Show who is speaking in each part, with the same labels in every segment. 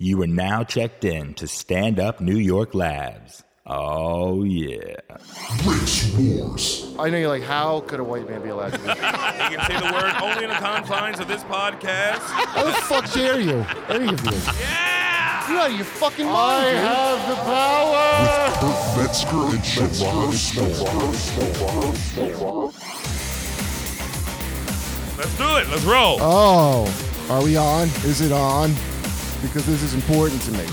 Speaker 1: You are now checked in to Stand Up New York Labs. Oh, yeah.
Speaker 2: Race Wars.
Speaker 3: I know you're like, how could a white man be allowed to do that?
Speaker 4: You can say the word only in the confines of this podcast.
Speaker 3: how the fuck dare you? Any of you?
Speaker 4: Yeah!
Speaker 3: You're out of your fucking mind. I have the power.
Speaker 2: Kurt Metzger and Sharad Smoke.
Speaker 4: Let's do it. Let's roll.
Speaker 3: Oh, are we on? Is it on? Because this is important to me.
Speaker 5: Do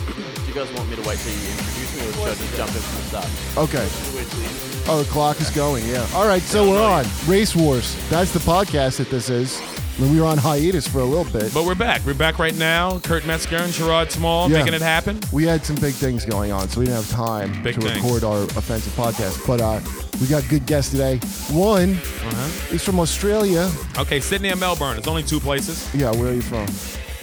Speaker 5: you guys want me to wait till you introduce me, or should I just jump in from the start?
Speaker 3: Okay.
Speaker 5: Wait till you-
Speaker 3: Oh, the clock is going. Yeah. All right. So we're on Race Wars. That's the podcast that this is. When we were on hiatus for a little bit,
Speaker 4: But we're back. We're back right now. Kurt Metzger and Sherrod Small
Speaker 3: Yeah.
Speaker 4: making it happen.
Speaker 3: we had some big things going on, so we didn't have time
Speaker 4: Big
Speaker 3: to
Speaker 4: things.
Speaker 3: record our offensive podcast. But uh, we got good guests today. One
Speaker 4: Uh-huh.
Speaker 3: is from Australia.
Speaker 4: Okay, Sydney and Melbourne. It's only two places.
Speaker 3: Yeah, where are you from?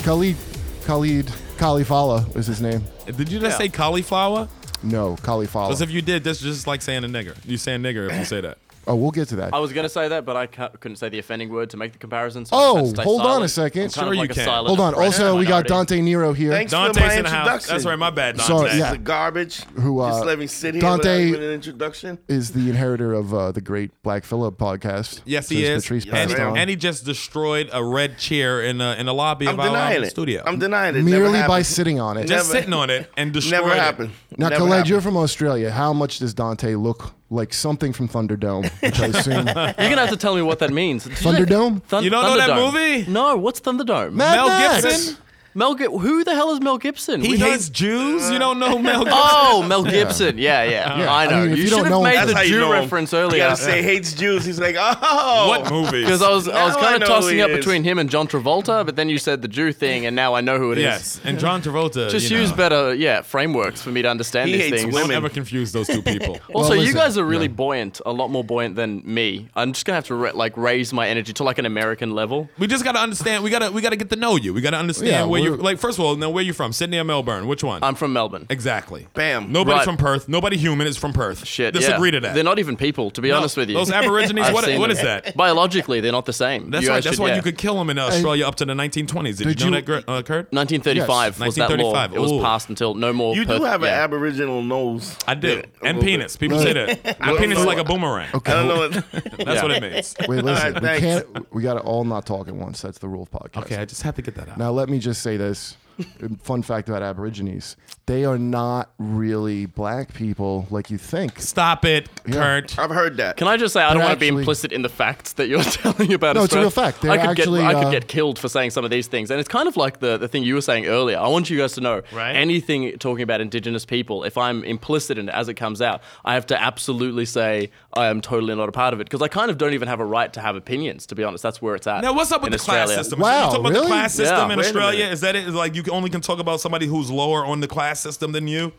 Speaker 3: Khalid. Khalid. Khalifala is his name.
Speaker 4: Did you just
Speaker 5: Yeah.
Speaker 4: say cauliflower?
Speaker 3: No, Khalifala.
Speaker 4: Because if you did, that's just like saying a nigger. You saying nigger if you say that.
Speaker 3: oh, we'll get to that.
Speaker 5: I was gonna say that, but I ca- couldn't say the offending word to make the comparison. So
Speaker 3: Oh,
Speaker 5: I'm trying to stay
Speaker 3: hold on
Speaker 5: silent.
Speaker 3: a second.
Speaker 5: I'm kind
Speaker 4: Sure
Speaker 5: of
Speaker 4: you
Speaker 5: like a
Speaker 4: can.
Speaker 5: silent
Speaker 3: Hold on.
Speaker 5: oppressed
Speaker 3: Also, we got
Speaker 5: minority.
Speaker 3: Dante Nero here.
Speaker 6: Thanks for
Speaker 4: Dante's
Speaker 6: my
Speaker 4: in the house.
Speaker 6: introduction.
Speaker 4: That's right. My bad, Dante.
Speaker 3: Sorry, yeah.
Speaker 6: Piece of garbage.
Speaker 3: Who, uh,
Speaker 6: just let me sit here
Speaker 3: Dante-
Speaker 6: without even an introduction.
Speaker 3: Is the inheritor of uh, the great Black Phillip podcast.
Speaker 4: Yes, he
Speaker 3: since
Speaker 4: is.
Speaker 3: Patrice
Speaker 4: and,
Speaker 3: passed
Speaker 4: he,
Speaker 3: on.
Speaker 4: and he just destroyed a red chair in the in the lobby
Speaker 6: I'm
Speaker 4: of our
Speaker 6: denying
Speaker 4: um,
Speaker 6: it.
Speaker 4: studio.
Speaker 6: I'm denying it. Never
Speaker 3: merely by
Speaker 6: happened.
Speaker 3: sitting on it.
Speaker 4: just
Speaker 6: never-
Speaker 4: sitting on it and destroyed.
Speaker 6: Never
Speaker 4: it.
Speaker 6: happened.
Speaker 3: now,
Speaker 6: Never
Speaker 3: Khaled,
Speaker 6: happened.
Speaker 3: you're from Australia. How much does Dante look like something from Thunderdome? Which I assume.
Speaker 5: You're gonna have to tell me what that means. Did you say-
Speaker 3: Thunderdome?
Speaker 5: Thun-
Speaker 4: You don't know that
Speaker 5: Thunderdome.
Speaker 4: movie?
Speaker 5: No. What's Thunderdome?
Speaker 3: Mad
Speaker 4: Mel
Speaker 3: Max.
Speaker 4: Gibson.
Speaker 5: Mel. Gi- who the hell is Mel Gibson?
Speaker 4: He
Speaker 5: We don't-
Speaker 4: hates Jews. You don't know Mel Gibson.
Speaker 5: Oh, Mel Gibson. Yeah, yeah. I know.
Speaker 3: mean, if you don't
Speaker 5: should
Speaker 3: know him-
Speaker 5: have made
Speaker 6: That's how
Speaker 5: the
Speaker 6: you
Speaker 5: Jew
Speaker 6: know him.
Speaker 5: reference
Speaker 6: You
Speaker 5: earlier.
Speaker 6: gotta say hates Jews. He's like, oh,
Speaker 4: What movies?
Speaker 5: Because I was, I was
Speaker 6: Now
Speaker 5: kind
Speaker 6: I know
Speaker 5: of
Speaker 6: who
Speaker 5: tossing
Speaker 6: he
Speaker 5: up
Speaker 6: is.
Speaker 5: between him and John Travolta, but then you said the Jew thing, and now I know who it is.
Speaker 4: yes, and John Travolta.
Speaker 5: Just
Speaker 4: you
Speaker 5: use
Speaker 4: know.
Speaker 5: better, yeah, frameworks for me to understand
Speaker 6: He
Speaker 5: these
Speaker 6: hates
Speaker 5: things.
Speaker 4: Don't
Speaker 6: women.
Speaker 4: ever confuse those two people.
Speaker 5: Also,
Speaker 3: Well,
Speaker 5: you
Speaker 3: listen,
Speaker 5: guys are really buoyant, a lot more buoyant than me. I'm just gonna have to ra- like raise my energy to like an American level.
Speaker 4: we just gotta understand. We gotta we gotta get to know you. We gotta understand
Speaker 3: Yeah,
Speaker 4: where you
Speaker 3: we're-
Speaker 4: like. First of all, now where you from? Sydney or Melbourne? Which one?
Speaker 5: I'm from Melbourne.
Speaker 4: exactly.
Speaker 6: Bam.
Speaker 4: Nobody's
Speaker 5: Right.
Speaker 4: from Perth. Nobody human is from Perth.
Speaker 5: Shit,
Speaker 4: Disagree
Speaker 5: yeah.
Speaker 4: to that.
Speaker 5: They're not even people, to be honest with you.
Speaker 4: Those Aborigines.
Speaker 5: I've
Speaker 4: what
Speaker 5: seen
Speaker 4: what
Speaker 5: them.
Speaker 4: is that?
Speaker 5: Biologically, they're not the same.
Speaker 4: That's
Speaker 5: You
Speaker 4: right.
Speaker 5: guys
Speaker 4: That's
Speaker 5: should-
Speaker 4: why
Speaker 5: yeah.
Speaker 4: you could kill them in Australia up to the 1920s. Did,
Speaker 3: Did
Speaker 4: you know
Speaker 3: you-
Speaker 4: that, Gr- uh, Kurt?
Speaker 5: 1935
Speaker 4: Yes,
Speaker 5: was that law.
Speaker 4: 1935.
Speaker 5: It was
Speaker 4: Ooh.
Speaker 5: passed until no more.
Speaker 6: you
Speaker 5: Perth-
Speaker 6: do have an
Speaker 5: yeah.
Speaker 6: Aboriginal nose.
Speaker 4: I do.
Speaker 6: a
Speaker 4: and
Speaker 6: little
Speaker 4: penis. People say that. My penis is like a boomerang.
Speaker 6: I
Speaker 3: Okay.
Speaker 6: don't know. What,
Speaker 4: That's what it means.
Speaker 3: Wait, listen.
Speaker 6: All right,
Speaker 3: we
Speaker 6: thanks.
Speaker 3: can't. We got to all not talk at once. That's the rule of podcast.
Speaker 4: Okay, I just had to get that out.
Speaker 3: Now, let me just say this fun fact about Aborigines they are not really black people like you think.
Speaker 4: Stop it, Kurt.
Speaker 6: I've heard that.
Speaker 5: Can I just say I don't
Speaker 3: They're
Speaker 5: want to be
Speaker 3: actually-
Speaker 5: implicit in the facts that you're telling about.
Speaker 3: No, it's a
Speaker 5: Australia.
Speaker 3: real fact. They're
Speaker 5: I could
Speaker 3: actually,
Speaker 5: get I
Speaker 3: uh,
Speaker 5: could get killed for saying some of these things, and it's kind of like the, the thing you were saying earlier. I want you guys to know
Speaker 4: Right.
Speaker 5: anything talking about Indigenous people. If I'm implicit in it as it comes out, I have to absolutely say I am totally not a part of it because I kind of don't even have a right to have opinions. To be honest, that's where it's at.
Speaker 4: Now, what's up with the
Speaker 5: in
Speaker 4: class
Speaker 5: Australia.
Speaker 4: system?
Speaker 3: Wow,
Speaker 4: you talk about
Speaker 3: really?
Speaker 4: the class
Speaker 5: Yeah.
Speaker 4: system in
Speaker 6: Wait a
Speaker 4: Australia?
Speaker 6: minute.
Speaker 4: Is that it? Is Like, you only can talk about somebody who's lower on the class system than you?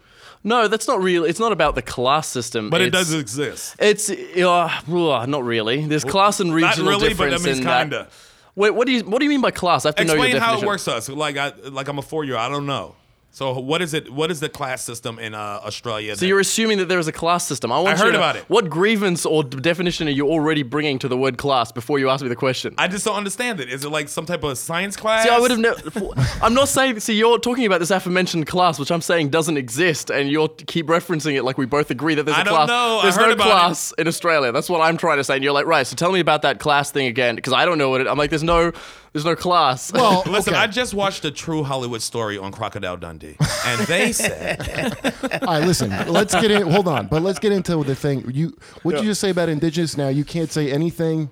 Speaker 5: No, that's not real. It's not about the class system,
Speaker 4: But it
Speaker 5: It's-
Speaker 4: does exist.
Speaker 5: It's uh, ugh, not really. There's class and
Speaker 4: Not
Speaker 5: regional
Speaker 4: really, but that
Speaker 5: difference
Speaker 4: means
Speaker 5: in that.
Speaker 4: kinda.
Speaker 5: Wait, what do you what do you mean by class? I have to know
Speaker 4: Explain
Speaker 5: your
Speaker 4: how
Speaker 5: definition.
Speaker 4: it works to us. Like, I, like I'm a four year old. I don't know. So, what is it? What is the class system in uh, Australia?
Speaker 5: So you're assuming that there is a class system. I want
Speaker 4: I
Speaker 5: you
Speaker 4: heard
Speaker 5: to know,
Speaker 4: about it.
Speaker 5: What grievance or d- definition are you already bringing to the word class before you ask me the question?
Speaker 4: I just don't understand it. Is it like some type of science class?
Speaker 5: See, I would have never. I'm not saying. See, you're talking about this aforementioned class, which I'm saying doesn't exist, and you will keep referencing it like we both agree that there's a
Speaker 4: I don't
Speaker 5: class.
Speaker 4: know. I
Speaker 5: There's
Speaker 4: heard
Speaker 5: no
Speaker 4: about
Speaker 5: class in Australia. That's what I'm trying to say. And you're like, right. So tell me about that class thing again, because I don't know what it. I'm like, there's no, there's no class.
Speaker 3: Well,
Speaker 4: Listen,
Speaker 3: okay.
Speaker 4: I just watched a true Hollywood story on Crocodile Dundee, and they said
Speaker 3: All right, listen. Let's get in. Hold on, but let's get into the thing. You, what you just say about indigenous? Now you can't say anything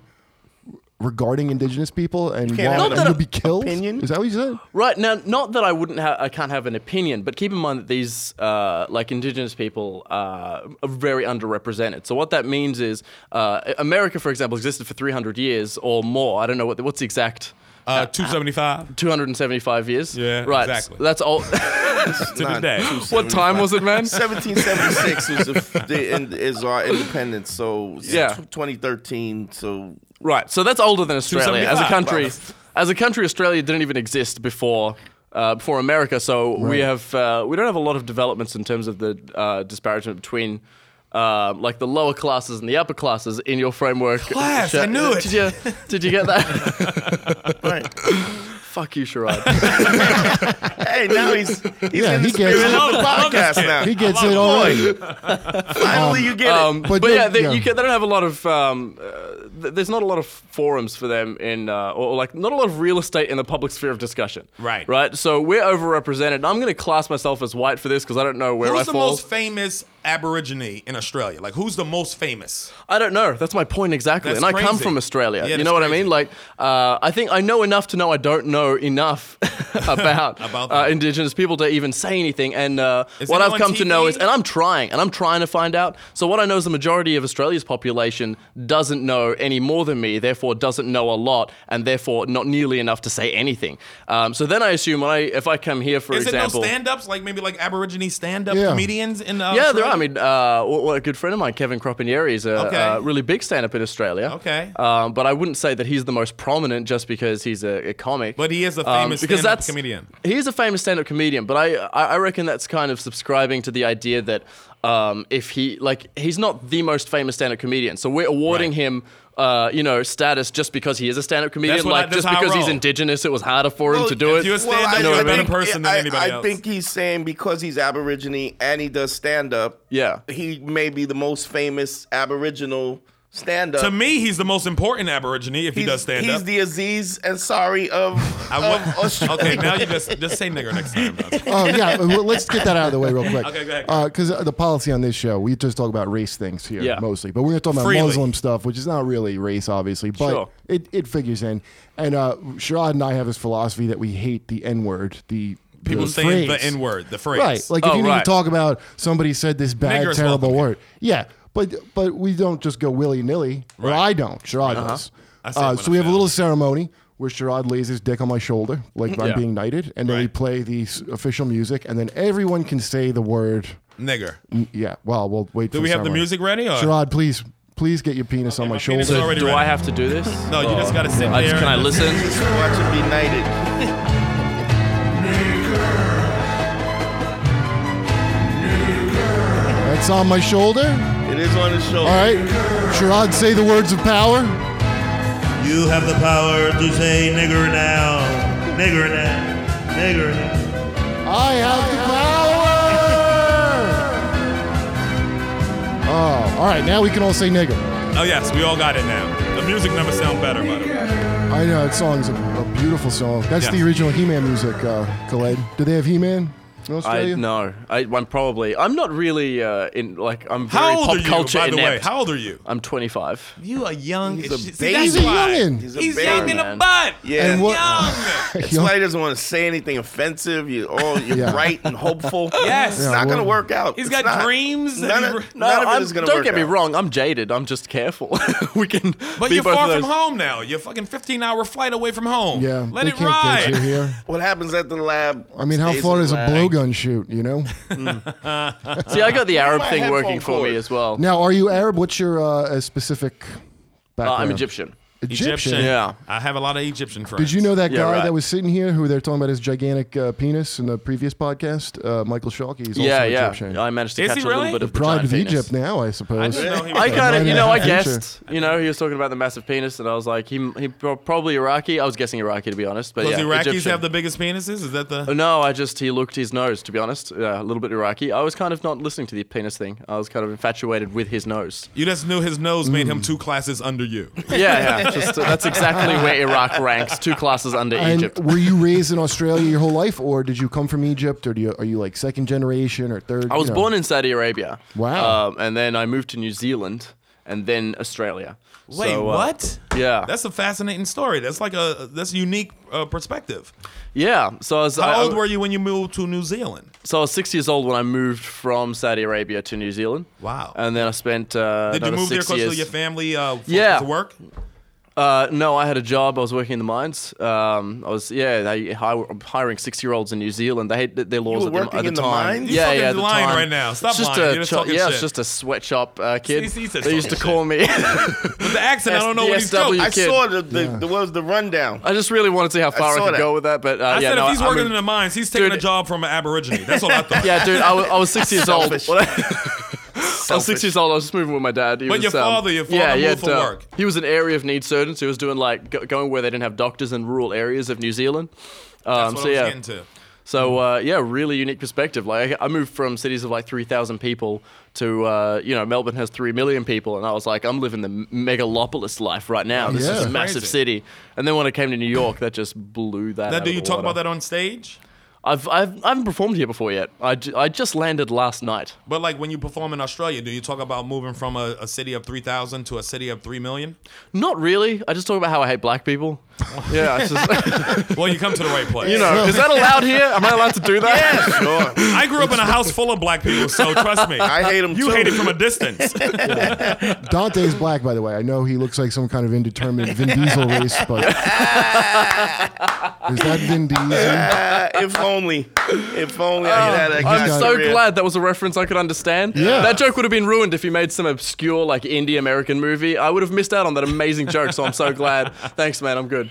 Speaker 3: regarding indigenous people, and
Speaker 6: can't
Speaker 3: why
Speaker 6: have
Speaker 3: and
Speaker 5: an
Speaker 3: you'll be killed.
Speaker 6: opinion.
Speaker 3: Is that what you said?
Speaker 5: Right now, not that I wouldn't, ha- I can't have an opinion, but keep in mind that these, uh, like Indigenous people, uh, are very underrepresented. So what that means is, uh, America, for example, existed for 300 years or more. I don't know what the, what's the exact.
Speaker 4: uh, 275
Speaker 5: 275 years.
Speaker 4: Yeah,
Speaker 5: right.
Speaker 4: exactly.
Speaker 5: That's all.
Speaker 4: to the day.
Speaker 5: what time was it, man?
Speaker 6: 1776 was the, f- the, in- is our independence. So it's
Speaker 5: Yeah.
Speaker 6: tw- 2013. So
Speaker 5: Right. So that's older than Australia as
Speaker 4: 275.
Speaker 5: a country. As a country, Australia didn't even exist before. Uh, before America, so we have uh, we don't have a lot of developments in terms of the uh, disparagement between uh, like the lower classes and the upper classes in your framework.
Speaker 4: Class, I knew it.
Speaker 5: Did you did you get that?
Speaker 6: right.
Speaker 5: Fuck you, Sherrod.
Speaker 6: Hey, now he's he's
Speaker 3: Yeah,
Speaker 6: in the
Speaker 3: he gets
Speaker 6: spirit
Speaker 3: it.
Speaker 6: of the
Speaker 4: I love this
Speaker 6: podcast
Speaker 4: kid.
Speaker 6: now.
Speaker 3: He gets it all.
Speaker 6: Boy, finally you get
Speaker 5: Um,
Speaker 6: it.
Speaker 5: but,
Speaker 3: But
Speaker 5: yeah,
Speaker 3: then-
Speaker 5: they,
Speaker 3: yeah.
Speaker 5: You can, they don't have a lot of. Um, uh, th- there's not a lot of forums for them in, uh, or, or, like not a lot of real estate in the public sphere of discussion.
Speaker 4: Right.
Speaker 5: Right. So we're overrepresented. I'm going to class myself as white for this because I don't know where I
Speaker 4: Who's the
Speaker 5: fall.
Speaker 4: most famous Aborigine in Australia? Like, who's the most famous?
Speaker 5: I don't know. That's my point exactly.
Speaker 4: That's
Speaker 5: and I come
Speaker 4: crazy.
Speaker 5: from Australia.
Speaker 4: Yeah,
Speaker 5: you
Speaker 4: that's
Speaker 5: know what I
Speaker 4: crazy.
Speaker 5: mean? Like, uh, I think I know enough to know I don't know enough about,
Speaker 4: About
Speaker 5: uh,
Speaker 4: that.
Speaker 5: Indigenous people to even say anything. And uh,
Speaker 4: Is
Speaker 5: what
Speaker 4: it
Speaker 5: I've
Speaker 4: on
Speaker 5: come to know
Speaker 4: TV?
Speaker 5: is, and I'm trying, and I'm trying to find out. So what I know is the majority of Australia's population doesn't know any more than me, therefore doesn't know a lot, and therefore not nearly enough to say anything. Um, so then I assume when I, if I come here, for
Speaker 4: Is it no
Speaker 5: example,
Speaker 4: stand-ups? Like maybe like Aborigine stand-up
Speaker 3: Yeah.
Speaker 4: comedians in uh,
Speaker 5: yeah, there are. I
Speaker 4: Australia?
Speaker 5: mean, uh, well, well, a good friend of mine, Kevin Cropinieri, is a,
Speaker 4: Okay.
Speaker 5: uh really big stand-up in Australia.
Speaker 4: Okay.
Speaker 5: Um, but I wouldn't say that he's the most prominent just because he's a, a comic.
Speaker 4: But he is a
Speaker 5: Um,
Speaker 4: famous
Speaker 5: because
Speaker 4: stand-up
Speaker 5: that's-
Speaker 4: comedian.
Speaker 5: He's a famous stand-up comedian, but I I I reckon that's kind of subscribing to the idea that um, if he like he's not the most famous stand-up comedian, so we're awarding
Speaker 4: Right.
Speaker 5: him. Uh, you know, status just because he is a stand-up comedian,
Speaker 4: That's what I-
Speaker 5: like
Speaker 4: that's
Speaker 5: just
Speaker 4: how I
Speaker 5: because he's
Speaker 4: roll.
Speaker 5: indigenous, it was harder for him
Speaker 6: Well,
Speaker 5: to do
Speaker 4: Oh, if
Speaker 5: it.
Speaker 4: you was- stand-up,
Speaker 6: I
Speaker 5: you're a
Speaker 6: think-
Speaker 5: better
Speaker 4: person than
Speaker 6: I-
Speaker 4: anybody
Speaker 6: I
Speaker 4: else.
Speaker 6: think he's saying because he's Aborigine and he does stand up.
Speaker 5: Yeah.
Speaker 6: he may be the most famous Aboriginal stand
Speaker 5: uh,
Speaker 6: up.
Speaker 4: To me, he's the most important Aborigine if he does stand-up.
Speaker 6: He's the uh, Aziz Ansari of,
Speaker 4: I
Speaker 6: of
Speaker 4: wa-
Speaker 6: Australia.
Speaker 4: okay, now you just just say nigger next time. though.
Speaker 3: Oh yeah, well, let's get that out of the way real quick.
Speaker 4: Okay, go ahead.
Speaker 3: Because the policy on this show, we just talk about race things here
Speaker 5: Yeah.
Speaker 3: mostly, but we're talking about
Speaker 4: Freely.
Speaker 3: Muslim stuff, which is not really race, obviously, but
Speaker 5: Sure.
Speaker 3: it, it figures in. And uh, Sharad and I have this philosophy that we hate the N word, the
Speaker 4: People
Speaker 3: the phrase.
Speaker 4: saying the N word, the phrase.
Speaker 3: Right, like if
Speaker 5: Oh,
Speaker 3: you need
Speaker 5: right.
Speaker 3: to talk about somebody said this bad,
Speaker 4: Niggers
Speaker 3: terrible
Speaker 4: welcome here.
Speaker 3: word, yeah, but but we don't just go willy nilly. Well,
Speaker 4: Right. Uh-huh.
Speaker 3: I don't. Sharad does.
Speaker 4: I say
Speaker 3: Uh,
Speaker 4: it when
Speaker 3: so
Speaker 4: I
Speaker 3: we have a
Speaker 4: fail.
Speaker 3: little ceremony where Sharad lays his dick on my shoulder, like I'm
Speaker 5: Yeah.
Speaker 3: being knighted, and then we
Speaker 4: Right.
Speaker 3: play the s- official music, and then everyone can say the word.
Speaker 4: Nigger.
Speaker 3: n- Yeah. Well, we'll wait.
Speaker 4: Do we have the music ready? Or?
Speaker 3: Sharad, please, please get your penis on my,
Speaker 4: my penis
Speaker 3: shoulder.
Speaker 4: is already
Speaker 5: Do
Speaker 4: ready.
Speaker 5: I have to do this? Oh.
Speaker 4: No, you just gotta sit
Speaker 5: I just-
Speaker 4: there
Speaker 5: Can I
Speaker 4: and-
Speaker 5: listen?
Speaker 6: Just watch him be knighted.
Speaker 3: That's on my shoulder.
Speaker 6: It is on his show.
Speaker 3: All right. Sharad, say the words of power.
Speaker 7: You have the power to say nigger now. Nigger now. Nigger now.
Speaker 3: I have the power. Oh, all right. Now we can all say nigger.
Speaker 4: Oh yes, we all got it now. The music numbers sound better, by the way.
Speaker 3: I know that song's a, a beautiful song. That's
Speaker 4: Yeah.
Speaker 3: the original He-Man music, uh, Khaled. Do they have He-Man in Australia?
Speaker 5: I no, I, I'm probably. I'm not really uh, in like I'm very
Speaker 4: How old
Speaker 5: pop
Speaker 4: are you,
Speaker 5: culture
Speaker 4: by the way?
Speaker 5: inept.
Speaker 4: How old are you?
Speaker 5: I'm 25.
Speaker 4: You are young. He's
Speaker 6: a
Speaker 4: See,
Speaker 6: baby.
Speaker 4: that's
Speaker 3: He's a
Speaker 4: why.
Speaker 3: youngin'.
Speaker 6: He's a
Speaker 4: He's
Speaker 6: baby.
Speaker 4: young in the
Speaker 5: Man.
Speaker 4: butt.
Speaker 6: Yeah.
Speaker 3: And what-
Speaker 4: Young.
Speaker 6: That's why he doesn't want to say anything offensive. You're all you're
Speaker 3: Yeah.
Speaker 6: bright and hopeful.
Speaker 4: Yes.
Speaker 6: it's
Speaker 4: Yeah,
Speaker 6: not
Speaker 3: well-
Speaker 6: gonna work out.
Speaker 4: He's
Speaker 6: It's
Speaker 4: got
Speaker 6: not.
Speaker 4: dreams. that
Speaker 6: None
Speaker 4: he
Speaker 6: of,
Speaker 4: re-
Speaker 5: No,
Speaker 6: none of
Speaker 5: I'm,
Speaker 6: it is gonna
Speaker 5: don't
Speaker 6: work
Speaker 5: get me
Speaker 6: out.
Speaker 5: wrong. I'm jaded. I'm just careful. we can.
Speaker 4: But
Speaker 5: be
Speaker 4: you're
Speaker 5: both
Speaker 4: far
Speaker 5: of
Speaker 4: from
Speaker 5: those-
Speaker 4: home now. You're fucking 15 hour flight away from home.
Speaker 3: Yeah,
Speaker 4: Let
Speaker 3: they
Speaker 4: it
Speaker 3: can't get you
Speaker 4: ride.
Speaker 3: here.
Speaker 6: What happens at the lab?
Speaker 3: I mean, how
Speaker 6: stays
Speaker 3: far
Speaker 6: in
Speaker 3: does a
Speaker 6: the lab.
Speaker 3: blowgun shoot? You know.
Speaker 5: See, I got the Arab
Speaker 6: my
Speaker 5: thing working
Speaker 6: headphone
Speaker 5: for
Speaker 6: cord.
Speaker 5: me as well.
Speaker 3: now, are you Arab? What's your uh, a specific
Speaker 5: Uh,
Speaker 3: background?
Speaker 5: I'm Egyptian.
Speaker 3: Egyptian.
Speaker 5: Yeah.
Speaker 4: I have a lot of Egyptian friends.
Speaker 3: Did you know that
Speaker 5: Yeah,
Speaker 3: guy
Speaker 5: right.
Speaker 3: that was sitting here, who they're talking about his gigantic uh, penis in the previous podcast, uh, Michael Schalke? He's
Speaker 5: yeah,
Speaker 3: also
Speaker 5: yeah.
Speaker 3: Egyptian.
Speaker 5: I managed to
Speaker 4: Is
Speaker 5: catch
Speaker 4: he
Speaker 5: a little
Speaker 4: really?
Speaker 5: bit
Speaker 4: The
Speaker 5: of
Speaker 3: Pride
Speaker 5: vagina
Speaker 3: of
Speaker 5: penis.
Speaker 3: Egypt now, I suppose.
Speaker 4: didn't know he
Speaker 5: I
Speaker 4: was-
Speaker 5: kind
Speaker 3: Right
Speaker 5: of, you
Speaker 3: in
Speaker 5: know,
Speaker 3: the
Speaker 5: I
Speaker 3: future.
Speaker 5: guessed. You know, he was talking about the massive penis, and I was like, he, he pro- probably Iraqi. I was guessing Iraqi to be honest, but
Speaker 4: Does
Speaker 5: yeah,
Speaker 4: Iraqis
Speaker 5: Egyptian.
Speaker 4: have the biggest penises? Is that the?
Speaker 5: Oh, No, I just he looked his nose. To be honest, uh, a little bit Iraqi. I was kind of not listening to the penis thing. I was kind of infatuated with his nose.
Speaker 4: You just knew his nose made
Speaker 3: Mm.
Speaker 4: him two classes under you.
Speaker 5: Yeah, yeah. Just, uh, that's exactly where Iraq ranks, two classes under
Speaker 3: And
Speaker 5: Egypt.
Speaker 3: were you raised in Australia your whole life, or did you come from Egypt, or do you, are you like second generation or third?
Speaker 5: I was
Speaker 3: you know?
Speaker 5: born in Saudi Arabia.
Speaker 3: Wow.
Speaker 5: Um, and then I moved to New Zealand and then Australia.
Speaker 4: Wait,
Speaker 5: So, uh,
Speaker 4: what?
Speaker 5: yeah.
Speaker 4: that's a fascinating story. That's like a that's a unique uh, perspective.
Speaker 5: Yeah. So I was I-
Speaker 4: How
Speaker 5: I-
Speaker 4: old were you when you moved to New Zealand?
Speaker 5: So I was six years old when I moved from Saudi Arabia to New Zealand.
Speaker 4: Wow.
Speaker 5: And then I spent uh,
Speaker 4: Did you
Speaker 5: another
Speaker 4: move there
Speaker 5: six
Speaker 4: close
Speaker 5: years.
Speaker 4: to your family? Uh, for,
Speaker 5: Yeah.
Speaker 4: to work.
Speaker 5: Uh, no, I had a job. I was working in the mines. Um, I was yeah, they hi- hiring six-year-olds in New Zealand. They had their laws
Speaker 6: were
Speaker 5: at, the, at
Speaker 6: working
Speaker 5: the
Speaker 6: in the
Speaker 5: time.
Speaker 6: mines?
Speaker 5: Yeah,
Speaker 4: You're
Speaker 5: yeah,
Speaker 4: fucking
Speaker 5: at the
Speaker 4: lying
Speaker 5: time.
Speaker 4: right now. Stop
Speaker 5: It's just
Speaker 4: lying.
Speaker 5: a
Speaker 4: You're just
Speaker 5: cho-
Speaker 4: talking
Speaker 5: yeah,
Speaker 4: shit.
Speaker 5: it's just a sweatshop uh, kid.
Speaker 4: He's- he's just
Speaker 5: they used to
Speaker 4: talking
Speaker 5: call me.
Speaker 4: With the accent, I don't know what he's
Speaker 5: SW.
Speaker 4: doing.
Speaker 6: I
Speaker 5: kid.
Speaker 6: saw the, the, the what was the rundown.
Speaker 5: I just really wanted to see how far I,
Speaker 6: saw
Speaker 5: could
Speaker 6: that.
Speaker 5: go with that, but uh,
Speaker 4: I
Speaker 5: yeah,
Speaker 4: said
Speaker 5: no,
Speaker 4: if he's
Speaker 5: I- I'm
Speaker 4: working
Speaker 5: a-
Speaker 4: in the mines, he's taking
Speaker 5: Dude,
Speaker 4: a job from an aborigine. That's what I thought.
Speaker 5: Yeah, dude, I was, I was six years old. When I, I was
Speaker 6: Selfish.
Speaker 5: six years old. I was just moving with my dad. He
Speaker 4: But
Speaker 5: was,
Speaker 4: your
Speaker 5: um,
Speaker 4: father- your father
Speaker 5: yeah, he
Speaker 4: moved
Speaker 5: had,
Speaker 4: for
Speaker 5: uh,
Speaker 4: work.
Speaker 5: He was an area of need surgeon, so he was doing like go- going where they didn't have doctors in rural areas of New Zealand.
Speaker 4: That's
Speaker 5: Um,
Speaker 4: what
Speaker 5: so
Speaker 4: I was
Speaker 5: yeah,
Speaker 4: getting to.
Speaker 5: So uh, yeah, really unique perspective. Like I I moved from cities of like three thousand people to uh, you know Melbourne has three million people, and I was like, I'm living the megalopolis life right now. This
Speaker 3: Yeah.
Speaker 5: is a massive
Speaker 4: Crazy.
Speaker 5: city. And then when I came to New York, that just blew that.
Speaker 4: Now,
Speaker 5: out
Speaker 4: do
Speaker 5: of
Speaker 4: you
Speaker 5: the
Speaker 4: talk
Speaker 5: water.
Speaker 4: about that on stage?
Speaker 5: I've, I've I haven't performed here before yet. I, ju- I just landed last night.
Speaker 4: But like when you perform in Australia, do you talk about moving from a, a city of three thousand to a city of three million?
Speaker 5: Not really. I just talk about how I hate black people. Yeah, it's just,
Speaker 4: Well, you come to the right place.
Speaker 5: you know, is that allowed here? Am I allowed to do that?
Speaker 6: Sure.
Speaker 4: I grew up in a house full of black people, so trust me.
Speaker 6: I hate 'em
Speaker 4: You
Speaker 6: too.
Speaker 4: hate it from a distance.
Speaker 3: Dante's black, by the way. I know he looks like some kind of indeterminate Vin Diesel race, but is that Vin Diesel?
Speaker 6: Ah, if only, if only I had that
Speaker 5: Oh, I'm
Speaker 6: guy's
Speaker 5: so
Speaker 6: career.
Speaker 5: glad that was a reference I could understand.
Speaker 3: Yeah.
Speaker 5: That joke would have been ruined if you made some obscure like indie American movie. I would have missed out on that amazing joke, so I'm so glad. Thanks, man. I'm good.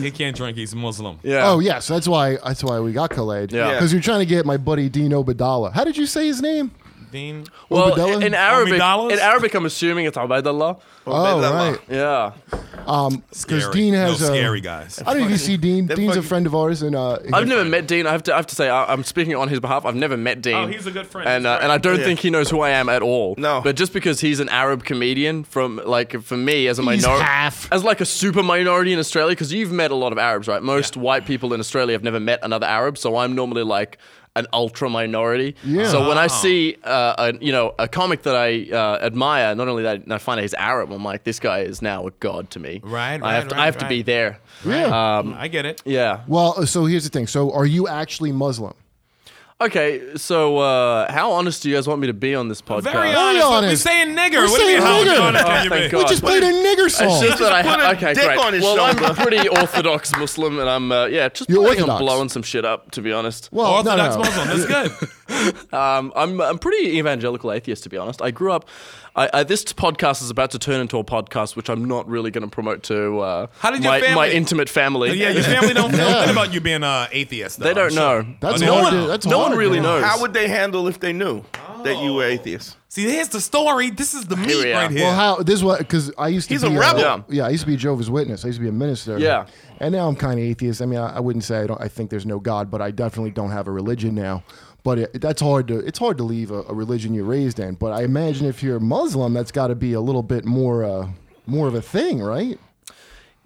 Speaker 4: he can't drink. He's Muslim.
Speaker 5: Yeah.
Speaker 3: Oh yes, that's why. That's why we got Khaled.
Speaker 5: Yeah.
Speaker 3: because you're trying to get my buddy Dino Badala. How did you say his name?
Speaker 4: Dean.
Speaker 5: well,
Speaker 3: Obadella?
Speaker 5: in, in Arabic,
Speaker 4: Omidalas?
Speaker 5: in Arabic, I'm assuming it's Abedallah.
Speaker 3: Oh
Speaker 6: Badala.
Speaker 3: right,
Speaker 5: Yeah.
Speaker 3: because
Speaker 4: Scary.
Speaker 3: Dean has
Speaker 4: no,
Speaker 3: a.
Speaker 4: scary guys.
Speaker 3: I don't know if you see Dean.
Speaker 6: They're
Speaker 3: Dean's a
Speaker 6: fucking-
Speaker 3: friend of ours, and uh,
Speaker 5: I've never met Dean. I have to, I have to say, I, I'm speaking on his behalf. I've never met Dean.
Speaker 4: Oh, he's a good friend.
Speaker 5: And,
Speaker 4: He's
Speaker 5: uh,
Speaker 4: great.
Speaker 5: and I don't
Speaker 6: Yeah.
Speaker 5: think he knows who I am at all.
Speaker 6: No.
Speaker 5: But just because he's an Arab comedian, from like for me as a
Speaker 3: He's
Speaker 5: minority,
Speaker 3: half.
Speaker 5: as like a super minority in Australia, because you've met a lot of Arabs, right? Most white people in Australia have never met another Arab, so I'm normally like an ultra minority.
Speaker 3: Yeah.
Speaker 5: So when I see uh, a you know a comic that I uh, admire, not only that and I find out he's Arab, I'm like, this guy is now a god to me.
Speaker 4: Right,
Speaker 5: I
Speaker 4: right,
Speaker 5: have to,
Speaker 4: right,
Speaker 5: I have to
Speaker 4: right.
Speaker 5: be there.
Speaker 3: Yeah.
Speaker 4: Um, I get it.
Speaker 5: Yeah.
Speaker 3: well, so here's the thing. So, are you actually Muslim?
Speaker 5: Okay, so uh, how honest do you guys want me to be on this podcast?
Speaker 4: Very
Speaker 3: Very
Speaker 4: honest. We're
Speaker 3: honest.
Speaker 4: saying nigger.
Speaker 3: We're
Speaker 4: what do you
Speaker 3: saying
Speaker 4: mean? How
Speaker 3: nigger.
Speaker 4: honest can
Speaker 5: Oh,
Speaker 4: you
Speaker 5: thank
Speaker 4: be?
Speaker 5: God.
Speaker 3: We just played a nigger
Speaker 5: It's
Speaker 3: song.
Speaker 5: just that I
Speaker 6: put a
Speaker 5: ha- okay,
Speaker 6: dick
Speaker 5: great.
Speaker 6: on his
Speaker 5: well, I'm
Speaker 6: shoulder.
Speaker 5: pretty orthodox Muslim, and I'm uh, yeah, just
Speaker 3: You're
Speaker 5: planning on
Speaker 3: orthodox.
Speaker 5: blowing some shit up. To be honest,
Speaker 3: well, no,
Speaker 4: Orthodox
Speaker 3: Oh, no.
Speaker 4: Muslim. That's good.
Speaker 5: um, I'm I'm pretty evangelical atheist. To be honest, I grew up. I, I, this podcast is about to turn into a podcast, which I'm not really going to promote to uh,
Speaker 4: How did your
Speaker 5: my, my
Speaker 4: family-
Speaker 5: intimate family.
Speaker 4: Yeah, your family don't know nothing about you being an atheist. Though,
Speaker 5: they don't
Speaker 4: I'm sure.
Speaker 5: know.
Speaker 3: That's
Speaker 4: Oh,
Speaker 5: no
Speaker 4: they
Speaker 3: hard.
Speaker 4: don't
Speaker 3: to-
Speaker 5: one,
Speaker 3: that's
Speaker 5: no
Speaker 3: hard
Speaker 5: one really
Speaker 3: to-
Speaker 5: knows.
Speaker 6: How would they handle if they knew that you were atheist?
Speaker 4: See, here's the story. This is the meat
Speaker 5: we are.
Speaker 4: right here.
Speaker 3: Well, how this was because I used to
Speaker 6: He's
Speaker 3: be
Speaker 6: a rebel.
Speaker 3: Yeah. I used to be Jehovah's Witness. I used to be a minister.
Speaker 5: Yeah.
Speaker 3: and now I'm kind of atheist. I mean, I, I wouldn't say I don't. I think there's no God, but I definitely don't have a religion now. But it, that's hard to. It's hard to leave a, a religion you're raised in. But I imagine if you're Muslim, that's got to be a little bit more, uh, more of a thing, right?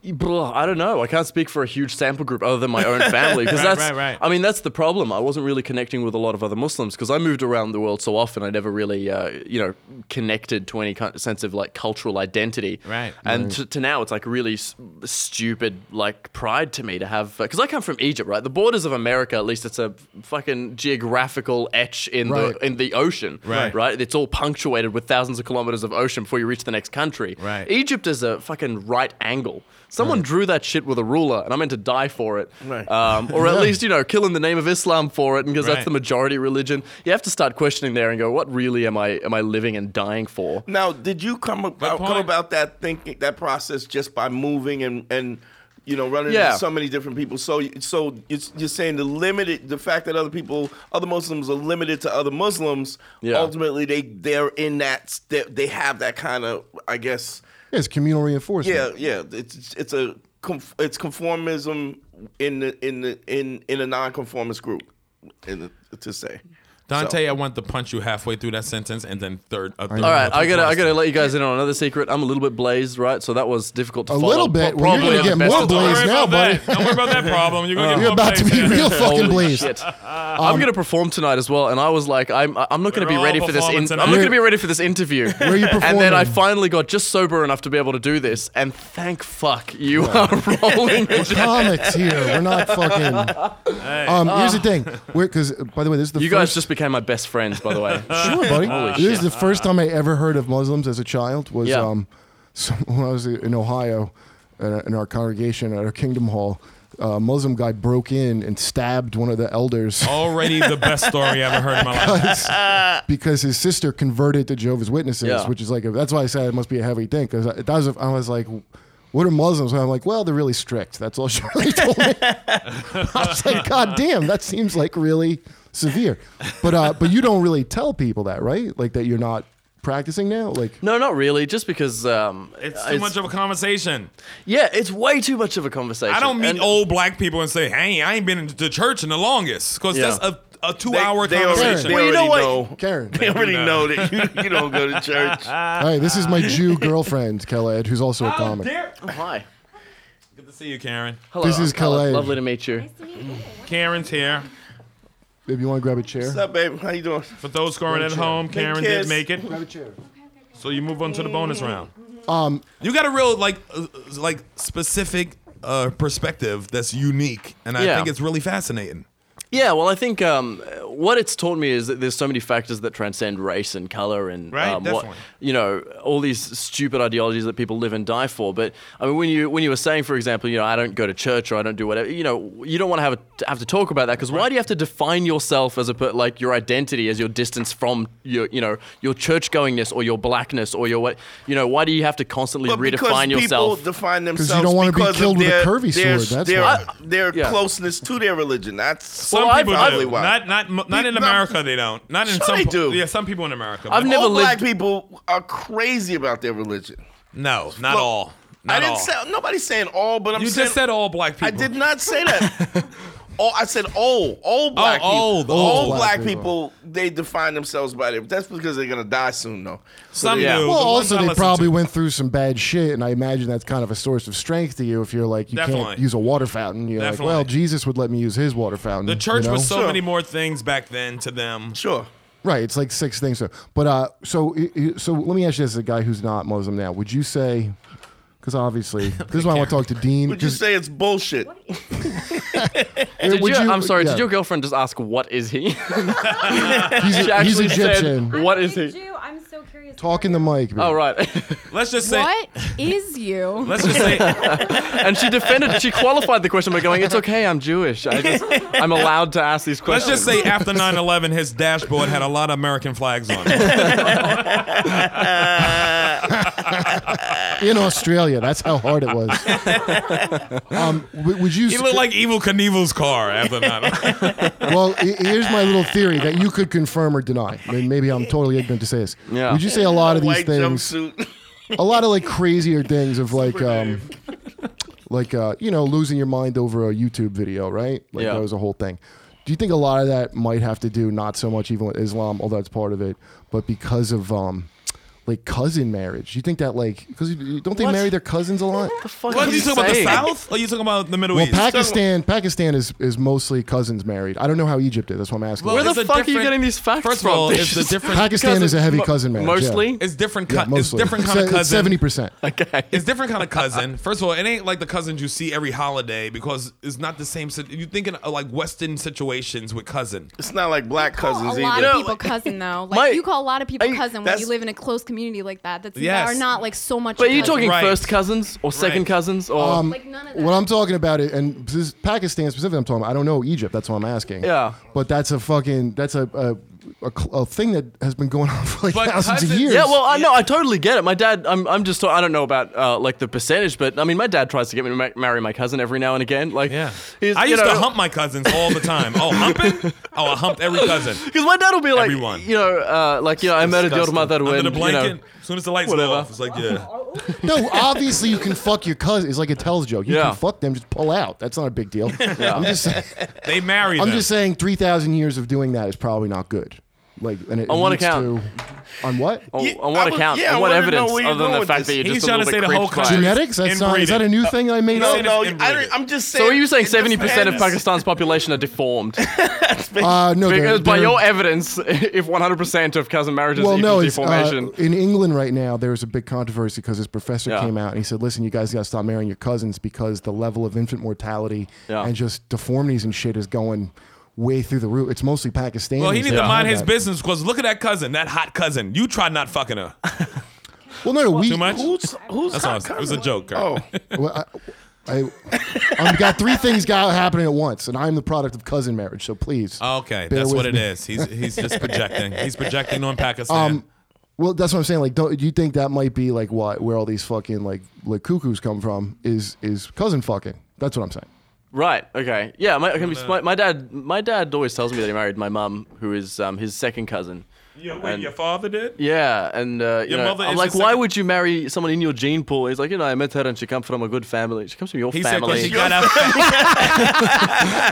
Speaker 5: Bruh, I don't know. I can't speak for a huge sample group other than my own family. Because that's,
Speaker 4: right, right.
Speaker 5: I mean, that's the problem. I wasn't really connecting with a lot of other Muslims because I moved around the world so often. I never really, uh, you know, connected to any kind of sense of like cultural identity.
Speaker 4: Right.
Speaker 5: And To, to now, it's like really s- stupid, like pride to me to have because I come from Egypt, right? The borders of America, at least, it's a fucking geographical etch in
Speaker 3: Right.
Speaker 5: the in the ocean.
Speaker 4: Right.
Speaker 5: Right. It's all punctuated with thousands of kilometers of ocean before you reach the next country.
Speaker 4: Right.
Speaker 5: Egypt is a fucking right angle. Someone drew that shit with a ruler, and I meant to die for it,
Speaker 6: Right.
Speaker 5: um, or at least you know, kill in the name of Islam for it, because
Speaker 4: Right.
Speaker 5: that's the majority religion. You have to start questioning there and go, what really am I am I living and dying for?
Speaker 4: Mm.
Speaker 6: Now, did you come about come
Speaker 4: point.
Speaker 6: about that thinking that process just by moving and and you know running
Speaker 5: Yeah.
Speaker 6: into so many different people? So you- so it's, you're saying the limited the fact that other people other Muslims are limited to other Muslims.
Speaker 5: Yeah.
Speaker 6: Ultimately, they they're in that s- they, they have that kind of I guess
Speaker 3: Yeah, it's communal reinforcement.
Speaker 6: yeah yeah it's it's a conf- it's conformism in the in the in in a nonconformist group in the, to say.
Speaker 4: Dante, I want to punch you halfway through that sentence and then third. A third
Speaker 5: All right, I gotta I gotta let you guys in on another secret. I'm a little bit blazed, right? So that was difficult to
Speaker 3: A
Speaker 5: follow.
Speaker 3: little bit. Well, you're
Speaker 5: probably
Speaker 3: gonna
Speaker 5: the
Speaker 3: get
Speaker 5: best
Speaker 3: more
Speaker 5: of the-
Speaker 3: blazed.
Speaker 4: Don't
Speaker 3: Please,
Speaker 4: worry
Speaker 3: now,
Speaker 4: about that.
Speaker 3: buddy.
Speaker 4: Don't worry about that problem. You're gonna get
Speaker 3: Uh, You're
Speaker 4: more
Speaker 3: about to be
Speaker 4: blazed.
Speaker 3: real fucking Um,
Speaker 5: Holy
Speaker 3: blazed.
Speaker 5: shit. I'm gonna perform tonight as well, and I was like, I'm I'm not gonna be
Speaker 4: We're all
Speaker 5: ready for this.
Speaker 4: performing
Speaker 5: In-
Speaker 4: tonight.
Speaker 5: I'm not gonna be ready for this interview.
Speaker 3: Where you
Speaker 5: And then I
Speaker 3: performing?
Speaker 5: finally got just sober enough to be able to do this, and thank fuck you are rolling. with-
Speaker 3: Comics here. We're not fucking. Um, here's the thing. Because by the way, this is the
Speaker 5: Uh. you
Speaker 3: first
Speaker 5: guys just became my best friends, by the way.
Speaker 3: Sure, buddy.
Speaker 5: Holy
Speaker 3: this
Speaker 5: shit.
Speaker 3: is the first time I ever heard of Muslims as a child. Was
Speaker 5: Yeah.
Speaker 3: um, some, when I was in Ohio, uh, in our congregation at our Kingdom Hall, uh, a Muslim guy broke in and stabbed one of the
Speaker 5: Oh,
Speaker 3: elders
Speaker 4: Already the best story I ever heard in my life.
Speaker 3: because his sister converted to Jehovah's Witnesses,
Speaker 5: Yeah.
Speaker 3: which is like a, that's why I said it must be a heavy thing because that was I was like. What are Muslims? And I'm like, well, they're really strict. That's all she really told me. I was like, God damn, that seems like really severe. But uh, but you don't really tell people that, right? Like that you're not practicing now? Like,
Speaker 5: No, not really. Just because um,
Speaker 4: It's too much of a conversation.
Speaker 5: yeah, it's way too much of a conversation.
Speaker 4: I don't meet
Speaker 5: And-
Speaker 4: old black people and say, "Hey, I ain't been to church in the longest," because
Speaker 5: Yeah.
Speaker 4: that's a, a two-hour
Speaker 6: they already,
Speaker 4: conversation.
Speaker 6: they
Speaker 5: Well, you know
Speaker 6: already
Speaker 5: what?
Speaker 6: know.
Speaker 3: Karen.
Speaker 6: They already know that you, you don't go to church.
Speaker 3: hey, this is my Jew girlfriend, Khaled, who's also a
Speaker 4: How
Speaker 3: comic.
Speaker 4: dare-
Speaker 5: Oh, hi.
Speaker 4: Good to see you, Karen.
Speaker 5: Hello.
Speaker 3: This is
Speaker 5: Carla.
Speaker 3: Khaled.
Speaker 5: Lovely to meet you.
Speaker 4: Karen's here.
Speaker 3: Babe, you want to grab a chair?
Speaker 6: What's up, babe? How you doing?
Speaker 4: For those scoring at home, Karen did
Speaker 6: kiss.
Speaker 4: make it.
Speaker 3: Grab a chair.
Speaker 4: So you move on to the bonus round.
Speaker 3: Um,
Speaker 4: You got a real like uh, like specific uh, perspective that's unique, and I
Speaker 5: Yeah.
Speaker 4: think it's really fascinating.
Speaker 5: Yeah, well, I think um, what it's taught me is that there's so many factors that transcend race and color and
Speaker 4: Right,
Speaker 5: um, what
Speaker 4: definitely.
Speaker 5: you know, all these stupid ideologies that people live and die for. But I mean, when you when you were saying, for example, you know, I don't go to church or I don't do whatever, you know, you don't want to have a, have to talk about that because why do you have to define yourself as a per- like your identity as your distance from your you know your church goingness or your blackness or your what you know why do you have to constantly
Speaker 6: But because
Speaker 5: redefine yourself?
Speaker 6: people define
Speaker 3: don't
Speaker 6: themselves
Speaker 3: wanna be
Speaker 6: because of
Speaker 3: killed with a
Speaker 6: their-
Speaker 3: curvy
Speaker 6: their,
Speaker 3: sword, that's
Speaker 6: their,
Speaker 3: why.
Speaker 6: their
Speaker 5: Yeah.
Speaker 6: closeness to their religion. That's
Speaker 4: Some
Speaker 5: Well, I've-
Speaker 4: people
Speaker 5: I've-
Speaker 4: do.
Speaker 6: Why?
Speaker 4: Not not m- not in
Speaker 6: People-
Speaker 4: America. They don't. Not in
Speaker 6: Sure
Speaker 4: some.
Speaker 6: they
Speaker 4: po-
Speaker 6: do.
Speaker 4: Yeah, some people in America.
Speaker 5: I've
Speaker 4: but
Speaker 5: never
Speaker 6: all black
Speaker 5: lived-
Speaker 6: people are crazy about their religion.
Speaker 4: No, not
Speaker 6: Well,
Speaker 4: all. Not
Speaker 6: I didn't
Speaker 4: all.
Speaker 6: say nobody's saying all, but I'm
Speaker 4: you
Speaker 6: saying
Speaker 4: just said all black people.
Speaker 6: I did not say that. all I said all all black people.
Speaker 4: old,
Speaker 6: all
Speaker 4: old
Speaker 6: black
Speaker 3: black people.
Speaker 6: people, they define themselves by their. That's because they're gonna die soon though. So
Speaker 4: Some
Speaker 6: they-
Speaker 5: Yeah.
Speaker 4: do.
Speaker 3: well,
Speaker 4: The ones
Speaker 3: also
Speaker 4: I
Speaker 3: they
Speaker 4: listen
Speaker 3: probably
Speaker 4: to.
Speaker 3: went through some bad shit, and I imagine that's kind of a source of strength to you if you're like you can't
Speaker 4: Definitely.
Speaker 3: use a water fountain. You're
Speaker 4: Definitely.
Speaker 3: like, well, Jesus would let me use his water fountain.
Speaker 4: The church
Speaker 3: you know?
Speaker 4: was so
Speaker 6: Sure.
Speaker 4: many more things back then to them.
Speaker 6: Sure.
Speaker 3: Right, it's like six things. So, but uh, so i- i- so let me ask you this: as a guy who's not Muslim now, would you say? Because obviously, this is why I want to talk to Dean.
Speaker 6: Would you
Speaker 3: 'cause-
Speaker 6: say it's bullshit?
Speaker 5: Did
Speaker 3: would
Speaker 5: you-
Speaker 3: you-
Speaker 5: I'm sorry.
Speaker 3: yeah.
Speaker 5: Did your girlfriend just ask what is he?
Speaker 3: he's,
Speaker 5: she
Speaker 3: he's
Speaker 5: actually
Speaker 3: Egyptian?
Speaker 5: said what is
Speaker 8: Big
Speaker 5: he?
Speaker 8: Jew, I'm so curious.
Speaker 3: Talk in the mic. man.
Speaker 5: Oh right.
Speaker 4: Let's just say.
Speaker 8: What is you?
Speaker 4: Let's just say.
Speaker 5: and she defended she qualified the question by going it's okay i'm jewish i just i'm allowed to ask these
Speaker 4: Let's
Speaker 5: questions
Speaker 4: just say after 9/11, his dashboard had a lot of American flags on it.
Speaker 3: in Australia. That's how hard it was. um, w- would you?
Speaker 4: He looked like Evil Knievel's car after 9/11.
Speaker 3: well, i- here's my little theory that you could confirm or deny. I mean, Maybe I'm totally ignorant to say this.
Speaker 5: Yeah.
Speaker 3: Would you say a lot of these
Speaker 6: White
Speaker 3: things,
Speaker 6: jumpsuit.
Speaker 3: a lot of like crazier things of like, um, like uh, you know, losing your mind over a YouTube video, right? Like
Speaker 5: Yeah.
Speaker 3: that was a whole thing. Do you think a lot of that might have to do not so much even with Islam, although that's part of it, but because of um, like cousin marriage? Do you think that like because don't they
Speaker 5: What?
Speaker 3: marry their cousins a lot?
Speaker 5: Fuck
Speaker 4: What are you talking about? The
Speaker 5: saying?
Speaker 4: South? Or are you talking about the Middle
Speaker 3: Well,
Speaker 4: East?
Speaker 3: Pakistan, Pakistan is, is mostly cousins married. I don't know how Egypt is. That's what I'm asking.
Speaker 4: Well,
Speaker 5: where the
Speaker 4: Oh, It's a
Speaker 5: fuck are you
Speaker 4: different-
Speaker 5: getting these facts
Speaker 4: First of
Speaker 5: from
Speaker 4: all, it's
Speaker 5: Just-
Speaker 4: the different.
Speaker 3: Pakistan is a heavy
Speaker 5: mo-
Speaker 3: cousin marriage. yeah.
Speaker 5: mostly
Speaker 4: It's different.
Speaker 3: Yeah,
Speaker 4: co- it's different kind of cousin.
Speaker 3: Seventy percent.
Speaker 4: It's different kind of cousin. First of all, it ain't like the cousins you see every holiday because it's not the same. sit- You thinking of like Western situations with cousin.
Speaker 6: It's not like black
Speaker 8: Call
Speaker 6: cousins
Speaker 8: a lot
Speaker 6: either.
Speaker 8: of people cousin though. Like
Speaker 5: my-
Speaker 8: you call a lot of people
Speaker 5: I-
Speaker 8: cousin when
Speaker 6: that's-
Speaker 8: you live in a close community like that. That's
Speaker 4: Yes.
Speaker 8: that are not like so much.
Speaker 5: but are you
Speaker 8: cousin.
Speaker 5: talking
Speaker 4: Right.
Speaker 5: first cousins or second
Speaker 4: Right.
Speaker 5: cousins or
Speaker 8: like none of that.
Speaker 3: Um, What I'm talking about it, and this is Pakistan specifically. I'm talking. About, I don't know Egypt. That's what I'm asking.
Speaker 5: Yeah.
Speaker 3: But that's a fucking. That's a a, a, cl- a thing that has been going on for like
Speaker 4: But
Speaker 3: thousands of
Speaker 4: cousins-
Speaker 3: years.
Speaker 5: yeah, well, I know, I totally get it. My dad, I'm, I'm just, I don't know about uh, like the percentage, but I mean, my dad tries to get me to ma- marry my cousin every now and again. Like, he's,
Speaker 4: I
Speaker 5: you
Speaker 4: used
Speaker 5: know,
Speaker 4: to hump my cousins all the time. Oh, humping? Oh, I humped every cousin.
Speaker 5: because my dad will be like,
Speaker 4: Everyone.
Speaker 5: you know, uh, like you know, I murdered your mother when
Speaker 4: Under the blanket.
Speaker 5: you know,
Speaker 4: as soon as the lights
Speaker 5: whatever.
Speaker 4: go off, it's like yeah.
Speaker 3: no, obviously you can fuck your cousin. It's like a tells joke. You
Speaker 5: Yeah.
Speaker 3: can fuck them. Just pull out. That's not a big deal. I'm just. saying-
Speaker 4: They marry.
Speaker 3: I'm
Speaker 4: them.
Speaker 3: just saying. Three thousand years of doing that is probably not good. Like, and it
Speaker 5: On what
Speaker 3: leads
Speaker 5: account? Oh.
Speaker 3: to- on what?
Speaker 5: on,
Speaker 6: Yeah,
Speaker 5: on what
Speaker 6: I was-
Speaker 5: account,
Speaker 6: yeah, I
Speaker 5: on what
Speaker 6: wanted to know
Speaker 5: evidence,
Speaker 6: where you're
Speaker 5: other than
Speaker 6: going
Speaker 5: the
Speaker 6: with
Speaker 5: fact
Speaker 6: this.
Speaker 5: that you're
Speaker 4: He's
Speaker 5: just a
Speaker 4: trying to
Speaker 5: little
Speaker 4: say
Speaker 5: bit
Speaker 4: the whole
Speaker 5: creeped by it.
Speaker 4: country-
Speaker 3: Genetics? That's not. Is
Speaker 4: Inbreeding.
Speaker 3: that a new thing I made
Speaker 6: No,
Speaker 3: up?
Speaker 4: Saying it's
Speaker 6: no, I,
Speaker 4: inbreeding.
Speaker 6: I'm just saying.
Speaker 5: So are you saying
Speaker 6: it just
Speaker 5: 70% of
Speaker 6: depends.
Speaker 5: Pakistan's population are deformed?
Speaker 3: Uh, no, they're-
Speaker 5: Because by
Speaker 3: they're-
Speaker 5: your evidence, if 100% of cousin marriages
Speaker 3: well,
Speaker 5: equal
Speaker 3: no, it's,
Speaker 5: deformation,
Speaker 3: uh, in England right now, there was a big controversy because this professor
Speaker 5: Yeah.
Speaker 3: came out and he said, "Listen, you guys got to stop marrying your cousins because the level of infant mortality
Speaker 5: Yeah.
Speaker 3: and just deformities and shit is going way through the roof. It's mostly Pakistan."
Speaker 4: Well, he needs to mind his business because look at that cousin, that hot cousin. You tried not fucking her.
Speaker 3: Well, no, no, we.
Speaker 4: Too much.
Speaker 6: Who's who's
Speaker 4: That's all. I was- It was a joke. Girl.
Speaker 6: Oh,
Speaker 3: Well, I, I, I've got three things got happening at once, and I'm the product of cousin marriage. So please.
Speaker 4: Okay,
Speaker 3: Oh. Bear
Speaker 4: that's
Speaker 3: with
Speaker 4: what it
Speaker 3: me.
Speaker 4: is. He's he's just projecting. He's projecting on Pakistan.
Speaker 3: Um, well, that's what I'm saying. Like, don't do you think that might be like what where all these fucking like like cuckoos come from? Is is cousin fucking? That's what I'm saying.
Speaker 5: Right. Okay.
Speaker 4: uh,
Speaker 5: Yeah. My, okay, my my dad my dad always tells me that he married my mum, who is um, his second cousin.
Speaker 4: Yeah, wait,
Speaker 5: And-
Speaker 4: your father did?
Speaker 5: Yeah, and uh, you
Speaker 4: Your
Speaker 5: know,
Speaker 4: mother
Speaker 5: I'm
Speaker 4: is
Speaker 5: like,
Speaker 4: the
Speaker 5: why
Speaker 4: second-
Speaker 5: would you marry someone in your gene pool? He's like, you know, I met her and she comes from a good family. She comes from your
Speaker 4: He said
Speaker 5: family.
Speaker 4: because she got out.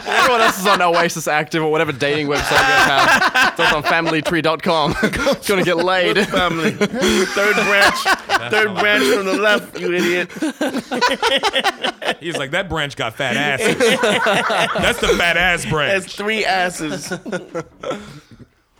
Speaker 5: Everyone else is on Oasis Active or whatever dating website you have. It's also on FamilyTree.com. It's gonna get laid.
Speaker 6: Family. Third branch. Third branch from the left, you idiot.
Speaker 4: He's like, that branch got fat asses. That's the fat ass branch.
Speaker 6: That's three asses.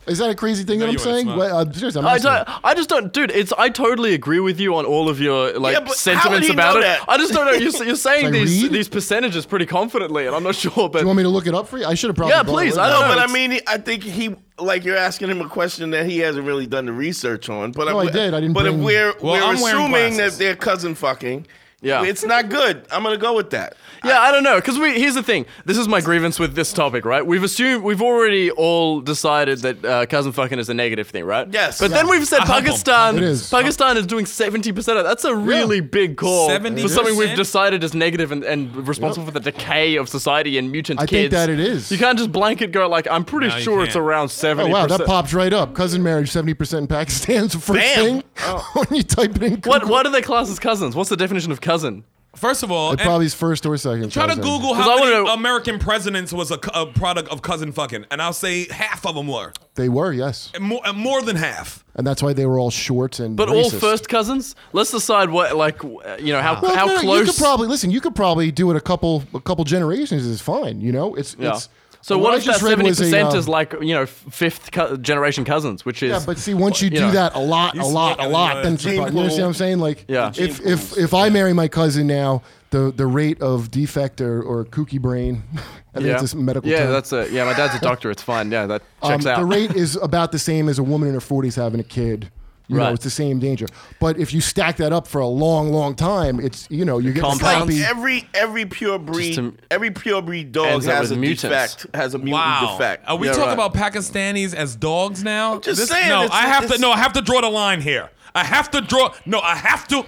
Speaker 3: Is that a crazy thing
Speaker 4: No,
Speaker 3: that I'm
Speaker 4: you ain't
Speaker 3: saying?
Speaker 4: smart.
Speaker 3: Well, I'm serious. I'm
Speaker 5: I,
Speaker 3: asking.
Speaker 5: don't, I just don't, dude. It's I totally agree with you on all of your like
Speaker 6: Yeah, but how would
Speaker 5: sentiments
Speaker 6: he
Speaker 5: about
Speaker 6: know
Speaker 5: it.
Speaker 6: that?
Speaker 5: I just don't know. You're, you're saying
Speaker 3: Like,
Speaker 5: these
Speaker 3: read?
Speaker 5: these percentages pretty confidently, and I'm not sure. But
Speaker 3: You want me to look it up for you? I should have probably.
Speaker 5: Yeah,
Speaker 3: brought it
Speaker 5: please,
Speaker 3: with
Speaker 5: I
Speaker 3: me.
Speaker 5: don't-
Speaker 6: No, but I
Speaker 5: it's-
Speaker 6: mean, I think he like you're asking him a question that he hasn't really done the research on. But
Speaker 3: No, I
Speaker 6: I'm-
Speaker 3: did. I didn't
Speaker 6: But
Speaker 3: bring-
Speaker 6: if we're
Speaker 4: Well,
Speaker 6: we're
Speaker 4: I'm wearing
Speaker 6: assuming that
Speaker 4: glasses.
Speaker 6: they're cousin fucking,
Speaker 5: Yeah.
Speaker 6: it's not good. I'm gonna go with that.
Speaker 5: Yeah, I don't know. Because we here's the thing. This is my grievance with this topic, right? We've assumed we've already all decided that uh, cousin fucking is a negative thing, right?
Speaker 6: Yes.
Speaker 5: But then we've said
Speaker 4: I hump 'em.
Speaker 5: Pakistan.
Speaker 3: It is.
Speaker 5: Pakistan is doing seventy percent of. That's a really big call for something we've
Speaker 4: 70%?
Speaker 5: decided is negative and, and responsible for the decay of society and mutant
Speaker 3: I think
Speaker 5: kids.
Speaker 3: that it is.
Speaker 5: You can't just blanket go like I'm pretty
Speaker 4: No, you
Speaker 5: sure it's
Speaker 4: can't.
Speaker 5: around
Speaker 3: Oh
Speaker 5: seventy.
Speaker 3: wow,
Speaker 5: percent
Speaker 3: that pops right up. Cousin marriage, seventy percent in Pakistan's the first
Speaker 6: Damn.
Speaker 3: thing
Speaker 4: Oh.
Speaker 3: when you type it in. Google.
Speaker 5: What what are they class as cousins? What's the definition of cousin?
Speaker 4: First of all,
Speaker 3: It
Speaker 4: and
Speaker 3: probably is first or second.
Speaker 4: try to
Speaker 3: cousin.
Speaker 4: Google
Speaker 5: 'Cause
Speaker 4: how
Speaker 5: I
Speaker 4: many
Speaker 5: wanna-
Speaker 4: American presidents was a, cu- a product of cousin fucking, and I'll say half of them were,
Speaker 3: They were yes,
Speaker 4: and more, and more than half.
Speaker 3: and that's why they were all short and.
Speaker 5: But all
Speaker 3: racist.
Speaker 5: first cousins? Let's decide what like w- you know how
Speaker 3: Well,
Speaker 5: how
Speaker 3: no,
Speaker 5: close.
Speaker 3: You could probably listen. You could probably do it a couple a couple generations is fine. You know, it's
Speaker 5: Yeah.
Speaker 3: it's.
Speaker 5: So what,
Speaker 3: I
Speaker 5: if that
Speaker 3: just read
Speaker 5: seventy
Speaker 3: was a,
Speaker 5: percent
Speaker 3: uh,
Speaker 5: is like you know f- fifth co- generation cousins, which is
Speaker 3: Yeah, but see, once you
Speaker 5: you
Speaker 3: do
Speaker 5: know.
Speaker 3: that a lot, a
Speaker 4: see,
Speaker 3: lot, a
Speaker 4: like,
Speaker 3: lot,
Speaker 4: uh,
Speaker 3: then
Speaker 4: gene
Speaker 3: you understand
Speaker 6: pool.
Speaker 3: what I'm saying? Like,
Speaker 5: Yeah.
Speaker 3: if if if I marry my cousin now, the the rate of defect or, or kooky brain, I think
Speaker 5: yeah,
Speaker 3: it's a medical
Speaker 5: yeah,
Speaker 3: term.
Speaker 5: that's a yeah. My dad's a doctor. It's fine. Yeah, that
Speaker 3: Um,
Speaker 5: checks out.
Speaker 3: The rate is about the same as a woman in her 40s having a kid. You
Speaker 5: Right.
Speaker 3: know, it's the same danger. But if you stack that up for a long, long time, it's you know you're getting
Speaker 5: compounds.
Speaker 3: sloppy.
Speaker 6: Every every pure breed,
Speaker 5: to-
Speaker 6: every pure breed dog
Speaker 5: Ends up
Speaker 6: has
Speaker 5: with
Speaker 6: a
Speaker 5: mutants.
Speaker 6: defect, has a mutant
Speaker 4: Wow.
Speaker 6: defect.
Speaker 4: Are we
Speaker 5: Yeah,
Speaker 4: talking
Speaker 5: right.
Speaker 4: about Pakistanis as dogs now?
Speaker 6: just saying,
Speaker 4: No,
Speaker 6: it's-
Speaker 4: I have
Speaker 6: it's-
Speaker 4: to. No, I have to draw the line here. I have to draw. No, I have to.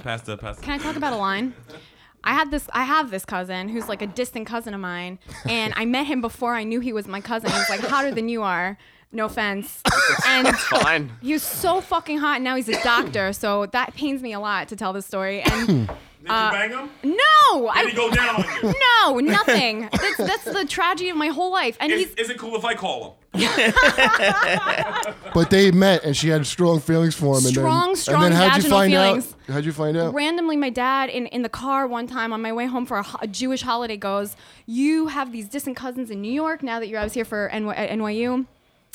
Speaker 4: pass the pass. the-
Speaker 8: Can I talk about a line? I had this. I have this cousin who's like a distant cousin of mine, and I met him before I knew he was my cousin. He was like hotter than you are. No offense. And
Speaker 5: fine.
Speaker 8: he was so fucking hot. And now he's a doctor, so that pains me a lot to tell this story.
Speaker 3: Hmm.
Speaker 8: And
Speaker 7: Did you bang him?
Speaker 8: no,
Speaker 7: Did he go
Speaker 8: Uh, I.
Speaker 7: down on you?
Speaker 8: No, nothing. That's, that's the tragedy of my whole life. And
Speaker 4: Is,
Speaker 8: he's
Speaker 4: is it cool if I call him?
Speaker 3: But they met, and she had strong feelings for him. And
Speaker 8: Strong,
Speaker 3: then,
Speaker 8: strong
Speaker 3: and then how'd you
Speaker 8: vaginal
Speaker 3: find
Speaker 8: feelings.
Speaker 3: out? How'd you find out?
Speaker 8: randomly my dad in, in the car one time on my way home for a, ho- a jewish holiday goes you have these distant cousins in new york now that you're i was here for NY, at nyu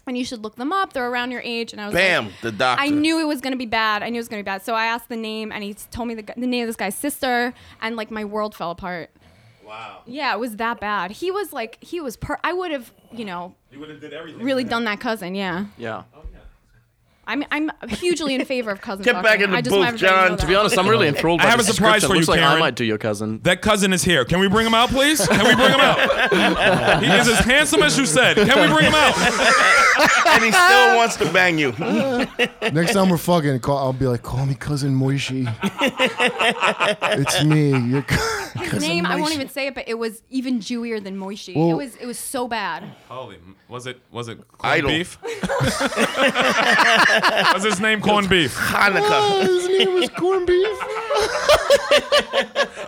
Speaker 8: and you should look them up they're around your age and i was
Speaker 6: Bam,
Speaker 8: like,
Speaker 6: the doctor.
Speaker 8: i knew it was going to be bad i knew it was going to be bad so i asked the name and he told me the, gu- the name of this guy's sister and like my world fell apart
Speaker 7: Wow.
Speaker 8: yeah it was that bad he was like he was per i would have you know
Speaker 4: You would have did everything.
Speaker 8: really done that cousin yeah
Speaker 5: yeah.
Speaker 8: i'm, I'm hugely in favor of cousin
Speaker 6: Get back
Speaker 8: fucking.
Speaker 6: in the
Speaker 8: I just
Speaker 6: booth,
Speaker 8: want everybody
Speaker 6: John.
Speaker 8: know
Speaker 6: To
Speaker 5: To be
Speaker 8: that.
Speaker 5: honest, I'm really enthralled. By
Speaker 4: I have
Speaker 5: the
Speaker 4: a surprise
Speaker 5: description.
Speaker 4: for you,
Speaker 5: Looks like I
Speaker 4: Karen.
Speaker 5: might do your cousin.
Speaker 4: That cousin is here. Can we bring him out, please? Can we bring him out? he is as handsome as you said. Can we bring him out?
Speaker 6: and he still wants to bang you.
Speaker 3: Next time we're fucking, call, I'll be like, call me cousin Moishi. it's me. Your cou-
Speaker 8: his name I won't even say it, but it was even Jewier than Moishi. it
Speaker 3: Well-
Speaker 8: was it was so bad.
Speaker 4: Holy, m- was it was it corned
Speaker 6: Idol.
Speaker 4: beef? was his name corned beef?
Speaker 6: Hanukkah.
Speaker 3: His name was corned beef.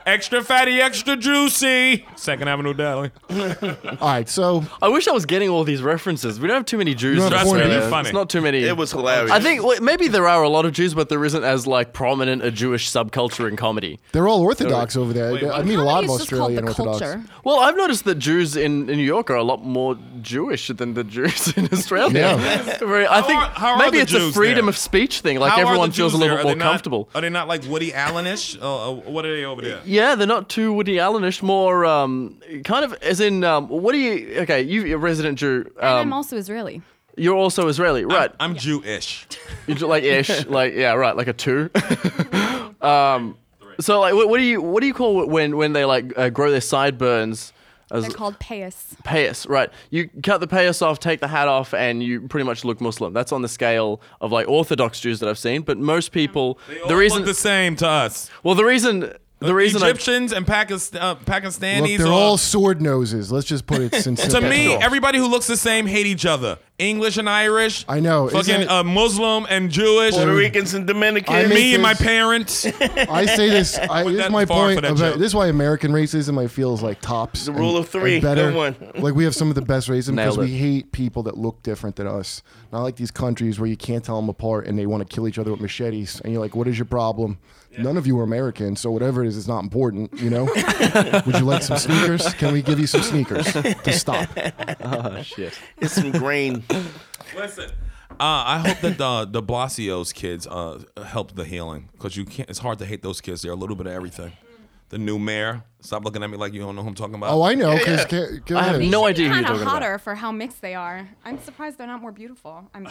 Speaker 4: Extra fatty, extra juicy. Second Avenue Deli.
Speaker 3: All right, so
Speaker 5: I wish I was getting all these references. We don't have too many Jews.
Speaker 3: don't
Speaker 5: in
Speaker 3: have
Speaker 4: corned
Speaker 5: Australia.
Speaker 4: beef? Funny.
Speaker 5: It's not too many.
Speaker 6: It was hilarious.
Speaker 5: I think well, maybe there are a lot of Jews, but there isn't as like prominent a Jewish subculture in comedy.
Speaker 3: they're all Orthodox over there. I mean, a lot of
Speaker 8: Comedy is just called
Speaker 3: Australian
Speaker 8: the
Speaker 3: Orthodox. Um,
Speaker 8: culture.
Speaker 5: Well, I've noticed that Jews in, in New York are a lot more Jewish than the Jews in Australia.
Speaker 3: Yeah.
Speaker 5: Very- I
Speaker 4: How
Speaker 5: think
Speaker 4: are- how are
Speaker 5: maybe
Speaker 4: the
Speaker 5: it's a
Speaker 4: Jews
Speaker 5: freedom
Speaker 4: there?
Speaker 5: of speech thing. Like
Speaker 4: How are
Speaker 5: everyone
Speaker 4: the
Speaker 5: feels a
Speaker 4: Jews
Speaker 5: little
Speaker 4: there? Are
Speaker 5: more
Speaker 4: they not-
Speaker 5: comfortable.
Speaker 4: Are they not like Woody Allen-ish? Uh, uh, what are they over there?
Speaker 5: Yeah, they're not too Woody Allenish. More um, kind of as in um, what do you? Okay, you, you're a resident Jew.
Speaker 8: and
Speaker 5: Um,
Speaker 8: I'm also Israeli.
Speaker 5: you're also Israeli, right?
Speaker 4: I'm Jewish.
Speaker 5: You're ju- like ish, like yeah, right, like a two. um, so like, what, what do you what do you call it when when they like uh, grow their sideburns? As
Speaker 8: They're called payas.
Speaker 5: payas, right? You cut the payas off, take the hat off, and you pretty much look Muslim. That's on the scale of like Orthodox Jews that I've seen. But most people, the reason,
Speaker 4: look the same to us.
Speaker 5: well, the reason,
Speaker 4: uh,
Speaker 5: the reason, I-
Speaker 4: Egyptians and Pakistan, uh, Pakistanis
Speaker 3: Look, they're
Speaker 4: are
Speaker 3: all sword noses. Let's just put it sincerely.
Speaker 4: to me, everybody who looks the same hate each other. English and Irish.
Speaker 3: I know, isn't
Speaker 4: Fucking
Speaker 3: it-
Speaker 4: uh, Muslim and Jewish.
Speaker 6: Puerto Ricans and Dominicans.
Speaker 3: I
Speaker 4: me
Speaker 3: make
Speaker 4: and my
Speaker 3: this-
Speaker 4: parents.
Speaker 3: I say this. I, this
Speaker 4: that
Speaker 3: is my
Speaker 4: far
Speaker 3: point.
Speaker 4: for that
Speaker 3: About,
Speaker 4: joke.
Speaker 3: this is why American racism I feel is like tops. The
Speaker 6: rule of three.
Speaker 3: better.
Speaker 6: Good one.
Speaker 3: like we have some of the best racism because
Speaker 5: Nailed it.
Speaker 3: we hate people that look different than us. Not like these countries where you can't tell them apart and they want to kill each other with machetes. And you're like, what is your problem? None of you are American, so whatever it is, it's not important. You know? Would you like some sneakers? Can we give you some sneakers to stop?
Speaker 5: Oh, shit.
Speaker 6: It's some grain.
Speaker 4: Listen. Uh, I hope that the De Blasio's kids uh, help the healing because you can't. It's hard to hate those kids. They're a little bit of everything. The new mayor. Stop looking at me like you don't know who I'm talking about.
Speaker 3: Oh, I know. Because
Speaker 5: I have no idea who you're
Speaker 8: Kind of
Speaker 5: talking
Speaker 8: hotter
Speaker 5: about.
Speaker 8: for how mixed they are. I'm surprised they're not more beautiful. I'm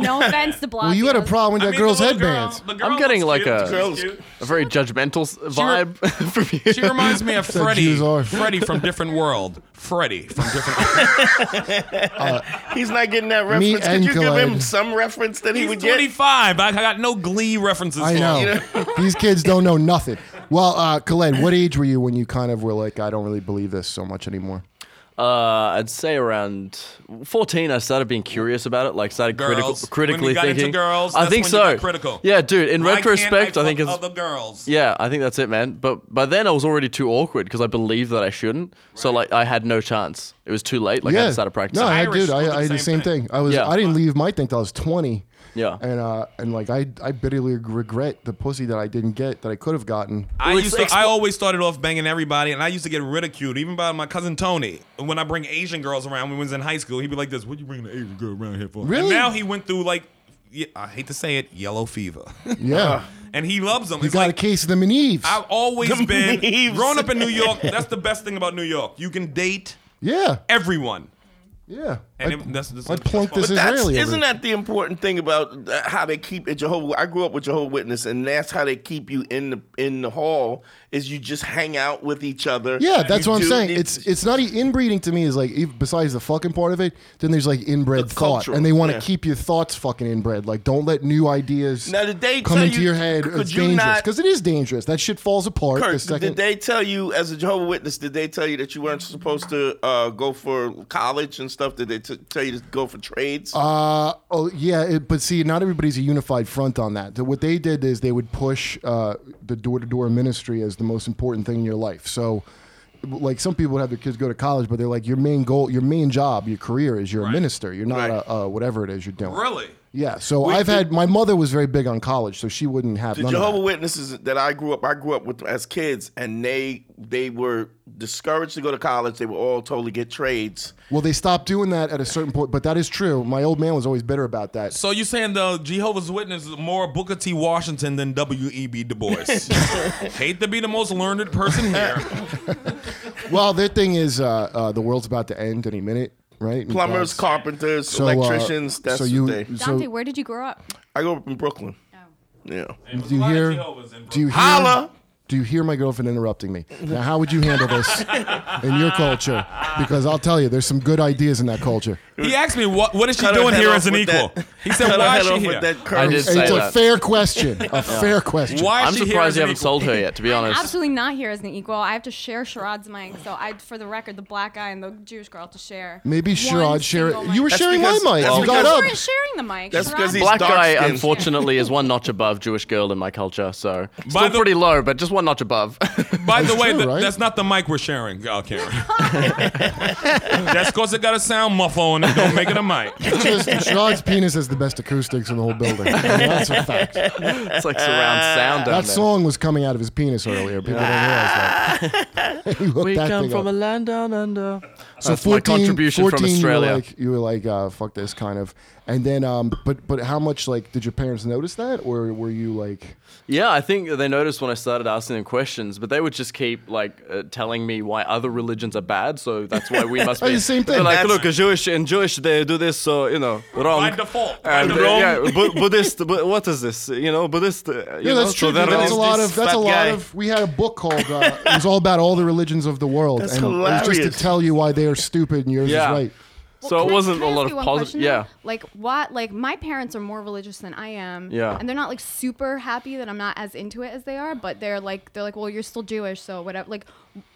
Speaker 8: no offense to Blasio.
Speaker 3: Well, you had a problem with
Speaker 4: I
Speaker 3: that
Speaker 4: mean,
Speaker 3: girl's
Speaker 4: the little girl-
Speaker 3: headbands.
Speaker 4: the girl
Speaker 5: I'm getting
Speaker 4: looks
Speaker 5: like
Speaker 4: cute.
Speaker 5: a-
Speaker 4: She's
Speaker 6: Girls-
Speaker 4: cute.
Speaker 5: A very judgmental s- vibe from you.
Speaker 4: She reminds me of Freddie.
Speaker 3: Jews are.
Speaker 4: Freddie from Different World. Freddie from Different.
Speaker 6: He's not getting that reference. Could
Speaker 3: and
Speaker 6: you give him
Speaker 3: Khaled.
Speaker 6: some reference that he
Speaker 4: He's
Speaker 6: would get?
Speaker 4: 25. I I got no Glee references.
Speaker 3: I
Speaker 4: for
Speaker 3: know.
Speaker 4: him.
Speaker 3: These kids don't know nothing. Well, uh, Khaled, what age were you when you kind of were like, I don't really believe this so much anymore?
Speaker 5: Uh, I'd say around 14, I started being curious about it. Like, started critical,
Speaker 4: Girls.
Speaker 5: critically
Speaker 4: When you got into
Speaker 5: thinking.
Speaker 4: girls,
Speaker 5: I
Speaker 4: that's
Speaker 5: think
Speaker 4: when you
Speaker 5: so.
Speaker 4: got critical.
Speaker 5: Yeah, dude. In
Speaker 4: Why can't
Speaker 5: retrospect, I,
Speaker 4: fuck
Speaker 5: think it's
Speaker 4: other girls.
Speaker 5: yeah. I think that's it, man. But by then, I was already too awkward because I believed that I shouldn't. So like, I had no chance. It was too late. Like, I had started practicing.
Speaker 3: No, I
Speaker 4: Irish
Speaker 3: dude,
Speaker 4: were the
Speaker 3: I, I had the same
Speaker 4: same
Speaker 3: thing. I was,
Speaker 5: Yeah.
Speaker 3: I didn't leave my thing till I was twenty.
Speaker 5: Yeah.
Speaker 3: And uh, and like I, I bitterly regret the pussy that I didn't get that I could have gotten.
Speaker 4: I
Speaker 5: Well,
Speaker 4: used
Speaker 5: ex-
Speaker 4: to, I always started off banging everybody, and I used to get ridiculed even by my cousin Tony. When I bring Asian girls around, when we was in high school, he'd be like, "This, what you bringing an Asian girl around here for?" And
Speaker 3: Really?
Speaker 4: now he went through like, yeah, I hate to say it, yellow fever,
Speaker 3: Yeah.
Speaker 4: and he loves them.
Speaker 3: you
Speaker 4: Uh, It's
Speaker 3: got
Speaker 4: like,
Speaker 3: a case of the Meneves.
Speaker 4: I've always
Speaker 6: The
Speaker 4: been
Speaker 6: Neves.
Speaker 4: growing up in New York. That's the best thing about New York. You can date
Speaker 3: yeah.
Speaker 4: everyone.
Speaker 3: Yeah.
Speaker 4: And
Speaker 3: I,
Speaker 4: it- that's- that's-
Speaker 3: I plunked
Speaker 4: that's
Speaker 3: this
Speaker 4: fine.
Speaker 6: That's,
Speaker 3: Israeli. over-
Speaker 6: isn't that the important thing about uh, how they keep it Jehovah? I grew up with Jehovah Witness, and that's how they keep you in the in the hall. Is you just hang out with each other.
Speaker 3: Yeah, that's
Speaker 6: You
Speaker 3: what I'm
Speaker 6: do-
Speaker 3: saying. It's it's not e- inbreeding to me is like ev- besides the fucking part of it, then there's like inbred
Speaker 6: The
Speaker 3: thought,
Speaker 6: cultural,
Speaker 3: and they want to
Speaker 6: yeah.
Speaker 3: keep your thoughts fucking inbred. Like don't let new ideas
Speaker 6: Now, did they
Speaker 3: come
Speaker 6: tell
Speaker 3: into
Speaker 6: you-
Speaker 3: your head.
Speaker 6: could
Speaker 3: It's
Speaker 6: you
Speaker 3: dangerous
Speaker 6: not-
Speaker 3: because it is dangerous. That shit falls apart
Speaker 6: Kirk,
Speaker 3: the second.
Speaker 6: did they tell you as a Jehovah Witness? Did they tell you that you weren't supposed to uh, go for college and stuff? Did they t- tell you to go for trades?
Speaker 3: Uh, oh yeah, it, but see, not everybody's a unified front on that. So what they did is they would push uh, the door-to-door ministry as the most important thing in your life. So, like some people would have their kids go to college, but they're like, your main goal, your main job, your career is you're a minister. You're not
Speaker 6: Right.
Speaker 3: a, uh whatever it is you're doing.
Speaker 4: Really?
Speaker 3: Yeah. So
Speaker 6: Wait,
Speaker 3: I've
Speaker 6: did-
Speaker 3: had my mother was very big on college, so she wouldn't have
Speaker 6: the
Speaker 3: none
Speaker 6: Jehovah
Speaker 3: of
Speaker 6: Witnesses that I grew up, I grew up with as kids, and they they were discouraged to go to college. They were all told to get trades.
Speaker 3: that. Well, they stopped doing that at a certain point, but that is true. My old man was always bitter about that.
Speaker 4: So you saying the Jehovah's Witness is more Booker T. Washington than W.E.B. Du Bois? Hate to be the most learned person here.
Speaker 3: well, their thing is uh, uh, the world's about to end any minute, right?
Speaker 6: Plumbers,
Speaker 3: God's-
Speaker 6: carpenters,
Speaker 3: So, uh,
Speaker 6: electricians. That's
Speaker 3: so you-
Speaker 6: what they.
Speaker 8: Dante,
Speaker 3: So-
Speaker 8: where did you grow up?
Speaker 6: I grew up in Brooklyn. Yeah.
Speaker 3: Do you
Speaker 4: Why
Speaker 3: hear?
Speaker 4: Jehovah's in
Speaker 3: Do you hear?
Speaker 6: Holla!
Speaker 3: Do you hear my girlfriend interrupting me? Now, how would you handle this in your culture? Because I'll tell you, there's some good ideas in that culture.
Speaker 4: He asked me, "What what is she
Speaker 6: Cut her
Speaker 4: doing
Speaker 6: head
Speaker 4: here
Speaker 6: off
Speaker 4: as an
Speaker 6: with
Speaker 4: equal?"
Speaker 6: that-
Speaker 4: He said,
Speaker 6: Cut her
Speaker 4: "Why
Speaker 6: head
Speaker 4: is she
Speaker 6: off
Speaker 4: here?
Speaker 6: with that
Speaker 5: I
Speaker 6: curve.
Speaker 5: did
Speaker 3: It's
Speaker 5: say
Speaker 3: a
Speaker 5: that.
Speaker 3: fair question. A fair question.
Speaker 4: Why is
Speaker 5: I'm
Speaker 4: she here
Speaker 5: surprised
Speaker 4: as
Speaker 5: you
Speaker 4: an
Speaker 5: haven't
Speaker 4: equal?
Speaker 5: sold her yet. To be
Speaker 8: I'm
Speaker 5: honest.
Speaker 8: absolutely not here as an equal. I have to share Sharad's mic. So I, for the record, the black guy and the Jewish girl have to share.
Speaker 3: Maybe
Speaker 8: one
Speaker 3: Sherrod share
Speaker 8: single
Speaker 3: it.
Speaker 8: mic.
Speaker 3: You were
Speaker 6: That's
Speaker 3: sharing
Speaker 6: because-
Speaker 3: my mic.
Speaker 6: that's
Speaker 3: You got
Speaker 6: because-
Speaker 3: up.
Speaker 8: You were sharing the mic.
Speaker 6: That's
Speaker 8: Sherrod-
Speaker 6: because he's
Speaker 5: Black guy,
Speaker 6: dark-skinned.
Speaker 5: unfortunately, is one notch above Jewish girl in my culture, so
Speaker 4: By
Speaker 5: still
Speaker 4: the-
Speaker 5: pretty low, but just one notch above.
Speaker 4: By the
Speaker 3: That's
Speaker 4: way,
Speaker 3: true,
Speaker 4: th-
Speaker 3: right?
Speaker 4: that's not the mic we're sharing, uh, Karen. that's because it got a sound muffle on it. Don't make it a mic.
Speaker 3: Just, Sherrod's penis has the best acoustics in the whole building. I mean, that's a fact.
Speaker 5: it's like surround sound. down
Speaker 3: That
Speaker 5: there.
Speaker 3: song was coming out of his penis earlier. People don't realize that. He hooked
Speaker 5: We
Speaker 3: that
Speaker 5: come
Speaker 3: thing
Speaker 5: from
Speaker 3: up.
Speaker 5: a land down under.
Speaker 3: so
Speaker 5: That's my contribution from
Speaker 3: 14,
Speaker 5: Australia.
Speaker 3: You were like, you were like uh, fuck this kind of. And then, um, but but how much like did your parents notice that, or were you like?
Speaker 5: Yeah, I think they noticed when I started asking them questions, but they would just keep like uh, telling me why other religions are bad. So that's why we must
Speaker 3: Oh,
Speaker 5: be
Speaker 3: the same thing.
Speaker 5: They're like,
Speaker 6: That's-
Speaker 5: look, Jewish and Jewish, they do this, so you know, wrong.
Speaker 4: By default. By
Speaker 5: And, uh,
Speaker 4: default.
Speaker 5: yeah, Bu- Buddhist, but what is this? You know, Buddhist. Uh, you
Speaker 3: Yeah,
Speaker 5: know,
Speaker 3: that's
Speaker 5: so
Speaker 3: true.
Speaker 5: there
Speaker 3: dude. that's
Speaker 5: is
Speaker 3: a lot
Speaker 5: this
Speaker 3: of. That's a
Speaker 5: fat
Speaker 3: lot
Speaker 5: guy.
Speaker 3: of. We had a book called. Uh, it was all about all the religions of the world,
Speaker 6: That's
Speaker 3: and it was just
Speaker 6: hilarious.
Speaker 3: to tell you why they are stupid and yours
Speaker 5: Yeah.
Speaker 3: is right.
Speaker 5: so
Speaker 8: can
Speaker 5: it
Speaker 8: I-
Speaker 5: wasn't
Speaker 8: can I
Speaker 5: a
Speaker 8: ask
Speaker 5: lot
Speaker 8: you
Speaker 5: of
Speaker 8: one
Speaker 5: positive.
Speaker 8: question,
Speaker 5: Yeah.
Speaker 8: though? Like what? Like my parents are more religious than I am.
Speaker 5: Yeah.
Speaker 8: And they're not like super happy that I'm not as into it as they are, but they're like they're like, well, you're still Jewish, so whatever. Like,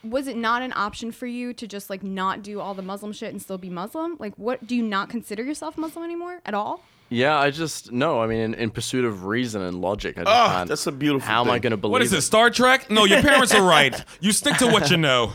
Speaker 8: was it not an option for you to just like not do all the Muslim shit and still be Muslim? Like, what do you not consider yourself Muslim anymore at all?
Speaker 5: Yeah, I just no. I mean, in, in pursuit of reason and logic, I just
Speaker 6: Ah,
Speaker 5: can't.
Speaker 6: that's a beautiful
Speaker 5: How am I
Speaker 6: thing.
Speaker 5: going to believe?
Speaker 4: What is it, Star Trek? No, your parents are right. You stick to what you know.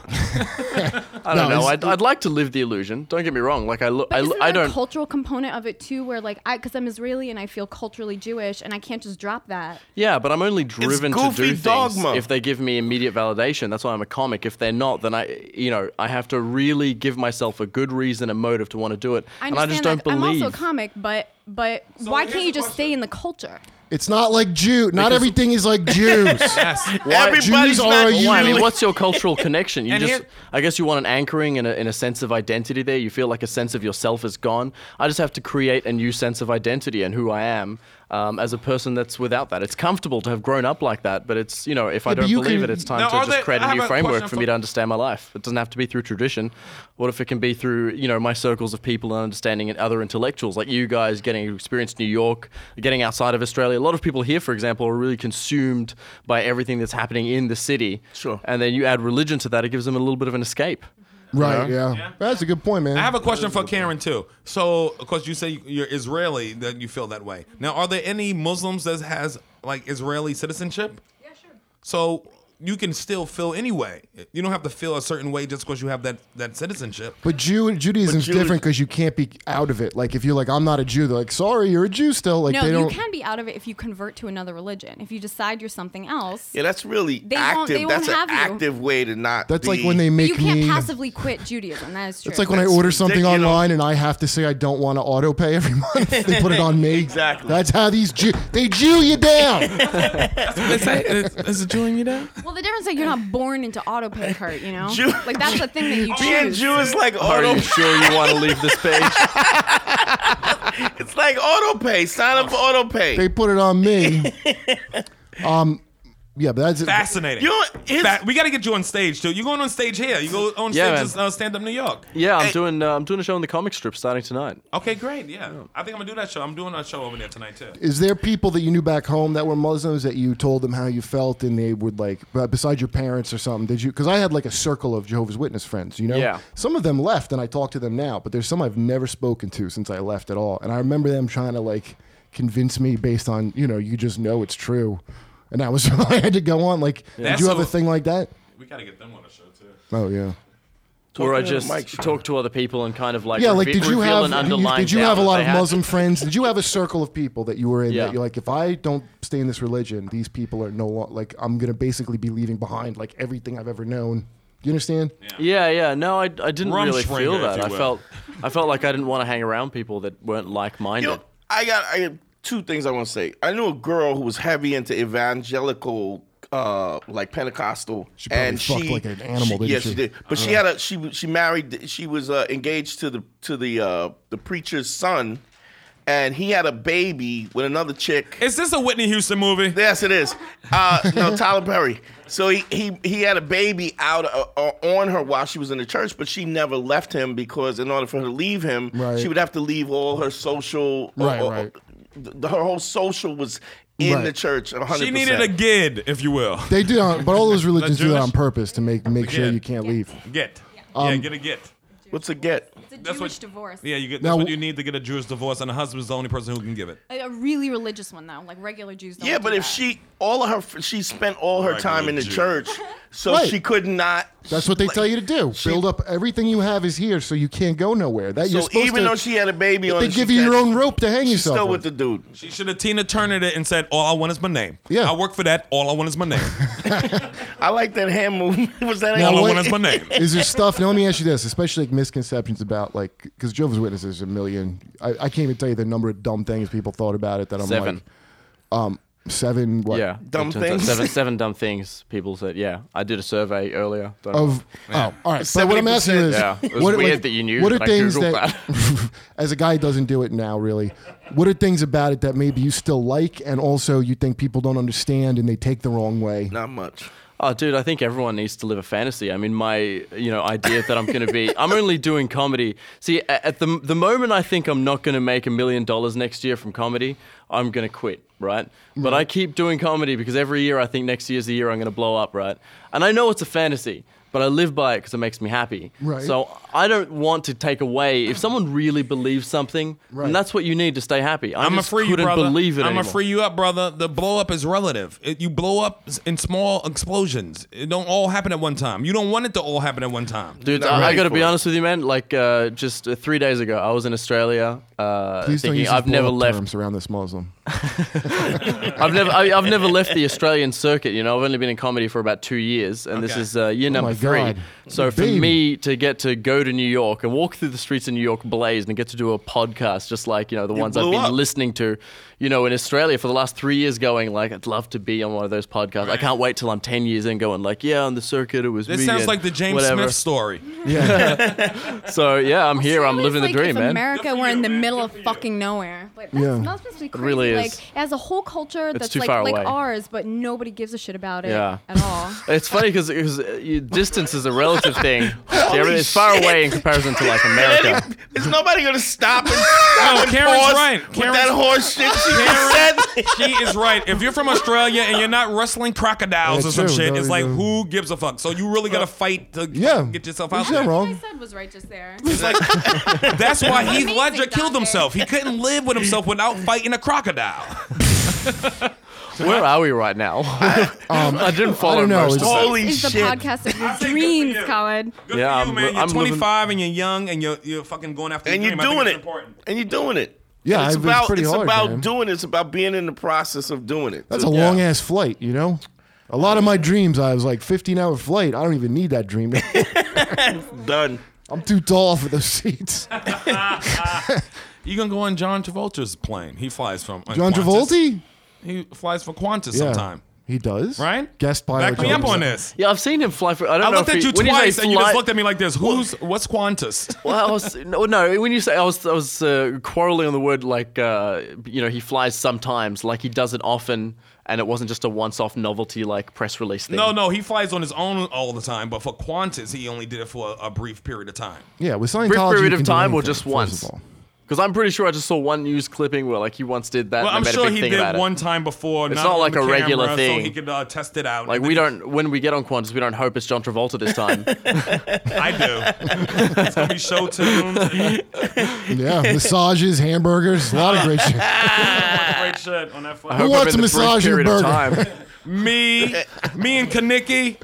Speaker 5: I don't
Speaker 3: No,
Speaker 5: know.
Speaker 3: it's-
Speaker 5: I'd, I'd like to live the illusion. Don't get me wrong. Like I, lo-
Speaker 8: But
Speaker 5: I,
Speaker 8: isn't
Speaker 5: lo-
Speaker 8: there
Speaker 5: I
Speaker 8: a
Speaker 5: don't.
Speaker 8: cultural component of it too, where like I, because I'm Israeli and I feel culturally Jewish, and I can't just drop that.
Speaker 5: Yeah, but I'm only driven to
Speaker 6: goofy
Speaker 5: do
Speaker 6: dogma.
Speaker 5: things if they give me immediate validation. That's why I'm a comic. If they're not, then I, you know, I have to really give myself a good reason and motive to want to do it.
Speaker 8: I
Speaker 5: and I
Speaker 8: understand
Speaker 5: just don't
Speaker 8: that.
Speaker 5: believe.
Speaker 8: I'm also a comic, but but why
Speaker 4: here's
Speaker 8: can't you
Speaker 4: the
Speaker 8: just stay in the culture?
Speaker 3: It's not like Jew. Not everything is like Jews.
Speaker 6: Everybody's
Speaker 3: Jews
Speaker 6: not
Speaker 3: are
Speaker 5: Well,
Speaker 3: you-
Speaker 5: why? I mean,
Speaker 3: really-
Speaker 5: what's your cultural connection? You
Speaker 4: And
Speaker 5: just,
Speaker 4: here-
Speaker 5: I guess, you want an anchoring and a, and a sense of identity there. You feel like a sense of yourself is gone. I just have to create a new sense of identity and who I am um, as a person that's without that. It's comfortable to have grown up like that, but it's you know, if I
Speaker 3: but
Speaker 5: don't
Speaker 3: you
Speaker 5: believe
Speaker 3: can-
Speaker 5: it, it's time
Speaker 4: Now,
Speaker 5: to
Speaker 4: are
Speaker 5: just
Speaker 4: they-
Speaker 5: create
Speaker 4: I
Speaker 5: a
Speaker 4: have
Speaker 5: new
Speaker 4: a
Speaker 5: framework
Speaker 4: question
Speaker 5: for me
Speaker 4: for-
Speaker 5: to understand my life. It doesn't have to be through tradition. What if it can be through you know my circles of people and understanding and other intellectuals like you guys getting to experience New York, getting outside of Australia. A lot of people here, for example, are really consumed by everything that's happening in the city.
Speaker 6: Sure.
Speaker 5: And then you add religion to that, it gives them a little bit of an escape.
Speaker 3: right? Yeah. That's a good point, man.
Speaker 4: I have a question for Karen too. So, of course, you say you're Israeli, that you feel that way. Now, are there any Muslims that has like Israeli citizenship? Yeah, sure. So you can still feel any way. You don't have to feel a certain way just because you have that that citizenship.
Speaker 3: But Jew Judaism's
Speaker 6: Jew-
Speaker 3: different because you can't be out of it. Like if you're like I'm not a Jew, they're like sorry, you're a Jew still. Like they
Speaker 8: no, you
Speaker 3: don't.
Speaker 8: can be out of it if you convert to another religion. If you decide you're something else,
Speaker 6: Yeah, that's really
Speaker 8: They won't-
Speaker 6: active.
Speaker 8: they
Speaker 6: that's
Speaker 8: won't
Speaker 6: an
Speaker 8: have you.
Speaker 6: active way to not.
Speaker 3: That's
Speaker 6: be-
Speaker 3: like when they make
Speaker 8: you can't
Speaker 3: me.
Speaker 8: passively quit Judaism. That is true.
Speaker 3: It's like when I
Speaker 6: That's
Speaker 3: order something
Speaker 6: ridiculous.
Speaker 3: online and I have to say I don't want to auto pay every month. they put it on me.
Speaker 6: Exactly.
Speaker 3: That's how these Jew they Jew you down.
Speaker 4: Is it Julian you down?
Speaker 8: well, the difference is like you're not born into autopay cart. You know,
Speaker 6: Jew-
Speaker 8: like that's the thing that you
Speaker 6: Being
Speaker 8: choose.
Speaker 6: Jew is like
Speaker 5: Are
Speaker 6: auto.
Speaker 5: you sure you want to leave this page?
Speaker 6: It's like auto pay. Sign up for auto pay.
Speaker 3: they put it on me. Um, yeah, but that's
Speaker 4: Fascinating.
Speaker 6: You know, his-
Speaker 4: Fa- we got to get you on stage too. You're going on stage here. You go on
Speaker 5: Yeah,
Speaker 4: stage
Speaker 5: man.
Speaker 4: at uh, Stand Up New York.
Speaker 5: Yeah, I'm doing. Uh, I'm doing a show on the comic strip starting tonight.
Speaker 4: Okay, great. Yeah, I think I'm gonna do that show. I'm doing that show over there tonight too.
Speaker 3: Is there people that you knew back home that were Muslims that you told them how you felt and they would like, but besides your parents or something? Did you? Because I had like a circle of Jehovah's Witness friends, you know?
Speaker 5: Yeah.
Speaker 3: Some of them left and I talk to them now, but there's some I've never spoken to since I left at all. And I remember them trying to like convince me based on, you know, you just know it's true. And that was, I had to go on. Like, did
Speaker 4: That's
Speaker 3: you have a
Speaker 4: a-
Speaker 3: thing like that?
Speaker 4: We got to get them on the show too.
Speaker 3: Oh, yeah.
Speaker 5: Or I
Speaker 6: to the
Speaker 5: just
Speaker 6: mic, sure.
Speaker 5: talk to other people and kind of like
Speaker 3: Yeah, like
Speaker 5: reve-
Speaker 3: did you
Speaker 5: reveal
Speaker 3: have
Speaker 5: an
Speaker 3: did you,
Speaker 5: underlying
Speaker 3: did you
Speaker 5: doubt
Speaker 3: have a
Speaker 5: that
Speaker 3: lot
Speaker 5: they
Speaker 3: of
Speaker 5: had.
Speaker 3: Muslim friends? Did you have a circle of people that you were in
Speaker 5: Yeah.
Speaker 3: that you're like, if I don't stay in this religion, these people are no longer like I'm gonna basically be leaving behind like everything I've ever known. You understand?
Speaker 5: Yeah, yeah. No, I, I didn't
Speaker 4: Rumspringer,
Speaker 5: really feel
Speaker 4: if
Speaker 5: that.
Speaker 4: you
Speaker 5: I
Speaker 4: will.
Speaker 5: felt I felt like I didn't want to hang around people that weren't like
Speaker 6: You
Speaker 5: minded.
Speaker 6: know, I got I got two things I want to say. I knew a girl who was heavy into evangelical, uh, like Pentecostal, she
Speaker 3: probably
Speaker 6: and
Speaker 3: fucked
Speaker 6: she
Speaker 3: like an animal,
Speaker 6: she-
Speaker 3: didn't
Speaker 6: yeah,
Speaker 3: she? Uh-huh.
Speaker 6: did. But she had a she w- she married she was uh, engaged to the to the uh, the preacher's son, and he had a baby with another chick.
Speaker 4: Is this a Whitney Houston movie?
Speaker 6: Yes, it is. Uh, no, Tyler Perry. So he, he he had a baby out uh, uh, on her while she was in the church, but she never left him because in order for her to leave him,
Speaker 3: Right.
Speaker 6: she would have to leave all her social. uh,
Speaker 3: Right, right.
Speaker 6: The, her whole social was in
Speaker 3: Right.
Speaker 6: the church. 100%.
Speaker 4: She needed a gid, if you will.
Speaker 3: They do, uh, but all those religions do that
Speaker 4: Jewish?
Speaker 3: on purpose to make make sure
Speaker 4: Again.
Speaker 3: you can't leave.
Speaker 4: Get. yeah, get a get.
Speaker 6: What's a get?
Speaker 8: It's a
Speaker 4: That's
Speaker 8: Jewish
Speaker 4: what-
Speaker 8: divorce.
Speaker 4: Yeah, you get.
Speaker 3: Now-
Speaker 4: That's what you need to get a Jewish divorce, and the husband's the only person who can give it.
Speaker 8: A, a really religious one though, like regular Jews. Don't
Speaker 6: Yeah,
Speaker 8: do
Speaker 6: but if
Speaker 8: that.
Speaker 6: she all of her f- she spent all her
Speaker 4: Regular
Speaker 6: time in the
Speaker 4: Jew.
Speaker 6: church, so
Speaker 3: Right.
Speaker 6: she could not.
Speaker 3: That's what they tell you to do.
Speaker 6: she-
Speaker 3: Build up everything you have is here, so you can't go nowhere. That you're
Speaker 6: So
Speaker 3: supposed
Speaker 6: even
Speaker 3: to.
Speaker 6: though she had a baby on,
Speaker 3: they
Speaker 6: it,
Speaker 3: give
Speaker 6: she
Speaker 3: you your
Speaker 6: said,
Speaker 3: own rope to hang
Speaker 6: She's
Speaker 3: yourself.
Speaker 6: still
Speaker 3: with.
Speaker 6: with the dude.
Speaker 4: She should have Tina Turned it and said, "All I want is my name.
Speaker 3: Yeah.
Speaker 4: I work for that. All I want is my name.
Speaker 6: I like that hand movement. was that?
Speaker 3: Now
Speaker 6: hand
Speaker 4: All I
Speaker 3: what-
Speaker 4: want is my name."
Speaker 3: is there stuff? Now let me ask you this, especially like misconceptions about like because Jehovah's Witnesses a million. I, I can't even tell you the number of dumb things people thought about it that I'm
Speaker 5: Seven.
Speaker 3: like seven. What?
Speaker 5: yeah,
Speaker 6: Dumb
Speaker 5: It turns out
Speaker 6: things.
Speaker 5: Seven, seven dumb things. People said. Yeah, I did a survey earlier. Don't
Speaker 3: Of oh, all right. But what I'm asking you is,
Speaker 5: Yeah, it was
Speaker 3: what are-
Speaker 5: weird
Speaker 3: like,
Speaker 5: that you knew,
Speaker 3: What are
Speaker 5: and I
Speaker 3: things
Speaker 5: Googled
Speaker 3: that, as a guy, who doesn't do it now, really? What are things about it that maybe you still like, and also you think people don't understand and they take the wrong way?
Speaker 6: Not much.
Speaker 5: Oh, dude, I think everyone needs to live a fantasy. I mean, my you know idea that I'm going to be I'm only doing comedy. See, a- at the the moment I think I'm not going to make a million dollars next year from comedy, I'm going to quit, right? But I keep doing comedy because every year I think next year's the year I'm going to blow up, right? And I know it's a fantasy, but I live by it because it makes me happy.
Speaker 3: Right.
Speaker 5: So I don't want to take away if someone really believes something,
Speaker 3: Right.
Speaker 5: and that's what you need to stay happy. I
Speaker 4: I'm gonna
Speaker 5: just
Speaker 4: free you,
Speaker 5: couldn't
Speaker 4: brother.
Speaker 5: believe it
Speaker 4: I'm gonna
Speaker 5: anymore.
Speaker 4: free you up, brother. The blow up is relative. It, you blow up s- in small explosions. It don't all happen at one time. You don't want it to all happen at one time.
Speaker 5: Dude,
Speaker 6: Not
Speaker 5: I, I
Speaker 6: ready
Speaker 5: got to
Speaker 6: for
Speaker 5: be
Speaker 6: it.
Speaker 5: honest with you, man. Like, uh, just uh, three days ago, I was in Australia, uh,
Speaker 3: Please don't
Speaker 5: thinking
Speaker 3: use
Speaker 5: I've never left.
Speaker 3: terms around this Muslim.
Speaker 5: I've never, I, I've never left the Australian circuit. You know, I've only been in comedy for about two years, and this
Speaker 4: Okay.
Speaker 5: is uh, year number
Speaker 3: Oh my
Speaker 5: three.
Speaker 3: God.
Speaker 5: So for
Speaker 3: Baby.
Speaker 5: me to get to go to New York and walk through the streets of New York blazed, and get to do a podcast just like you know the ones I've
Speaker 6: blew
Speaker 5: been
Speaker 6: up.
Speaker 5: listening to, you know, in Australia for the last three years, going like I'd love to be on one of those podcasts. I can't wait till I'm ten years in, going like yeah, on the circuit it was.
Speaker 4: This
Speaker 5: me
Speaker 4: sounds
Speaker 5: and
Speaker 4: like the James
Speaker 5: whatever.
Speaker 4: Smith story.
Speaker 5: So yeah, I'm here. I'm
Speaker 8: Australia's
Speaker 5: living the
Speaker 8: like
Speaker 5: dream,
Speaker 8: if
Speaker 5: man.
Speaker 8: America, we're in the middle of fucking nowhere. Like, that's,
Speaker 3: Yeah.
Speaker 8: that's supposed to be crazy.
Speaker 5: really
Speaker 8: like,
Speaker 5: is.
Speaker 8: it has a whole culture that's
Speaker 5: too
Speaker 8: like,
Speaker 5: far
Speaker 8: like
Speaker 5: away.
Speaker 8: ours, but nobody gives a shit about it
Speaker 5: Yeah.
Speaker 8: at all.
Speaker 5: It's funny because distance is a relative thing. it's far
Speaker 6: shit.
Speaker 5: away in comparison to like America.
Speaker 6: Is nobody gonna stop and
Speaker 4: No,
Speaker 6: stop and
Speaker 4: Oh, Karen's
Speaker 6: pause
Speaker 4: right.
Speaker 6: with
Speaker 4: Karen's-
Speaker 6: that horse shit she just said?
Speaker 4: she is right. If you're from Australia and you're not wrestling crocodiles
Speaker 3: Yeah,
Speaker 4: or some
Speaker 3: true.
Speaker 4: shit,
Speaker 3: No,
Speaker 4: it's
Speaker 3: you
Speaker 4: like
Speaker 3: don't.
Speaker 4: who gives a fuck? So you really gotta fight to
Speaker 3: Yeah.
Speaker 4: get yourself out
Speaker 3: Is
Speaker 4: there.
Speaker 3: that
Speaker 8: What I
Speaker 3: wrong?
Speaker 8: said was right just there.
Speaker 4: It's like that's why Heath
Speaker 8: Amazing
Speaker 4: Ledger
Speaker 8: doctor.
Speaker 4: killed himself. He couldn't live with himself without fighting a crocodile.
Speaker 5: Where are we right now?
Speaker 4: um,
Speaker 5: I didn't follow
Speaker 3: I don't know.
Speaker 5: most
Speaker 3: It's-
Speaker 5: of that.
Speaker 6: Holy
Speaker 8: It's the
Speaker 6: shit!
Speaker 8: podcast of your
Speaker 4: say good for
Speaker 8: dreams,
Speaker 4: you.
Speaker 8: Colin.
Speaker 4: Good
Speaker 5: Yeah,
Speaker 4: for you,
Speaker 5: I'm-
Speaker 4: man. You're
Speaker 5: I'm living-
Speaker 4: 25 and you're young and you're you're fucking going after.
Speaker 6: and
Speaker 4: your
Speaker 6: you're
Speaker 4: dream. I think
Speaker 6: doing
Speaker 4: that's
Speaker 6: it.
Speaker 4: important.
Speaker 6: And you're doing it.
Speaker 3: Yeah,
Speaker 6: it's
Speaker 3: I've been
Speaker 6: about
Speaker 3: pretty
Speaker 6: it's
Speaker 3: hard,
Speaker 6: about
Speaker 3: man.
Speaker 6: doing it. It's about being in the process of doing it.
Speaker 3: That's a
Speaker 6: So-
Speaker 3: long ass flight, you know? A lot of my dreams, I was like 15 hour flight. I don't even need that dream.
Speaker 6: done.
Speaker 3: I'm too tall for those seats.
Speaker 4: You're gonna go on John Travolta's plane. He flies from uh,
Speaker 3: John
Speaker 4: Qantas.
Speaker 3: Travolta?
Speaker 4: He flies for Qantas
Speaker 3: Yeah.
Speaker 4: sometime,
Speaker 3: He does.
Speaker 4: right?
Speaker 3: Guest pilot.
Speaker 4: Back me
Speaker 3: John
Speaker 4: up on
Speaker 3: Travolta.
Speaker 4: this.
Speaker 5: Yeah, I've seen him fly. For, I don't
Speaker 4: I
Speaker 5: know
Speaker 4: looked
Speaker 5: if
Speaker 4: at
Speaker 5: he,
Speaker 4: you
Speaker 5: when say
Speaker 4: twice and you just
Speaker 5: fly-
Speaker 4: looked at me like this. Who's what's Qantas?
Speaker 5: Well, I was, no, no. When you say I was, I was uh, quarreling on the word like uh, you know he flies sometimes, like he does it often, and it wasn't just a once-off novelty like press release thing.
Speaker 4: No, no, he flies on his own all the time. But for Qantas, he only did it for a, a brief period of time.
Speaker 3: Yeah, with Scientology.
Speaker 5: brief
Speaker 3: you
Speaker 5: period
Speaker 3: can
Speaker 5: of
Speaker 3: do
Speaker 5: time or
Speaker 3: anything,
Speaker 5: just
Speaker 3: first of
Speaker 5: once.
Speaker 3: all.
Speaker 5: Because I'm pretty sure I just saw one news clipping where like he once did that.
Speaker 4: Well,
Speaker 5: and
Speaker 4: I'm
Speaker 5: they made
Speaker 4: sure
Speaker 5: a big
Speaker 4: he
Speaker 5: thing
Speaker 4: did
Speaker 5: about it.
Speaker 4: one time before.
Speaker 5: It's
Speaker 4: not
Speaker 5: not
Speaker 4: on
Speaker 5: like
Speaker 4: the
Speaker 5: a regular
Speaker 4: camera, So
Speaker 5: thing.
Speaker 4: he could uh, test it out.
Speaker 5: Like we don't when we get on Qantas, we don't hope it's John Travolta this time.
Speaker 4: I do. it's gonna be show tunes. and
Speaker 3: Yeah, massages, hamburgers, a lot of great shit.
Speaker 4: Great shit on that
Speaker 5: Hope
Speaker 4: flight.
Speaker 5: I'm
Speaker 3: wants
Speaker 5: in
Speaker 3: to
Speaker 5: the brief
Speaker 3: massage your
Speaker 5: period of
Speaker 3: burger?
Speaker 5: time.
Speaker 4: Me, me and Kaniki.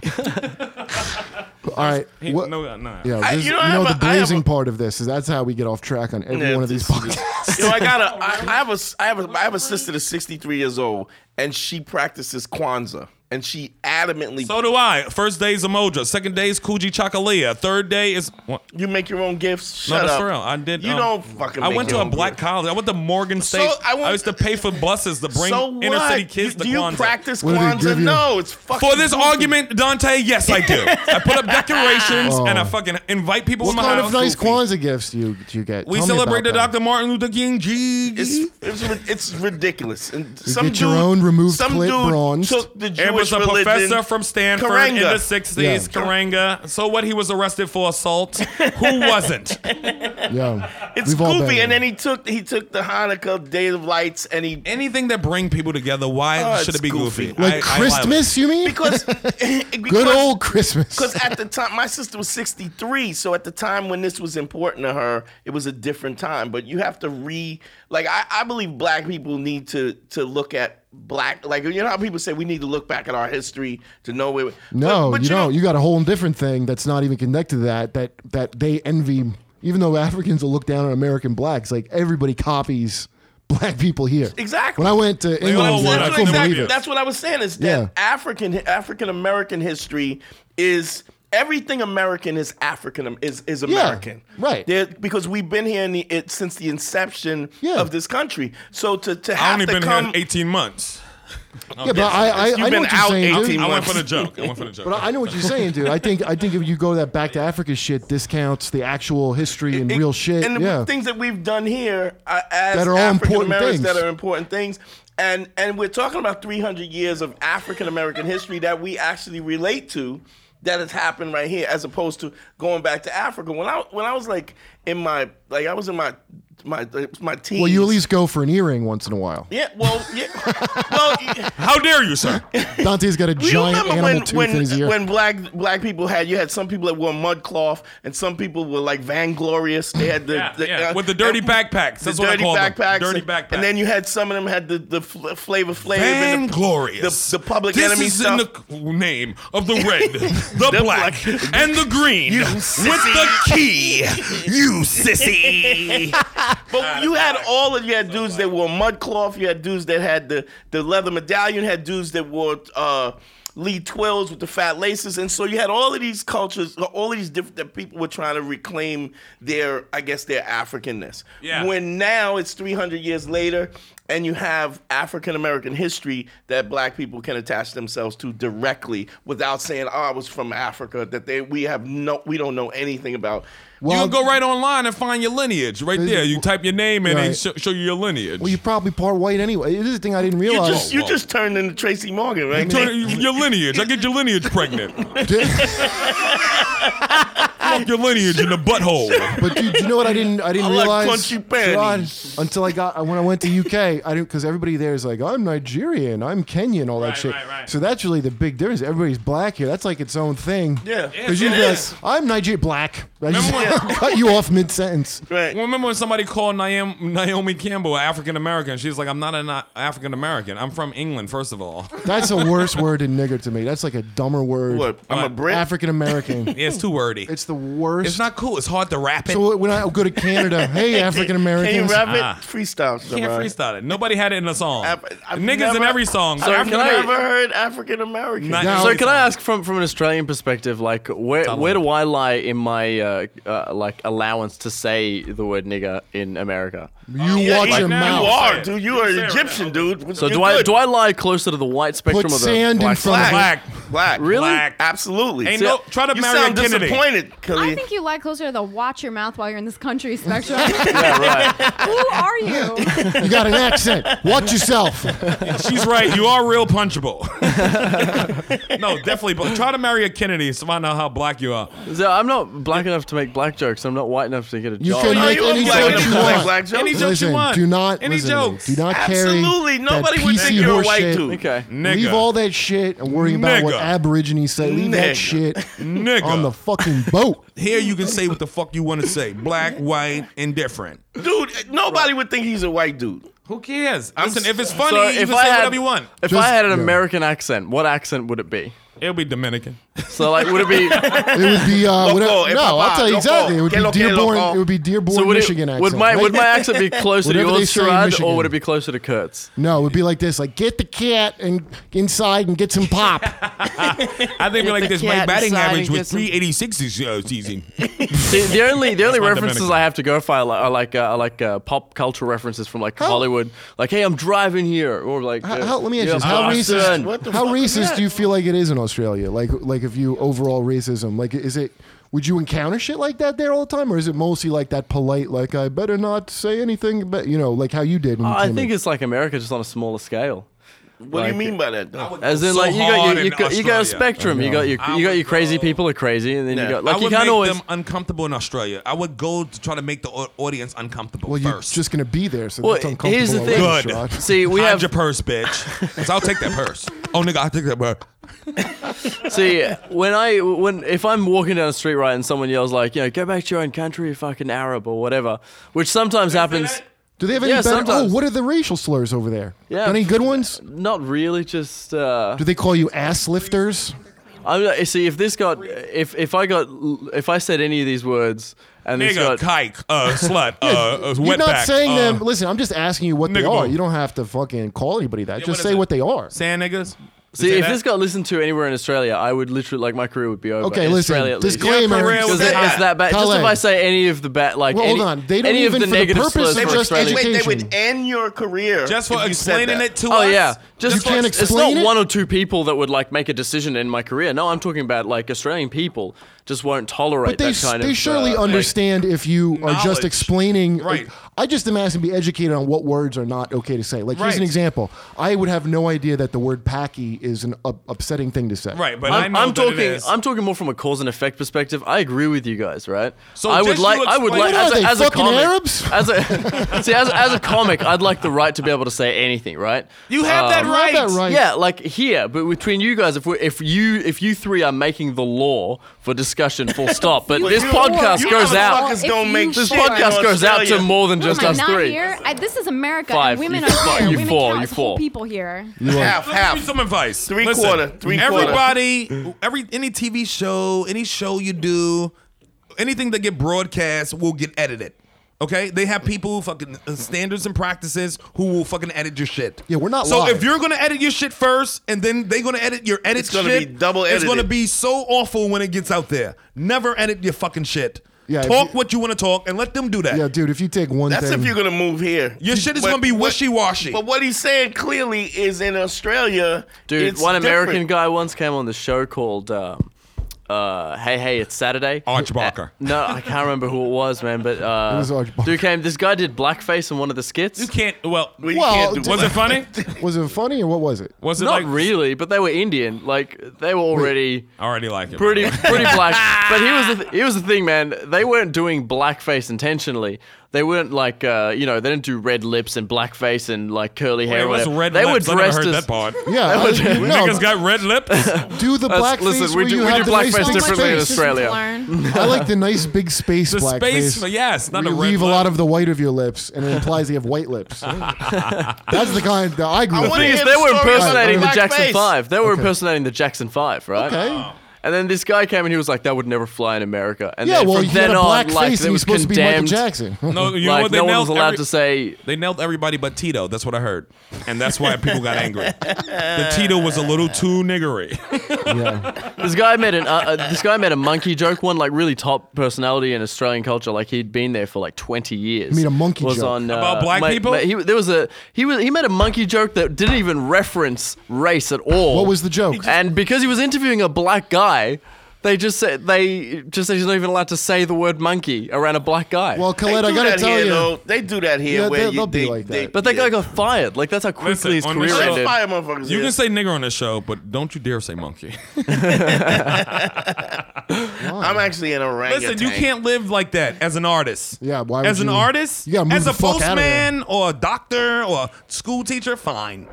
Speaker 3: All right.
Speaker 4: He-
Speaker 3: what-
Speaker 4: no, no.
Speaker 3: Yeah,
Speaker 6: I-
Speaker 3: this-
Speaker 6: you
Speaker 3: you
Speaker 6: know,
Speaker 3: know,
Speaker 6: I have
Speaker 3: the
Speaker 6: a- I have
Speaker 3: blazing
Speaker 6: a-
Speaker 3: part of this is that's how we get off track on every
Speaker 6: Yeah,
Speaker 3: one of these
Speaker 6: this is-
Speaker 3: podcasts.
Speaker 6: You know, I got a, I, I have a, s- I have a, I have a sister that's 63 years old, and she practices Kwanzaa, and she adamantly.
Speaker 4: So do I. First day is Emoja. Second day is Kuji Chakalia. Third day is. What?
Speaker 6: you make your own gifts.
Speaker 4: No,
Speaker 6: Shut
Speaker 4: that's
Speaker 6: up.
Speaker 4: for real. I did.
Speaker 6: You
Speaker 4: um,
Speaker 6: don't fucking.
Speaker 4: I
Speaker 6: make
Speaker 4: went to
Speaker 6: your
Speaker 4: a
Speaker 6: own
Speaker 4: black
Speaker 6: gifts.
Speaker 4: college. I went to Morgan State.
Speaker 6: I
Speaker 4: I,
Speaker 6: went-
Speaker 4: used to pay for buses to bring
Speaker 6: So what?
Speaker 4: inner city kids to
Speaker 6: You- do you
Speaker 4: Kwanzaa.
Speaker 6: practice
Speaker 3: What do they give
Speaker 6: Kwanzaa?
Speaker 3: you?
Speaker 6: No, it's fucking.
Speaker 4: for this
Speaker 6: goofy.
Speaker 4: argument, Dante, yes, I do. I put up decorations and I fucking invite people
Speaker 3: Oh. What
Speaker 4: in my
Speaker 3: kind of
Speaker 4: house.
Speaker 3: nice
Speaker 4: Goofy.
Speaker 3: Kwanzaa gifts do you, do you get?
Speaker 4: We
Speaker 3: Tell me about
Speaker 4: celebrate the
Speaker 3: that.
Speaker 4: Dr. Martin Luther King. G.
Speaker 6: It's, it's ri- it's ridiculous. And some
Speaker 3: get your
Speaker 6: dude-
Speaker 3: own removed
Speaker 6: some
Speaker 3: clit
Speaker 6: dude
Speaker 3: bronzed.
Speaker 6: took the Jewish
Speaker 4: It was a
Speaker 6: religion,
Speaker 4: professor from Stanford in the
Speaker 6: Karanga.
Speaker 4: 60s,
Speaker 3: Yeah.
Speaker 4: Karanga. So what? He was arrested for assault. Who wasn't?
Speaker 3: Yeah,
Speaker 6: It's
Speaker 3: We've all been
Speaker 6: goofy,
Speaker 3: there.
Speaker 6: and then he took he took the Hanukkah Day of Lights, and he
Speaker 4: Anything that bring people together, why
Speaker 6: Oh,
Speaker 4: should
Speaker 6: it's
Speaker 4: it be goofy?
Speaker 6: goofy.
Speaker 3: like
Speaker 4: I- I love it.
Speaker 3: Christmas. you mean?
Speaker 6: because, because
Speaker 3: Good old Christmas.
Speaker 6: Because at the time, my sister was 63. So at the time when this was important to her, it was a different time. But you have to re, like, I, I believe black people need to to look at black, like, you know how people say we need to look back at our history to know where.
Speaker 3: No,
Speaker 6: but, but
Speaker 3: you
Speaker 6: know-
Speaker 3: don't. You got a whole different thing that's not even connected to that. That that they envy, even though Africans will look down on American blacks. Like everybody copies black people here.
Speaker 6: Exactly.
Speaker 3: When I went to England,
Speaker 4: all
Speaker 3: I
Speaker 4: want
Speaker 6: oh, That's,
Speaker 4: I
Speaker 6: what,
Speaker 3: couldn't
Speaker 6: exactly-
Speaker 3: believe it.
Speaker 6: that's what I was saying is that
Speaker 3: Yeah.
Speaker 6: African African American history is everything American is African is is American.
Speaker 3: right.
Speaker 6: There- because we've been here in the, it, since the inception
Speaker 3: Yeah.
Speaker 6: of this country. So to to
Speaker 4: I
Speaker 6: have
Speaker 4: only
Speaker 6: to
Speaker 4: been
Speaker 6: come
Speaker 4: here 18 months.
Speaker 3: yeah, but I I, I know
Speaker 6: been
Speaker 3: what you're
Speaker 6: out
Speaker 3: saying,
Speaker 6: 18
Speaker 3: dude.
Speaker 4: I went
Speaker 6: months.
Speaker 4: for the joke. I went for the joke.
Speaker 3: But I I know what you're saying, dude. I think I think if you go that back to Africa shit, discounts the actual history and
Speaker 6: it-
Speaker 3: real shit.
Speaker 6: and the
Speaker 3: yeah.
Speaker 6: things that we've done here uh, as
Speaker 3: That are all
Speaker 6: African
Speaker 3: important
Speaker 6: Americans
Speaker 3: things.
Speaker 6: that are important things. and and we're talking about 300 years of African American history that we actually relate to that has happened right here as opposed to going back to Africa when I when I was like in my like I was in my my my teens
Speaker 3: Well, you at least go for an earring once in a while.
Speaker 6: yeah well yeah well yeah.
Speaker 4: How dare you, sir?
Speaker 3: Dante's got a
Speaker 6: We
Speaker 3: giant animal
Speaker 6: when
Speaker 3: tooth in
Speaker 6: when,
Speaker 3: his ear.
Speaker 6: when black black people had you had some people that wore mud cloth and some people were like vainglorious. They had the,
Speaker 4: Yeah,
Speaker 6: the, uh,
Speaker 4: yeah, with the dirty
Speaker 6: and-
Speaker 4: backpacks.
Speaker 6: the
Speaker 4: That's what I
Speaker 6: dirty
Speaker 4: call them.
Speaker 6: backpacks,
Speaker 4: Dirty
Speaker 6: and,
Speaker 4: backpacks.
Speaker 6: And then you had some of them had the the fl- flavor flavor and the,
Speaker 4: Vainglorious.
Speaker 6: the- the Public
Speaker 4: this
Speaker 6: Enemy
Speaker 4: is
Speaker 6: stuff.
Speaker 4: in the c- name of the red, the, black,
Speaker 6: black.
Speaker 4: and the green with the key. You sissy.
Speaker 6: But Oh, you had all of you had dudes that wore mud cloth. You had dudes that had the the leather medallion. Had dudes that wore uh, Lee twills with the fat laces, and so you had all of these cultures, all of these different that people were trying to reclaim their, I guess, their Africanness.
Speaker 4: Yeah.
Speaker 6: When now it's 300 years later, and you have African American history that Black people can attach themselves to directly without saying, "Oh, I was from Africa." That they we have no, we don't know anything about.
Speaker 4: you
Speaker 3: Well,
Speaker 4: can go right online and find your lineage right there. You type your name in and
Speaker 3: Right.
Speaker 4: it show, show you your lineage.
Speaker 3: well, you're probably part white anyway. This is a thing I didn't
Speaker 6: You
Speaker 3: realize.
Speaker 6: just you just turned into Tracy Morgan, right?
Speaker 4: Turn- your lineage. I get your lineage pregnant. Fuck your lineage in the butthole.
Speaker 3: But do, do you know what I didn't I didn't
Speaker 6: I like
Speaker 3: realize Gerard,
Speaker 6: crunchy panties.
Speaker 3: until I got when I went to UK. I didn't because everybody there is like I'm Nigerian, I'm Kenyan, all that
Speaker 7: Right,
Speaker 3: shit.
Speaker 7: right, right.
Speaker 3: So that's really the big difference. Everybody's black here. That's like its own thing.
Speaker 6: Yeah.
Speaker 3: because you'd
Speaker 4: Yes,
Speaker 3: be
Speaker 4: it
Speaker 3: like
Speaker 4: is.
Speaker 3: I'm Nigerian black. I just
Speaker 4: Remember when-
Speaker 3: cut you off mid sentence.
Speaker 6: Right.
Speaker 4: Well, remember when somebody called Naomi, Naomi Campbell African American? She's like, I'm not an African American. I'm from England, first of all.
Speaker 3: That's a worse word than nigger to me. That's like a dumber word.
Speaker 6: What? I'm a Brit.
Speaker 3: African American.
Speaker 4: Yeah, it's too wordy.
Speaker 3: it's the worst.
Speaker 4: It's not cool. It's hard to rap it.
Speaker 3: So when I go to Canada, hey African Americans.
Speaker 6: Can you rap it?
Speaker 4: Ah.
Speaker 6: Freestyle.
Speaker 4: can't
Speaker 6: Mariah.
Speaker 4: freestyle it. Nobody had it in a song.
Speaker 6: I've- I've
Speaker 4: Niggas in
Speaker 6: never-
Speaker 4: every song.
Speaker 5: So
Speaker 4: African-
Speaker 5: can I-
Speaker 6: Never heard African American.
Speaker 4: Not-
Speaker 3: Now-
Speaker 5: So can I ask from, from an Australian perspective, like where
Speaker 4: Tell
Speaker 5: where
Speaker 4: them.
Speaker 5: do I lie in my uh, uh, like allowance to say the word nigger in America?
Speaker 3: You watch
Speaker 4: right
Speaker 3: your
Speaker 4: now.
Speaker 3: mouth.
Speaker 6: You
Speaker 4: Say
Speaker 6: are,
Speaker 4: it.
Speaker 6: dude. You are
Speaker 4: Say it
Speaker 6: Egyptian, dude.
Speaker 5: So do I do I lie closer to the white spectrum
Speaker 3: Put
Speaker 5: of the
Speaker 3: sand in
Speaker 5: black
Speaker 3: front of
Speaker 4: black.
Speaker 6: Black.
Speaker 5: Really?
Speaker 4: Black.
Speaker 6: Absolutely.
Speaker 4: Ain't no- try to
Speaker 6: you
Speaker 4: marry
Speaker 6: sound
Speaker 4: a Kennedy.
Speaker 6: disappointed,
Speaker 8: I
Speaker 6: Khalid.
Speaker 8: think you lie closer to the watch your mouth while you're in this country spectrum.
Speaker 5: Yeah, right.
Speaker 8: Who are you?
Speaker 3: You got an accent. Watch yourself.
Speaker 4: She's right. You are real punchable. no, definitely. But try to marry a Kennedy to find out how black you are.
Speaker 5: So I'm not black enough to make black jokes. I'm not white enough to get a
Speaker 3: You
Speaker 5: job.
Speaker 3: can
Speaker 6: No,
Speaker 3: make
Speaker 6: you are
Speaker 3: any
Speaker 6: black
Speaker 3: joke you
Speaker 6: enough to make
Speaker 3: want.
Speaker 6: black jokes.
Speaker 4: Any jokes
Speaker 3: Listen,
Speaker 4: you want.
Speaker 3: do not
Speaker 4: Any
Speaker 3: listen to me.
Speaker 4: jokes.
Speaker 3: Do not carry
Speaker 6: Absolutely.
Speaker 3: that
Speaker 6: Nobody would
Speaker 3: PC
Speaker 6: think you're a
Speaker 3: horse
Speaker 6: white
Speaker 3: shit.
Speaker 6: dude.
Speaker 5: Okay.
Speaker 4: Nigga.
Speaker 3: Leave all that shit and worrying about what
Speaker 4: Nigga.
Speaker 3: aborigines say. Leave that
Speaker 6: Nigga.
Speaker 3: shit
Speaker 4: Nigga.
Speaker 3: on the fucking boat.
Speaker 4: Here you can say what the fuck you want to say. Black, white, indifferent.
Speaker 6: Dude, nobody would think he's a white dude.
Speaker 4: Who cares? Listen, if it's
Speaker 5: So
Speaker 4: funny, you can say whatever you want.
Speaker 5: if
Speaker 3: Just-
Speaker 5: I had an
Speaker 3: yeah.
Speaker 5: American accent, what accent would it be?
Speaker 4: It'll be Dominican.
Speaker 5: So like, would it be?
Speaker 3: It would be uh,
Speaker 6: Loco,
Speaker 3: whatever.
Speaker 6: eh,
Speaker 3: No, I'll
Speaker 6: papa,
Speaker 3: tell you
Speaker 6: loco,
Speaker 3: exactly. It would
Speaker 6: que
Speaker 3: be
Speaker 6: loco,
Speaker 3: Dearborn.
Speaker 6: loco.
Speaker 3: It would be Dearborn,
Speaker 5: So would,
Speaker 3: Michigan
Speaker 5: it,
Speaker 3: accent.
Speaker 5: would my
Speaker 3: right?
Speaker 5: would my accent be closer to
Speaker 3: Whatever they
Speaker 5: yours,
Speaker 3: say in
Speaker 5: Sherrod,
Speaker 3: Michigan.
Speaker 5: or would it be closer to Kurt's?
Speaker 3: no, it would be like this: like get the cat and inside and get some pop.
Speaker 4: I think we like this. My
Speaker 5: cat
Speaker 4: batting
Speaker 5: inside
Speaker 4: average
Speaker 5: and
Speaker 4: was
Speaker 5: get some-
Speaker 4: 386 this uh, season.
Speaker 5: the, the only the only
Speaker 4: my
Speaker 5: references
Speaker 4: Dominican.
Speaker 5: I have to go for are like are like, uh, are like uh, pop culture references from like Hollywood, like hey I'm driving here or like
Speaker 3: How,
Speaker 5: uh,
Speaker 3: how- let me ask you:
Speaker 5: "Yeah,
Speaker 3: this. How
Speaker 5: I'm
Speaker 3: racist?
Speaker 5: Boston."
Speaker 6: What the
Speaker 3: how
Speaker 6: fuck is
Speaker 3: racist
Speaker 6: that?
Speaker 3: do you feel like it is in Australia? Like, like if you overall racism, like is it? Would you encounter shit like that there all the time, or is it mostly like that polite, like I better not say anything, but you know, like how you did when you
Speaker 5: Uh, I
Speaker 3: came
Speaker 5: think
Speaker 3: in?
Speaker 5: it's like America just on a smaller scale.
Speaker 6: What do you mean by that, though?
Speaker 5: As in,
Speaker 4: So
Speaker 5: like you got
Speaker 4: hard
Speaker 5: your, you
Speaker 4: in
Speaker 5: got, you got a
Speaker 4: Australia.
Speaker 5: spectrum. You got your
Speaker 4: I
Speaker 5: you got
Speaker 4: would
Speaker 5: your crazy
Speaker 4: go-
Speaker 5: people are crazy, and then
Speaker 6: Yeah.
Speaker 5: you got
Speaker 4: I
Speaker 5: like you
Speaker 4: would
Speaker 5: can't
Speaker 4: make
Speaker 5: always.
Speaker 4: them uncomfortable in Australia. I would go to try to make the au- audience uncomfortable
Speaker 3: Well, you're
Speaker 4: first.
Speaker 3: just gonna be there, so
Speaker 5: Well,
Speaker 3: that's uncomfortable.
Speaker 5: here's the thing.
Speaker 3: already,
Speaker 4: Good.
Speaker 3: Sherrod.
Speaker 5: See, we
Speaker 4: Hide
Speaker 5: have
Speaker 4: your purse, bitch. Cause I'll take that purse. Oh, nigga, I'll take that purse.
Speaker 5: See, when I when if I'm walking down the street right and someone yells like, you know, go back to your own country, you fucking Arab or whatever, which sometimes happens.
Speaker 3: Do they have any
Speaker 5: Yeah,
Speaker 3: better?
Speaker 5: sometimes.
Speaker 3: Oh, what are the racial slurs over there?
Speaker 5: Yeah.
Speaker 3: Any good ones?
Speaker 5: Not really, just uh,
Speaker 3: Do they call you ass lifters?
Speaker 5: I'm not- see if this got if if I got if I said any of these words and this
Speaker 4: Nigga,
Speaker 5: got
Speaker 4: kike, uh, slut, uh, uh,
Speaker 3: You're
Speaker 4: wetback.
Speaker 3: not saying
Speaker 4: uh,
Speaker 3: them. Listen, I'm just asking you what they
Speaker 4: nigga
Speaker 3: are.
Speaker 4: boom.
Speaker 3: You don't have to fucking call anybody that.
Speaker 4: what
Speaker 3: just
Speaker 4: is
Speaker 3: say
Speaker 4: it?
Speaker 3: what they are.
Speaker 4: Sand niggas.
Speaker 5: see if this got listened to anywhere in Australia, I would literally like my career would be over.
Speaker 3: Okay,
Speaker 5: in
Speaker 3: listen.
Speaker 5: Australia at least.
Speaker 3: Disclaimer.
Speaker 4: Yeah, Korea was
Speaker 5: Because
Speaker 4: Say
Speaker 5: it- it's
Speaker 4: that.
Speaker 5: that bad. Just if
Speaker 3: Colin.
Speaker 5: I say any of the bad, like
Speaker 3: Well,
Speaker 5: any,
Speaker 3: hold on. They don't
Speaker 5: any
Speaker 3: even
Speaker 5: of
Speaker 3: for
Speaker 5: the
Speaker 3: the
Speaker 5: negative
Speaker 3: purpose
Speaker 5: slurs
Speaker 3: of
Speaker 5: for
Speaker 3: just
Speaker 5: Australia.
Speaker 3: education.
Speaker 6: They would end your career
Speaker 4: just for
Speaker 6: if you said
Speaker 4: explaining
Speaker 6: that.
Speaker 4: it to
Speaker 5: Oh
Speaker 4: us.
Speaker 5: yeah, just
Speaker 3: You can't
Speaker 5: it's not
Speaker 3: explain it?
Speaker 5: one or two people that would like make a decision in my career. No, I'm talking about like Australian people just won't
Speaker 3: But
Speaker 5: tolerate
Speaker 3: they,
Speaker 5: that kind
Speaker 3: they
Speaker 5: of.
Speaker 3: surely
Speaker 5: uh,
Speaker 3: understand if you are
Speaker 4: knowledge.
Speaker 3: just explaining.
Speaker 4: Right.
Speaker 3: like, I just am asking to be educated on what words are not okay to say. Like here's an
Speaker 4: Right.
Speaker 3: example. I would have no idea that the word "packy" is an up- upsetting thing to say.
Speaker 4: Right, but
Speaker 5: I'm,
Speaker 4: I know
Speaker 5: I'm
Speaker 4: that it
Speaker 5: talking.
Speaker 4: is.
Speaker 5: I'm talking more from a cause and effect perspective. I agree with you guys, right?
Speaker 4: So
Speaker 5: I would
Speaker 4: just
Speaker 5: like.
Speaker 4: you
Speaker 5: I would
Speaker 4: explain-
Speaker 5: like
Speaker 4: What
Speaker 5: as,
Speaker 3: are
Speaker 5: a,
Speaker 3: they,
Speaker 5: as a
Speaker 3: fucking
Speaker 5: comic.
Speaker 3: Arabs?
Speaker 5: As a see, as, as a comic, I'd like the right to be able to say anything, right? Um,
Speaker 4: You have that
Speaker 3: You have
Speaker 4: right.
Speaker 3: that right.
Speaker 5: Yeah, like here, but between you guys, if we, if you, if you three are making the law for discussion, full stop. But this podcast
Speaker 6: you
Speaker 5: goes out.
Speaker 6: motherfuckers don't
Speaker 8: If
Speaker 6: make
Speaker 8: you
Speaker 5: This
Speaker 8: shit
Speaker 5: podcast goes out to
Speaker 6: Australia.
Speaker 5: more than just
Speaker 8: Am I
Speaker 5: us
Speaker 8: not
Speaker 5: three.
Speaker 8: here? I, this is America.
Speaker 5: Five.
Speaker 8: And women
Speaker 5: You
Speaker 8: are
Speaker 5: fall.
Speaker 8: here.
Speaker 5: You
Speaker 8: women
Speaker 5: fall.
Speaker 8: count.
Speaker 5: You
Speaker 8: It's whole
Speaker 5: fall.
Speaker 8: people here.
Speaker 6: half,
Speaker 4: Let me give you
Speaker 6: half.
Speaker 4: some advice.
Speaker 6: Three quarter, three quarter.
Speaker 4: everybody, every any TV show, any show you do, anything that get broadcast will get edited. Okay, they have people who fucking uh, standards and practices who will fucking edit your shit.
Speaker 3: Yeah, we're not
Speaker 4: So
Speaker 3: live.
Speaker 4: if you're gonna edit your shit first, and then they're gonna edit your edit
Speaker 6: It's gonna
Speaker 4: shit,
Speaker 6: be double
Speaker 4: It's gonna
Speaker 6: edited.
Speaker 4: be so awful when it gets out there. Never edit your fucking shit.
Speaker 3: Yeah, if
Speaker 4: talk
Speaker 3: you-
Speaker 4: what you want to talk and let them do that.
Speaker 3: Yeah, dude. If you take one
Speaker 6: That's
Speaker 3: thing,
Speaker 6: if you're gonna move here.
Speaker 4: Your shit is
Speaker 6: But-
Speaker 4: gonna be
Speaker 6: but-
Speaker 4: wishy washy.
Speaker 6: But what he's saying clearly is in Australia,
Speaker 5: Dude,
Speaker 6: it's
Speaker 5: one American
Speaker 6: different.
Speaker 5: guy once came on the show called um, uh, "Hey Hey It's Saturday."
Speaker 4: Arch Barker.
Speaker 5: No, I can't remember who it was, man. But uh,
Speaker 3: It was Arch Barker.
Speaker 5: dude came. This guy did blackface in one of the skits.
Speaker 4: You can't. Well,
Speaker 6: But you
Speaker 3: Well,
Speaker 6: can't do
Speaker 3: dude,
Speaker 4: was it funny?
Speaker 3: was it funny or what was it?
Speaker 4: Was it
Speaker 5: Not
Speaker 4: like
Speaker 5: really, but they were Indian. Like they were already
Speaker 4: I already like it.
Speaker 5: pretty pretty black. But here was the th- here was the thing, man. They weren't doing blackface intentionally. They weren't like uh, you know they didn't do red lips and blackface and like curly hair.
Speaker 4: It
Speaker 5: or
Speaker 4: was
Speaker 5: whatever.
Speaker 4: red
Speaker 5: they
Speaker 4: lips. I
Speaker 5: were
Speaker 4: never
Speaker 5: dressed
Speaker 4: heard
Speaker 5: as
Speaker 4: that part.
Speaker 3: Yeah, I- no,
Speaker 4: Niggas got red lips.
Speaker 3: do the
Speaker 5: That's-
Speaker 3: blackface.
Speaker 5: listen, we
Speaker 3: where
Speaker 5: do-
Speaker 3: you
Speaker 5: we
Speaker 3: have the
Speaker 5: do
Speaker 3: nice
Speaker 5: blackface
Speaker 3: big
Speaker 5: differently in
Speaker 3: space.
Speaker 5: Australia.
Speaker 3: I like the nice big space
Speaker 4: The
Speaker 3: blackface.
Speaker 4: space, yes, not
Speaker 3: where
Speaker 4: a
Speaker 3: you
Speaker 4: red
Speaker 3: leave a
Speaker 4: lip.
Speaker 3: lot of the white of your lips, and it implies you have white lips. That's the kind that I grew
Speaker 6: I
Speaker 3: up.
Speaker 6: wanna
Speaker 3: with.
Speaker 5: thing is,
Speaker 6: hear
Speaker 5: they
Speaker 6: the
Speaker 5: were
Speaker 6: story about
Speaker 5: impersonating the
Speaker 6: blackface.
Speaker 5: Jackson Five. They were impersonating the Jackson Five, right?
Speaker 3: Okay.
Speaker 5: And then this guy came and he was like, "That would never fly in America." And
Speaker 3: Yeah,
Speaker 5: then
Speaker 3: well,
Speaker 5: from
Speaker 3: you
Speaker 5: then
Speaker 3: had a
Speaker 5: on,
Speaker 3: black
Speaker 5: like,
Speaker 3: face, and
Speaker 5: it
Speaker 3: you're
Speaker 5: was
Speaker 3: supposed to be Michael
Speaker 5: condemned.
Speaker 3: Jackson.
Speaker 4: No, you know
Speaker 5: like
Speaker 4: what? They
Speaker 5: no one
Speaker 4: nailed
Speaker 5: was allowed
Speaker 4: every-
Speaker 5: to say
Speaker 4: They nailed everybody but Tito. That's what I heard, and that's why people got angry. The Tito was a little too niggery.
Speaker 3: yeah,
Speaker 5: this guy made an uh, uh, this guy made a monkey joke. One like really top personality in Australian culture. Like he'd been there for like twenty years.
Speaker 3: You mean a monkey
Speaker 5: was
Speaker 3: joke?
Speaker 5: on uh,
Speaker 4: About black
Speaker 5: mate-
Speaker 4: people?
Speaker 5: mate, he, there was a he was he made a monkey joke that didn't even reference race at all.
Speaker 3: What was the joke?
Speaker 5: And because he was interviewing a black guy. They just said they just said he's not even allowed to say the word monkey around a black guy.
Speaker 3: well,
Speaker 6: They
Speaker 3: Colette,
Speaker 6: do
Speaker 3: I gotta
Speaker 6: that
Speaker 3: tell
Speaker 6: here,
Speaker 3: you,
Speaker 6: though. They do that here.
Speaker 3: Yeah,
Speaker 6: where
Speaker 3: they'll-
Speaker 6: you,
Speaker 3: they'll be
Speaker 6: they,
Speaker 3: like
Speaker 6: they-
Speaker 3: that.
Speaker 5: but that
Speaker 6: yeah.
Speaker 5: guy got fired. Like that's how quickly
Speaker 4: on
Speaker 5: his
Speaker 4: this
Speaker 5: career
Speaker 4: show-
Speaker 5: ended.
Speaker 6: Fire motherfuckers
Speaker 4: You
Speaker 6: here.
Speaker 4: can say nigger on this show, but don't you dare say monkey.
Speaker 6: I'm actually an orangutan.
Speaker 4: Listen, you can't live like that as an artist.
Speaker 3: Yeah, why would
Speaker 4: As an
Speaker 3: you-
Speaker 4: artist,
Speaker 3: You gotta move
Speaker 4: as
Speaker 3: the
Speaker 4: a
Speaker 3: fuck outta there.
Speaker 4: postman or a doctor or a school teacher, fine.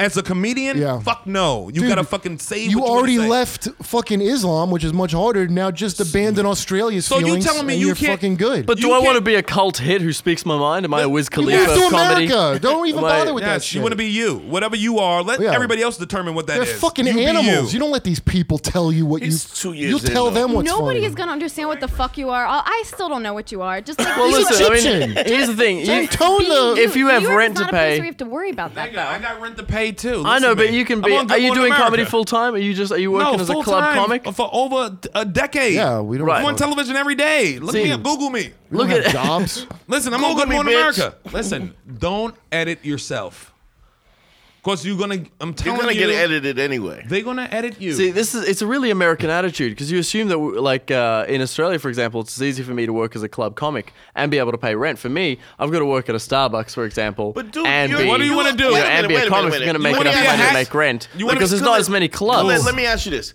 Speaker 4: As a comedian,
Speaker 3: Yeah.
Speaker 4: fuck no. You
Speaker 3: Dude,
Speaker 4: gotta fucking say.
Speaker 3: you
Speaker 4: what wanna
Speaker 3: already
Speaker 4: say.
Speaker 3: left fucking Islam, which is much harder. Now just abandon Australia's
Speaker 4: So you
Speaker 3: feelings,
Speaker 4: telling me
Speaker 3: and
Speaker 4: you
Speaker 3: are
Speaker 4: can't-
Speaker 3: fucking good.
Speaker 5: But do
Speaker 4: You
Speaker 5: I want to
Speaker 4: can't-
Speaker 5: be a cult hit who speaks my mind? Am I a Wiz
Speaker 3: you
Speaker 5: Khalifa
Speaker 3: moved to
Speaker 5: of comedy?
Speaker 3: America. Don't even
Speaker 5: Like-
Speaker 3: bother with that
Speaker 4: Yes,
Speaker 3: shit.
Speaker 4: you want to be you, whatever you are. Let
Speaker 3: Yeah.
Speaker 4: everybody else determine what that
Speaker 3: They're
Speaker 4: is.
Speaker 3: fucking
Speaker 4: You be
Speaker 3: animals. You
Speaker 4: You.
Speaker 3: don't let these people tell you what
Speaker 6: He's
Speaker 3: you.
Speaker 6: two years
Speaker 3: you
Speaker 6: in,
Speaker 3: tell
Speaker 6: though.
Speaker 3: them what's
Speaker 8: Nobody
Speaker 3: funny.
Speaker 8: is gonna understand what the fuck you are. I'll- I still don't know what you are. Just like
Speaker 5: Well,
Speaker 8: you
Speaker 5: listen,
Speaker 8: are-
Speaker 5: I mean,
Speaker 3: Egyptian.
Speaker 5: here's the thing. You,
Speaker 8: just
Speaker 3: tone
Speaker 8: be
Speaker 3: the-
Speaker 5: If you have
Speaker 8: Europe is
Speaker 5: rent to
Speaker 8: not a place
Speaker 5: pay-
Speaker 8: where you have to worry about that.
Speaker 4: Nigga, I got rent to pay too.
Speaker 5: I know,
Speaker 4: Listen to
Speaker 5: but
Speaker 4: me.
Speaker 5: you can
Speaker 4: I'm
Speaker 5: be.
Speaker 4: on Good
Speaker 5: Are you
Speaker 4: Morning
Speaker 5: doing comedy
Speaker 4: America.
Speaker 5: full time? Are you just are you working as a
Speaker 4: full
Speaker 5: club
Speaker 4: time
Speaker 5: comic?
Speaker 4: for over a decade.
Speaker 3: Yeah, we don't.
Speaker 5: Right.
Speaker 4: I'm on television every day. Look
Speaker 5: See.
Speaker 4: me up, Google me.
Speaker 3: we don't
Speaker 5: Look
Speaker 3: have
Speaker 5: at-
Speaker 3: jobs.
Speaker 4: Listen, I'm on Good
Speaker 6: me,
Speaker 4: Morning
Speaker 6: bitch.
Speaker 4: America. Listen, don't edit yourself. Cause you're gonna. I'm
Speaker 6: You're
Speaker 4: telling
Speaker 6: gonna
Speaker 4: you,
Speaker 6: get edited anyway.
Speaker 4: They're gonna edit you.
Speaker 5: See, this is it's a really American attitude because you assume that w- like uh, in Australia, for example, it's easy for me to work as a club comic and be able to pay rent. For me, I've got to work at a Starbucks, for example.
Speaker 6: But dude,
Speaker 5: and
Speaker 6: you're-
Speaker 5: be,
Speaker 4: What do you wanna do?
Speaker 5: know,
Speaker 4: Wait a
Speaker 5: and
Speaker 6: minute,
Speaker 5: be
Speaker 6: wait
Speaker 5: a
Speaker 6: a
Speaker 5: comic
Speaker 6: minute.
Speaker 5: going to
Speaker 6: You
Speaker 5: make
Speaker 4: wanna
Speaker 5: enough
Speaker 4: be a
Speaker 5: money
Speaker 4: hack?
Speaker 5: to make rent
Speaker 4: You wanna
Speaker 5: because
Speaker 4: be
Speaker 5: there's not
Speaker 6: Colin,
Speaker 5: as many clubs.
Speaker 6: Colin, let me ask you this.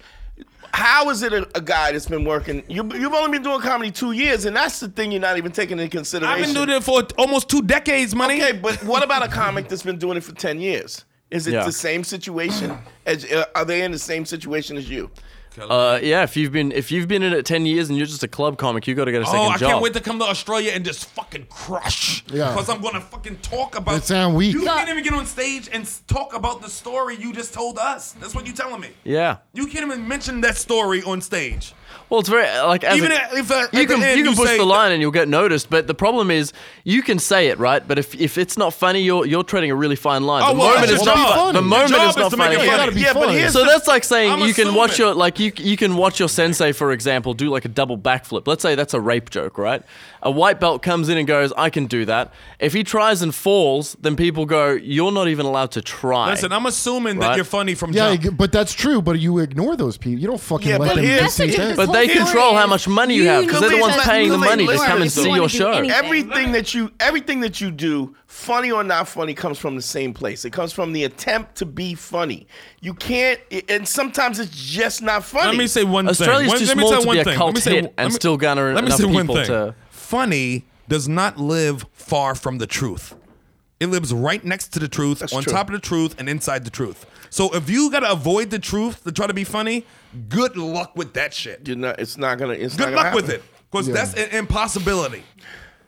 Speaker 6: How is it a, a guy that's been working? You, you've only been doing comedy two years, and that's the thing you're not even taking into consideration.
Speaker 4: I've been doing it for almost two decades, money.
Speaker 6: Okay, but what about a comic that's been doing it for 10 years? Is it
Speaker 5: Yeah.
Speaker 6: the same situation? As, uh, are they in the same situation as you?
Speaker 5: Uh, yeah, if you've been if you've been in it ten years and you're just a club comic, you got to get a second
Speaker 4: Oh, I
Speaker 5: job.
Speaker 4: can't wait to come to Australia and just fucking crush.
Speaker 3: Yeah.
Speaker 4: Because I'm going to fucking talk about.
Speaker 3: That sound weak.
Speaker 4: You
Speaker 3: Nah.
Speaker 4: can't even get on stage and s- talk about the story you just told us. That's what you're telling me.
Speaker 5: yeah.
Speaker 4: You can't even mention that story on stage.
Speaker 5: Well, it's very like as
Speaker 4: Even
Speaker 5: a,
Speaker 4: if- if at-
Speaker 5: you
Speaker 4: at
Speaker 5: can
Speaker 4: the end
Speaker 5: you can
Speaker 4: you
Speaker 5: push
Speaker 4: say-
Speaker 5: the line and you'll get noticed, but the problem is you can say it right, but if if it's not funny, you're you're treading a really fine line.
Speaker 4: Oh,
Speaker 5: the
Speaker 4: well,
Speaker 5: moment
Speaker 4: that's
Speaker 5: is
Speaker 4: your
Speaker 5: not
Speaker 4: job.
Speaker 5: fu- the
Speaker 4: Your
Speaker 5: moment
Speaker 4: job
Speaker 5: is
Speaker 4: is
Speaker 5: not
Speaker 4: to make
Speaker 5: funny.
Speaker 4: it
Speaker 3: gotta
Speaker 4: funny.
Speaker 3: be
Speaker 6: yeah, but
Speaker 3: funny.
Speaker 6: here's
Speaker 5: So
Speaker 6: the-
Speaker 5: that's like saying
Speaker 4: I'm
Speaker 5: you can watch
Speaker 4: assuming.
Speaker 5: your like you you can watch your sensei for example do like a double backflip. Let's say that's a rape joke, right? A white belt comes in and goes, "I can do that." If he tries and falls, then people go, "You're not even allowed to try."
Speaker 4: Listen, I'm assuming
Speaker 5: Right.
Speaker 4: that you're funny from
Speaker 3: Yeah,
Speaker 4: jump.
Speaker 3: but that's true. But you ignore those people. You don't fucking
Speaker 6: Yeah,
Speaker 3: let
Speaker 6: but
Speaker 3: them
Speaker 6: here's-
Speaker 3: dictate
Speaker 8: That's a
Speaker 3: that.
Speaker 8: good
Speaker 5: But they
Speaker 8: floor
Speaker 5: control how
Speaker 8: is,
Speaker 5: much money you have, 'cause they're the
Speaker 8: can
Speaker 5: ones
Speaker 8: just
Speaker 5: paying the
Speaker 8: move it
Speaker 5: money to
Speaker 8: lower
Speaker 5: come and
Speaker 8: if you
Speaker 5: see
Speaker 8: wanna
Speaker 5: your
Speaker 8: do
Speaker 5: show.
Speaker 8: anything.
Speaker 6: Everything that you everything that you do, funny or not funny, comes from the same place. It comes from the attempt to be funny. You can't, and sometimes it's just not funny.
Speaker 4: Let me say one
Speaker 5: Australia's
Speaker 4: thing. One-
Speaker 5: too
Speaker 4: let me
Speaker 5: small
Speaker 4: say
Speaker 5: to
Speaker 4: one
Speaker 5: be a
Speaker 4: thing.
Speaker 5: cult
Speaker 4: let me say,
Speaker 5: hit
Speaker 4: let
Speaker 5: and
Speaker 4: me-
Speaker 5: still garner
Speaker 4: let me
Speaker 5: enough
Speaker 4: say one
Speaker 5: people
Speaker 4: thing.
Speaker 5: to-
Speaker 4: Funny does not live far from the truth. It lives right next to the truth, on
Speaker 6: true.
Speaker 4: top of the truth, and inside the truth. So if you gotta avoid the truth to try to be funny, good luck with that shit.
Speaker 6: You're not- it's not gonna. It's not
Speaker 4: Good
Speaker 6: gonna
Speaker 4: luck with
Speaker 6: happen.
Speaker 4: it, because that's an impossibility.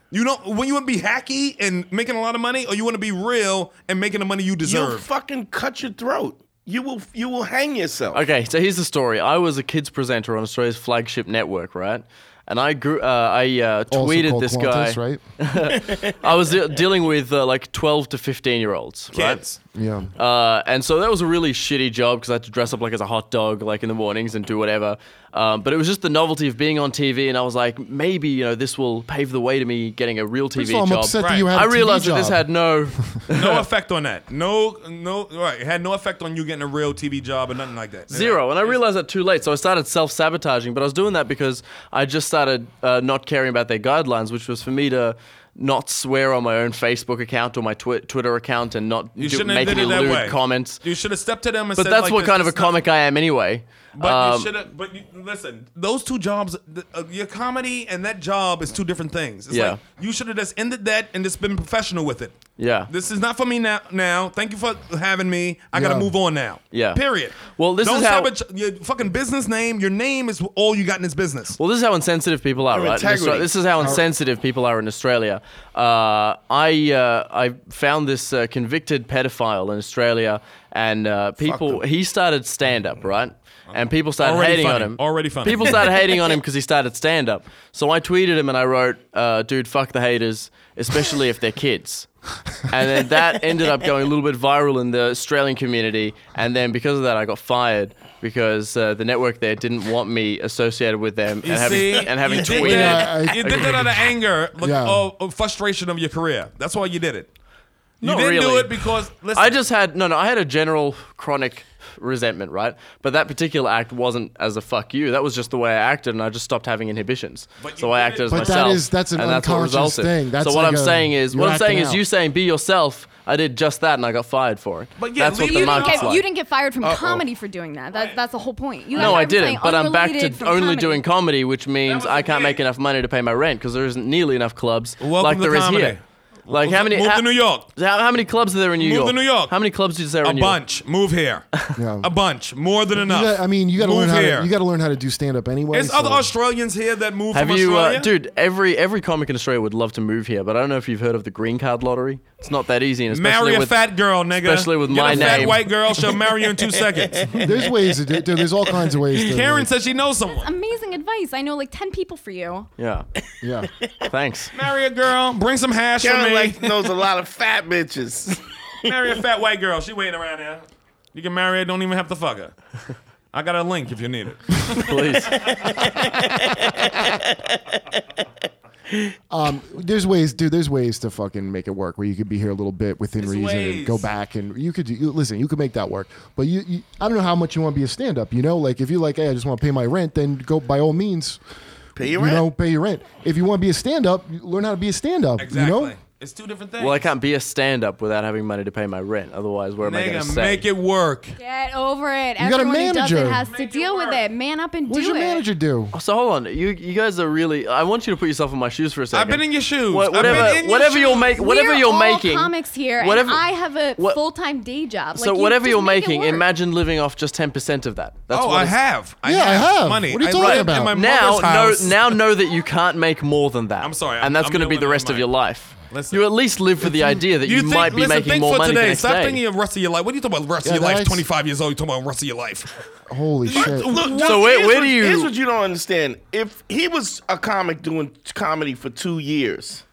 Speaker 4: You know, when you want to be hacky and making a lot of money, or you want to be real and making the money you
Speaker 6: You'll
Speaker 4: deserve.
Speaker 6: fucking cut your throat. You will. You will hang yourself.
Speaker 5: Okay, so here's the story. I was a kids presenter on Australia's flagship network, right? And I grew, uh, I uh,
Speaker 3: Also
Speaker 5: tweeted
Speaker 3: called
Speaker 5: this guy.
Speaker 3: Qantas, right?
Speaker 5: I was de- dealing with uh, like 12 to 15 year olds, right?
Speaker 4: Kids.
Speaker 3: Yeah.
Speaker 5: Uh, and so that was a really shitty job because I had to dress up like as a hot dog, like in the mornings and do whatever. Um, but it was just the novelty of being on TV, and I was like, maybe you know this will pave the way to me getting a real TV
Speaker 3: First of all, I'm
Speaker 5: job.
Speaker 3: upset
Speaker 4: Right.
Speaker 3: that you had.
Speaker 5: I
Speaker 3: a TV
Speaker 5: realized that this
Speaker 3: job.
Speaker 5: had no.
Speaker 4: no effect on that. No, no, right. It had no effect on you getting a real TV job or nothing like that.
Speaker 5: Zero, and I realized that too late. So I started self sabotaging, but I was doing that because I just started uh, not caring about their guidelines, which was for me to not swear on my own Facebook account or my twi- Twitter account and not
Speaker 4: You
Speaker 5: do,
Speaker 4: shouldn't have
Speaker 5: make
Speaker 4: did
Speaker 5: any
Speaker 4: it that
Speaker 5: lewd
Speaker 4: way.
Speaker 5: comments.
Speaker 4: You should have stepped to them and
Speaker 5: But
Speaker 4: said,
Speaker 5: that's
Speaker 4: like,
Speaker 5: what
Speaker 4: this
Speaker 5: kind of a
Speaker 4: is not-
Speaker 5: comic I am anyway.
Speaker 4: But
Speaker 5: Um,
Speaker 4: you should have. But you, listen, those two jobs, th- uh, your comedy and that job, is two different things. It's
Speaker 5: Yeah.
Speaker 4: like you should have just ended that and just been professional with it.
Speaker 5: Yeah.
Speaker 4: This is not for me now. Now, thank you for having me. I gotta
Speaker 3: Yeah.
Speaker 4: move on now.
Speaker 5: Yeah.
Speaker 4: Period.
Speaker 5: Well, this
Speaker 4: Don't
Speaker 5: is how-
Speaker 4: sabotage your fucking business name. Your name is all you got in this business.
Speaker 5: Well, this is how insensitive people are,
Speaker 6: Our
Speaker 5: right? In
Speaker 6: integrity.
Speaker 5: Austra- This is how insensitive people are in Australia. Uh, I uh, I found this uh, convicted pedophile in Australia, and uh, people he started stand up, right? And people started
Speaker 4: Already
Speaker 5: hating on
Speaker 4: funny.
Speaker 5: him.
Speaker 4: Already funny.
Speaker 5: People started hating on him because he started stand up. So I tweeted him and I wrote, uh, "Dude, fuck the haters, especially if they're kids." and then that ended up going a little bit viral in the Australian community. And then because of that, I got fired because uh, the network there didn't want me associated with them and
Speaker 4: You
Speaker 5: having,
Speaker 4: see,
Speaker 5: and having
Speaker 4: you did
Speaker 5: tweeted.
Speaker 4: that-
Speaker 3: Yeah, I-
Speaker 4: you did that out of anger, like,
Speaker 3: Yeah.
Speaker 4: oh, oh, frustration of your career. That's why you did it. You
Speaker 5: Not
Speaker 4: didn't do
Speaker 5: really.
Speaker 4: it because listen,
Speaker 5: I just had no, no. I had a general chronic resentment, right? But that particular act wasn't as a fuck you. That was just the way I acted, and I just stopped having inhibitions.
Speaker 4: But you
Speaker 5: So I
Speaker 4: did
Speaker 5: acted
Speaker 4: it.
Speaker 5: as
Speaker 3: But that
Speaker 5: myself.
Speaker 3: is- that's an
Speaker 5: and that's what
Speaker 3: unconscious
Speaker 5: resulted.
Speaker 3: thing. That's
Speaker 5: so what
Speaker 3: like
Speaker 5: I'm
Speaker 3: a-
Speaker 5: saying is,
Speaker 3: you're
Speaker 5: what I'm saying
Speaker 3: acting
Speaker 5: is,
Speaker 3: out.
Speaker 5: you saying be yourself. I did just that, and I got fired for it.
Speaker 4: But yeah,
Speaker 5: that's what
Speaker 4: leave-
Speaker 5: the
Speaker 4: You
Speaker 8: You didn't,
Speaker 5: market's
Speaker 8: get,
Speaker 5: like.
Speaker 8: you didn't get fired from comedy for doing that. that. That's the whole point. You
Speaker 5: No,
Speaker 8: guys
Speaker 5: I
Speaker 8: are saying
Speaker 5: didn't. But I'm back to
Speaker 8: unrelated from
Speaker 5: only
Speaker 8: comedy.
Speaker 5: doing comedy, which means
Speaker 4: was
Speaker 5: I
Speaker 4: the
Speaker 5: can't make
Speaker 4: thing.
Speaker 5: enough money to pay my rent because there isn't nearly enough clubs
Speaker 4: Welcome
Speaker 5: like
Speaker 4: to
Speaker 5: there is
Speaker 4: comedy.
Speaker 5: here. Like how many?
Speaker 4: Move
Speaker 5: how,
Speaker 4: to New York.
Speaker 5: How, how many clubs are there in New
Speaker 4: Move
Speaker 5: York?
Speaker 4: to New York.
Speaker 5: How many clubs is there
Speaker 4: a
Speaker 5: in New York?
Speaker 4: bunch. Move here.
Speaker 3: Yeah.
Speaker 4: A bunch. More than
Speaker 3: You
Speaker 4: enough.
Speaker 3: got, I mean, you got to
Speaker 4: Move
Speaker 3: learn how
Speaker 4: here.
Speaker 3: to, you got to learn how to do stand up anyway.
Speaker 4: There's
Speaker 3: so-
Speaker 4: other Australians here that move
Speaker 5: Have
Speaker 4: from
Speaker 5: you,
Speaker 4: Australia.
Speaker 5: uh, dude? Every every comic in Australia would love to move here, but I don't know if you've heard of the green card lottery. It's not that easy, and especially
Speaker 4: Marry a
Speaker 5: with,
Speaker 4: fat girl, nigga.
Speaker 5: especially with
Speaker 4: Get
Speaker 5: my
Speaker 4: a fat
Speaker 5: name.
Speaker 4: white girl, she'll marry you in two seconds.
Speaker 3: There's ways to do. Dude, there's all kinds of ways. To,
Speaker 4: Karen
Speaker 3: like,
Speaker 4: says she knows someone.
Speaker 8: Amazing advice. I know like 10 people for you.
Speaker 5: Yeah,
Speaker 3: yeah.
Speaker 5: thanks.
Speaker 4: Marry a girl, bring some hash for
Speaker 6: Karen
Speaker 4: me.
Speaker 6: like knows a lot of fat bitches.
Speaker 4: marry a fat white girl. She waiting around there. You can marry her, don't even have to fuck her. I got a link if you need it.
Speaker 5: Please.
Speaker 3: Um, There's ways, dude. There's ways to fucking make it work where you could be here a little bit within
Speaker 4: There's
Speaker 3: reason
Speaker 4: ways.
Speaker 3: and go back and you could do. You, listen, you could make that work, but you, you, I don't know how much you want to be a stand up. You know, like if you like, hey, I just want to pay my rent, then go by all means.
Speaker 6: Pay
Speaker 3: You
Speaker 6: your rent.
Speaker 3: know, pay your rent. If you want to be a stand up, learn how to be a stand up.
Speaker 4: Exactly.
Speaker 3: You know,
Speaker 4: It's two different things.
Speaker 5: well, I can't be a stand-up without having money to pay my rent. Otherwise, where am I going to
Speaker 4: Nigga,
Speaker 5: stay?
Speaker 4: make it work.
Speaker 8: Get over it.
Speaker 3: got a
Speaker 8: Everyone who does it
Speaker 3: manager.
Speaker 8: has to
Speaker 4: Make it
Speaker 8: deal with
Speaker 4: work.
Speaker 8: it. Man up and
Speaker 3: what does
Speaker 8: do
Speaker 3: your
Speaker 8: it.
Speaker 3: manager do?
Speaker 5: So hold on, you you guys are really. I want you to put yourself in my shoes for a second.
Speaker 4: I've been in your shoes.
Speaker 5: Wha-
Speaker 4: I've been
Speaker 5: whatever,
Speaker 4: in your
Speaker 5: whatever you're
Speaker 4: shoes.
Speaker 5: making, whatever
Speaker 8: We're
Speaker 5: you're
Speaker 8: all
Speaker 5: making,
Speaker 8: comics here,
Speaker 5: whatever-
Speaker 8: and I have a
Speaker 5: what-
Speaker 8: full time day job.
Speaker 5: so
Speaker 8: Like, you
Speaker 5: whatever
Speaker 8: just
Speaker 5: you're
Speaker 8: make it
Speaker 5: making,
Speaker 8: work.
Speaker 5: imagine living off just ten percent of that. That's
Speaker 4: Oh,
Speaker 5: what
Speaker 4: I
Speaker 5: it's-
Speaker 4: have. I
Speaker 3: Yeah, I
Speaker 4: have,
Speaker 3: have.
Speaker 4: money.
Speaker 3: What are you
Speaker 4: I
Speaker 3: talking
Speaker 4: lived
Speaker 3: about?
Speaker 4: In my
Speaker 5: now
Speaker 4: mother's house.
Speaker 5: know now know that you can't make more than that.
Speaker 4: I'm sorry, I'm-
Speaker 5: and that's
Speaker 4: I'm
Speaker 5: going to be
Speaker 4: yelling
Speaker 5: the
Speaker 4: at
Speaker 5: rest
Speaker 4: the
Speaker 5: of your
Speaker 4: mic.
Speaker 5: life.
Speaker 4: Listen.
Speaker 5: you at least live with the idea that you, might be
Speaker 4: listen,
Speaker 5: making
Speaker 4: think
Speaker 5: more
Speaker 4: for
Speaker 5: money
Speaker 4: today.
Speaker 5: the next
Speaker 4: Stop
Speaker 5: day.
Speaker 4: thinking of rest of your life. What are you talking about? Rest
Speaker 3: Yeah,
Speaker 4: of your life.
Speaker 3: that's-
Speaker 4: Twenty five years old. You talking about rest of your life?
Speaker 3: Holy shit!
Speaker 5: So wait, where
Speaker 6: here's what-
Speaker 5: do you-
Speaker 6: Here's what you don't understand. If he was a comic doing comedy for two years,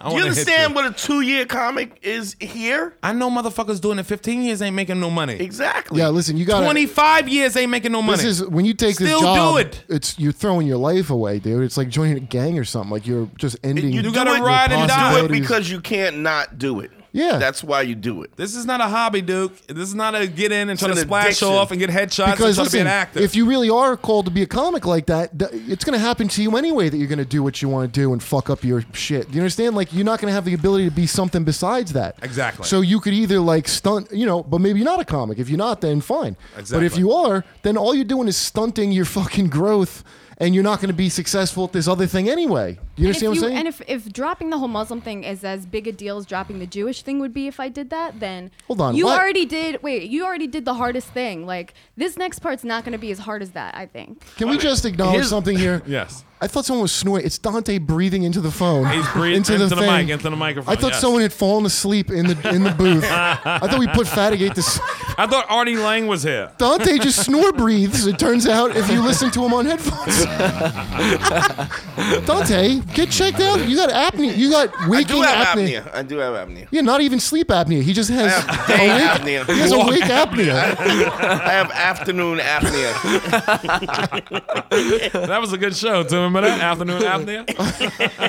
Speaker 4: I
Speaker 6: do you
Speaker 4: wanna hit
Speaker 6: understand
Speaker 4: you.
Speaker 6: what a two-year comic is here?
Speaker 4: I know motherfuckers doing it. Fifteen years ain't making no money.
Speaker 6: Exactly.
Speaker 3: Yeah, listen, you got
Speaker 4: Twenty five years ain't making no money.
Speaker 3: This is when you take
Speaker 4: Still
Speaker 3: this
Speaker 4: do
Speaker 3: job.
Speaker 4: it.
Speaker 3: It's you're throwing your life away, dude. It's like joining a gang or something. Like you're just ending.
Speaker 6: You,
Speaker 4: gotta
Speaker 6: do it,
Speaker 4: ride
Speaker 6: you
Speaker 4: and
Speaker 6: do
Speaker 4: die.
Speaker 6: it because you can't not do it.
Speaker 3: Yeah.
Speaker 6: That's why you do it.
Speaker 4: This is not a hobby, Duke. This is not a get in and try
Speaker 6: an
Speaker 4: to splash
Speaker 6: addiction.
Speaker 4: off and get headshots and
Speaker 3: because
Speaker 4: try to be
Speaker 3: listen,
Speaker 4: an actor.
Speaker 3: if you really are called to be a comic like that, th- it's going to happen to you anyway. That you're going to do what you want to do and fuck up your shit. Do you understand? Like you're not going to have the ability to be something besides that.
Speaker 4: Exactly.
Speaker 3: So you could either like stunt, you know, but maybe you're not a comic. If you're not, then fine. But if
Speaker 4: Exactly.
Speaker 3: you are, then all you're doing is stunting your fucking growth, and you're not going to be successful at this other thing anyway. Do you
Speaker 8: And if,
Speaker 3: understand
Speaker 8: you,
Speaker 3: what I'm saying?
Speaker 8: and if, if dropping the whole Muslim thing is as big a deal as dropping the Jewish thing would be if I did that, then
Speaker 3: Hold on,
Speaker 8: you
Speaker 3: what?
Speaker 8: already did. Wait, you already did the hardest thing. Like this next part's not going to be as hard as that. I think.
Speaker 3: Can we just acknowledge
Speaker 5: Here's-
Speaker 3: something here?
Speaker 4: Yes.
Speaker 3: I thought someone was snoring. It's Dante breathing into the phone.
Speaker 4: He's breathing into the mic, into the microphone,
Speaker 3: I thought
Speaker 4: yes.
Speaker 3: someone had fallen asleep in the in the booth. I thought we put Fatigate to. s-
Speaker 4: I thought Artie Lang was here.
Speaker 3: Dante just snore breathes. It turns out if you listen to him on headphones. Dante, get checked out. You got apnea. You got
Speaker 6: I
Speaker 3: waking
Speaker 6: do have
Speaker 3: apnea.
Speaker 6: apnea. I do have apnea.
Speaker 3: Yeah, not even sleep apnea. He just has
Speaker 6: I have day
Speaker 3: awake-
Speaker 6: apnea.
Speaker 3: He has awake apnea.
Speaker 6: I have afternoon apnea.
Speaker 4: That was a good show. Do you remember that? Afternoon apnea?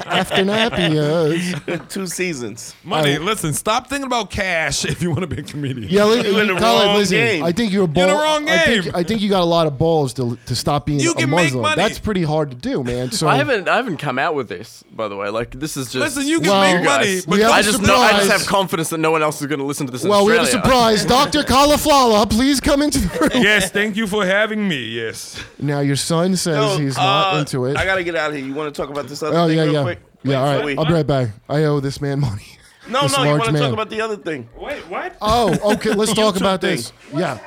Speaker 3: After apnea.
Speaker 6: Two seasons.
Speaker 4: Money,
Speaker 3: I-
Speaker 4: listen, stop thinking about cash if you want to be a comedian.
Speaker 3: Yeah, li-
Speaker 6: You're in the
Speaker 3: Colin,
Speaker 6: wrong
Speaker 3: listen,
Speaker 6: game.
Speaker 3: I think you're a ball.
Speaker 4: You're in the wrong
Speaker 3: I think-
Speaker 4: game.
Speaker 3: I think you got a lot of balls to, to stop being
Speaker 4: You
Speaker 3: a
Speaker 4: can make
Speaker 3: Muslim.
Speaker 4: money.
Speaker 3: That's pretty hard to do, man. So
Speaker 5: I haven't I haven't come out with this, by the way. Like this is just
Speaker 4: Listen, you can
Speaker 3: Well,
Speaker 4: make
Speaker 5: you
Speaker 4: money,
Speaker 5: guys.
Speaker 4: but
Speaker 3: we have
Speaker 5: I
Speaker 3: a
Speaker 5: just know, I just
Speaker 3: surprise.
Speaker 5: have confidence that no one else is going to listen to this. in
Speaker 3: Well, we have a
Speaker 5: Australia.
Speaker 3: surprise. Dr. Cauliflower, please come into the room.
Speaker 4: yes, thank you for having me. Yes.
Speaker 3: Now, your son says
Speaker 6: No,
Speaker 3: he's not
Speaker 6: uh,
Speaker 3: into it.
Speaker 6: I gotta get out of here. You want to talk about this other
Speaker 3: oh,
Speaker 6: thing
Speaker 3: yeah,
Speaker 6: real
Speaker 3: yeah.
Speaker 6: quick? Wait,
Speaker 3: yeah, all
Speaker 6: wait.
Speaker 3: right. I'll be right back. I owe this man money.
Speaker 6: No,
Speaker 3: this
Speaker 6: no, you
Speaker 3: large
Speaker 6: want to
Speaker 3: man.
Speaker 6: talk about the other thing?
Speaker 4: Wait, what?
Speaker 3: Oh, okay. Let's talk about
Speaker 6: thing.
Speaker 3: this. yeah.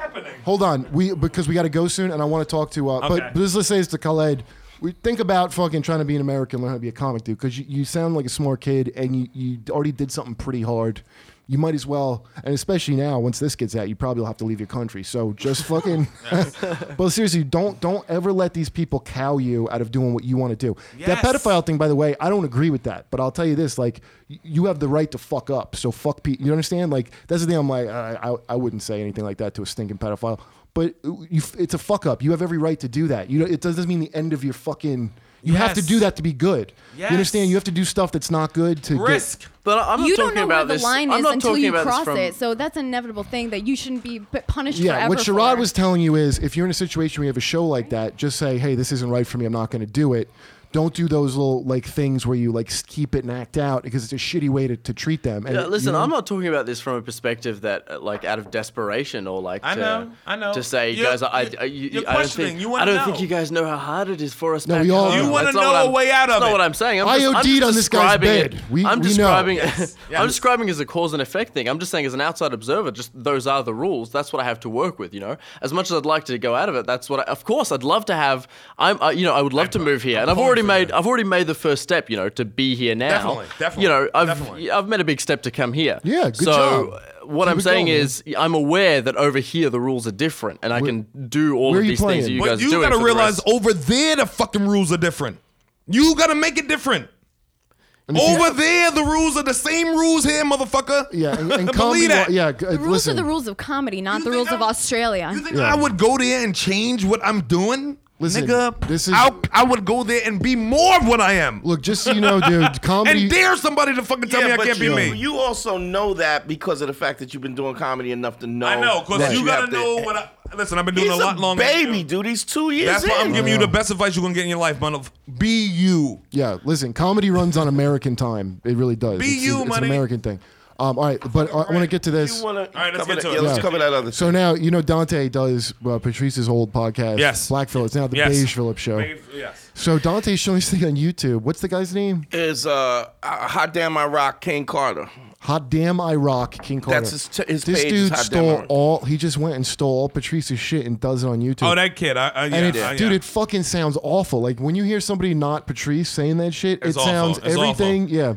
Speaker 3: Hold on. We because we got to go soon, and I want to talk to. Uh,
Speaker 4: Okay.
Speaker 3: But, but let's say it's to Khaled. We think about fucking trying to be an American, learn how to be a comic dude, because you, you sound like a smart kid, and you, you already did something pretty hard. You might as well, and especially now, once this gets out, you probably will have to leave your country. So just fucking. but seriously, don't don't ever let these people cow you out of doing what you want to do. That
Speaker 4: Yes.
Speaker 3: pedophile thing, by the way, I don't agree with that. But I'll tell you this: like, y- you have the right to fuck up. So fuck people. You understand? Like, that's the thing. I'm like, I, I, I wouldn't say anything like that to a stinking pedophile. But you, it's a fuck up. You have every right to do that. You know, it doesn't mean the end of your fucking. You have to
Speaker 4: Yes.
Speaker 3: do that to be good.
Speaker 4: Yes.
Speaker 3: You understand? You have to do stuff that's not good to get-
Speaker 4: Risk.
Speaker 5: But I'm not
Speaker 8: you
Speaker 5: talking
Speaker 8: don't know
Speaker 5: about
Speaker 8: where the
Speaker 5: this.
Speaker 8: line
Speaker 5: I'm
Speaker 8: is
Speaker 5: not
Speaker 8: until
Speaker 5: talking
Speaker 8: you
Speaker 5: about this
Speaker 8: cross
Speaker 5: from-
Speaker 8: it, so that's an inevitable thing that you shouldn't be p- punished
Speaker 3: Yeah,
Speaker 8: forever.
Speaker 3: what Sherrod
Speaker 8: for.
Speaker 3: was telling you is if you're in a situation where you have a show like that, just say, hey, this isn't right for me. I'm not going to do it. Don't do those little like things where you like s- keep it and act out because it's a shitty way to, to treat them. And
Speaker 5: Yeah, listen,
Speaker 3: you-
Speaker 5: I'm not talking about this from a perspective that, uh, like, out of desperation or like.
Speaker 4: I
Speaker 5: to,
Speaker 4: know, I know.
Speaker 5: To say,
Speaker 4: You're-
Speaker 5: guys, I, I,
Speaker 4: you're-
Speaker 5: I- you,
Speaker 4: you're
Speaker 5: I don't
Speaker 4: questioning.
Speaker 5: think
Speaker 4: You
Speaker 5: I
Speaker 4: wanna
Speaker 5: don't
Speaker 4: know.
Speaker 5: think you guys know how hard it is for us.
Speaker 3: No,
Speaker 5: back
Speaker 3: we all
Speaker 5: home.
Speaker 3: know. You
Speaker 4: wanna
Speaker 5: That's not what
Speaker 4: know a
Speaker 5: I'm-
Speaker 4: way out of
Speaker 5: That's
Speaker 4: it.
Speaker 5: not what I'm saying. I'm
Speaker 3: I
Speaker 5: just, I'm
Speaker 3: OD'd
Speaker 5: just
Speaker 3: on this guy's
Speaker 5: describing it-
Speaker 3: bed. We-
Speaker 5: I'm
Speaker 3: we know.
Speaker 5: describing.
Speaker 3: Yes.
Speaker 5: I'm describing as a cause and effect thing. I'm just saying, as an outside observer, just those are the rules. That's what I have to work with. You know, as much as I'd like to go out of it, that's what. I, of course, I'd love to have. I'm. I, you know, I would love to move here, and I've already made. I've already made the first step. You know, to be here now.
Speaker 4: Definitely, definitely,
Speaker 5: You know, I've
Speaker 4: definitely.
Speaker 5: I've made a big step to come here.
Speaker 3: Yeah, good
Speaker 5: so,
Speaker 3: job.
Speaker 5: uh, What
Speaker 3: Keep
Speaker 5: I'm
Speaker 3: it
Speaker 5: saying
Speaker 3: going, man.
Speaker 5: is, I'm aware that over here the rules are different, and I can do all
Speaker 3: where
Speaker 5: of
Speaker 3: you
Speaker 5: these
Speaker 3: playing?
Speaker 5: things that you
Speaker 3: But
Speaker 5: guys
Speaker 4: But
Speaker 5: are
Speaker 4: you
Speaker 5: doing.
Speaker 4: gotta
Speaker 5: for the
Speaker 4: realize
Speaker 5: rest.
Speaker 4: over there the fucking rules are different. You gotta make it different.
Speaker 3: if you-
Speaker 4: Over there the rules are the same rules here, motherfucker.
Speaker 3: Yeah, and, and comedy.
Speaker 4: believe that.
Speaker 3: Yeah, g-
Speaker 8: The rules
Speaker 3: uh, listen,
Speaker 8: are the rules of comedy, not
Speaker 4: You
Speaker 8: the
Speaker 4: think
Speaker 8: rules
Speaker 4: I
Speaker 8: of
Speaker 4: would-
Speaker 8: Australia.
Speaker 4: You think I would go there and change what I'm doing?
Speaker 3: Listen,
Speaker 4: Nigga,
Speaker 3: this is-
Speaker 4: I, I would go there and be more of what I am.
Speaker 3: Look, just so you know, dude, comedy.
Speaker 4: and dare somebody to fucking tell me I
Speaker 6: but
Speaker 4: can't
Speaker 6: you,
Speaker 4: be me.
Speaker 6: You also know that because of the fact that you've been doing comedy enough to know.
Speaker 4: I know, because
Speaker 6: that
Speaker 4: you, gotta
Speaker 6: have to-
Speaker 4: know what I. Listen, I've been doing
Speaker 6: He's
Speaker 4: a lot longer. than
Speaker 6: baby,
Speaker 4: you.
Speaker 6: dude. He's two years
Speaker 4: That's
Speaker 6: in.
Speaker 4: why I'm giving you the
Speaker 3: Uh-huh.
Speaker 4: best advice you're gonna get in your life, man. Of be you.
Speaker 3: Yeah, listen, comedy runs on American time. It really does.
Speaker 4: Be
Speaker 3: it's,
Speaker 4: you,
Speaker 3: it's
Speaker 4: money.
Speaker 3: an American thing. Um, all right, but I, I want to get to this.
Speaker 6: You wanna
Speaker 4: All right, let's
Speaker 6: cover
Speaker 4: get to
Speaker 6: that-
Speaker 4: it.
Speaker 6: yeah, let's
Speaker 4: Yeah.
Speaker 6: cover that other
Speaker 3: So now you know Dante does uh, Patrice's old podcast.
Speaker 4: Yes.
Speaker 3: Black Phillips. Now the
Speaker 4: Yes.
Speaker 3: Beige Phillips show.
Speaker 4: Yes.
Speaker 3: So Dante's showing this thing on YouTube. What's the guy's name?
Speaker 6: is uh, uh, Hot Damn I Rock, King Carter.
Speaker 3: Hot damn, I rock, King Carter.
Speaker 6: That's his t- his
Speaker 3: this
Speaker 6: page is
Speaker 3: dude
Speaker 6: Hot Damn I
Speaker 3: stole
Speaker 6: Rock.
Speaker 3: all. He just went and stole all Patrice's shit and does it on YouTube.
Speaker 4: Oh, that kid. I, I, yeah,
Speaker 3: and it,
Speaker 4: I- yeah.
Speaker 3: dude, it fucking sounds awful. Like when you hear somebody not Patrice saying that shit,
Speaker 4: It's
Speaker 3: it
Speaker 4: awful.
Speaker 3: sounds
Speaker 4: It's awful.
Speaker 3: everything. Yeah,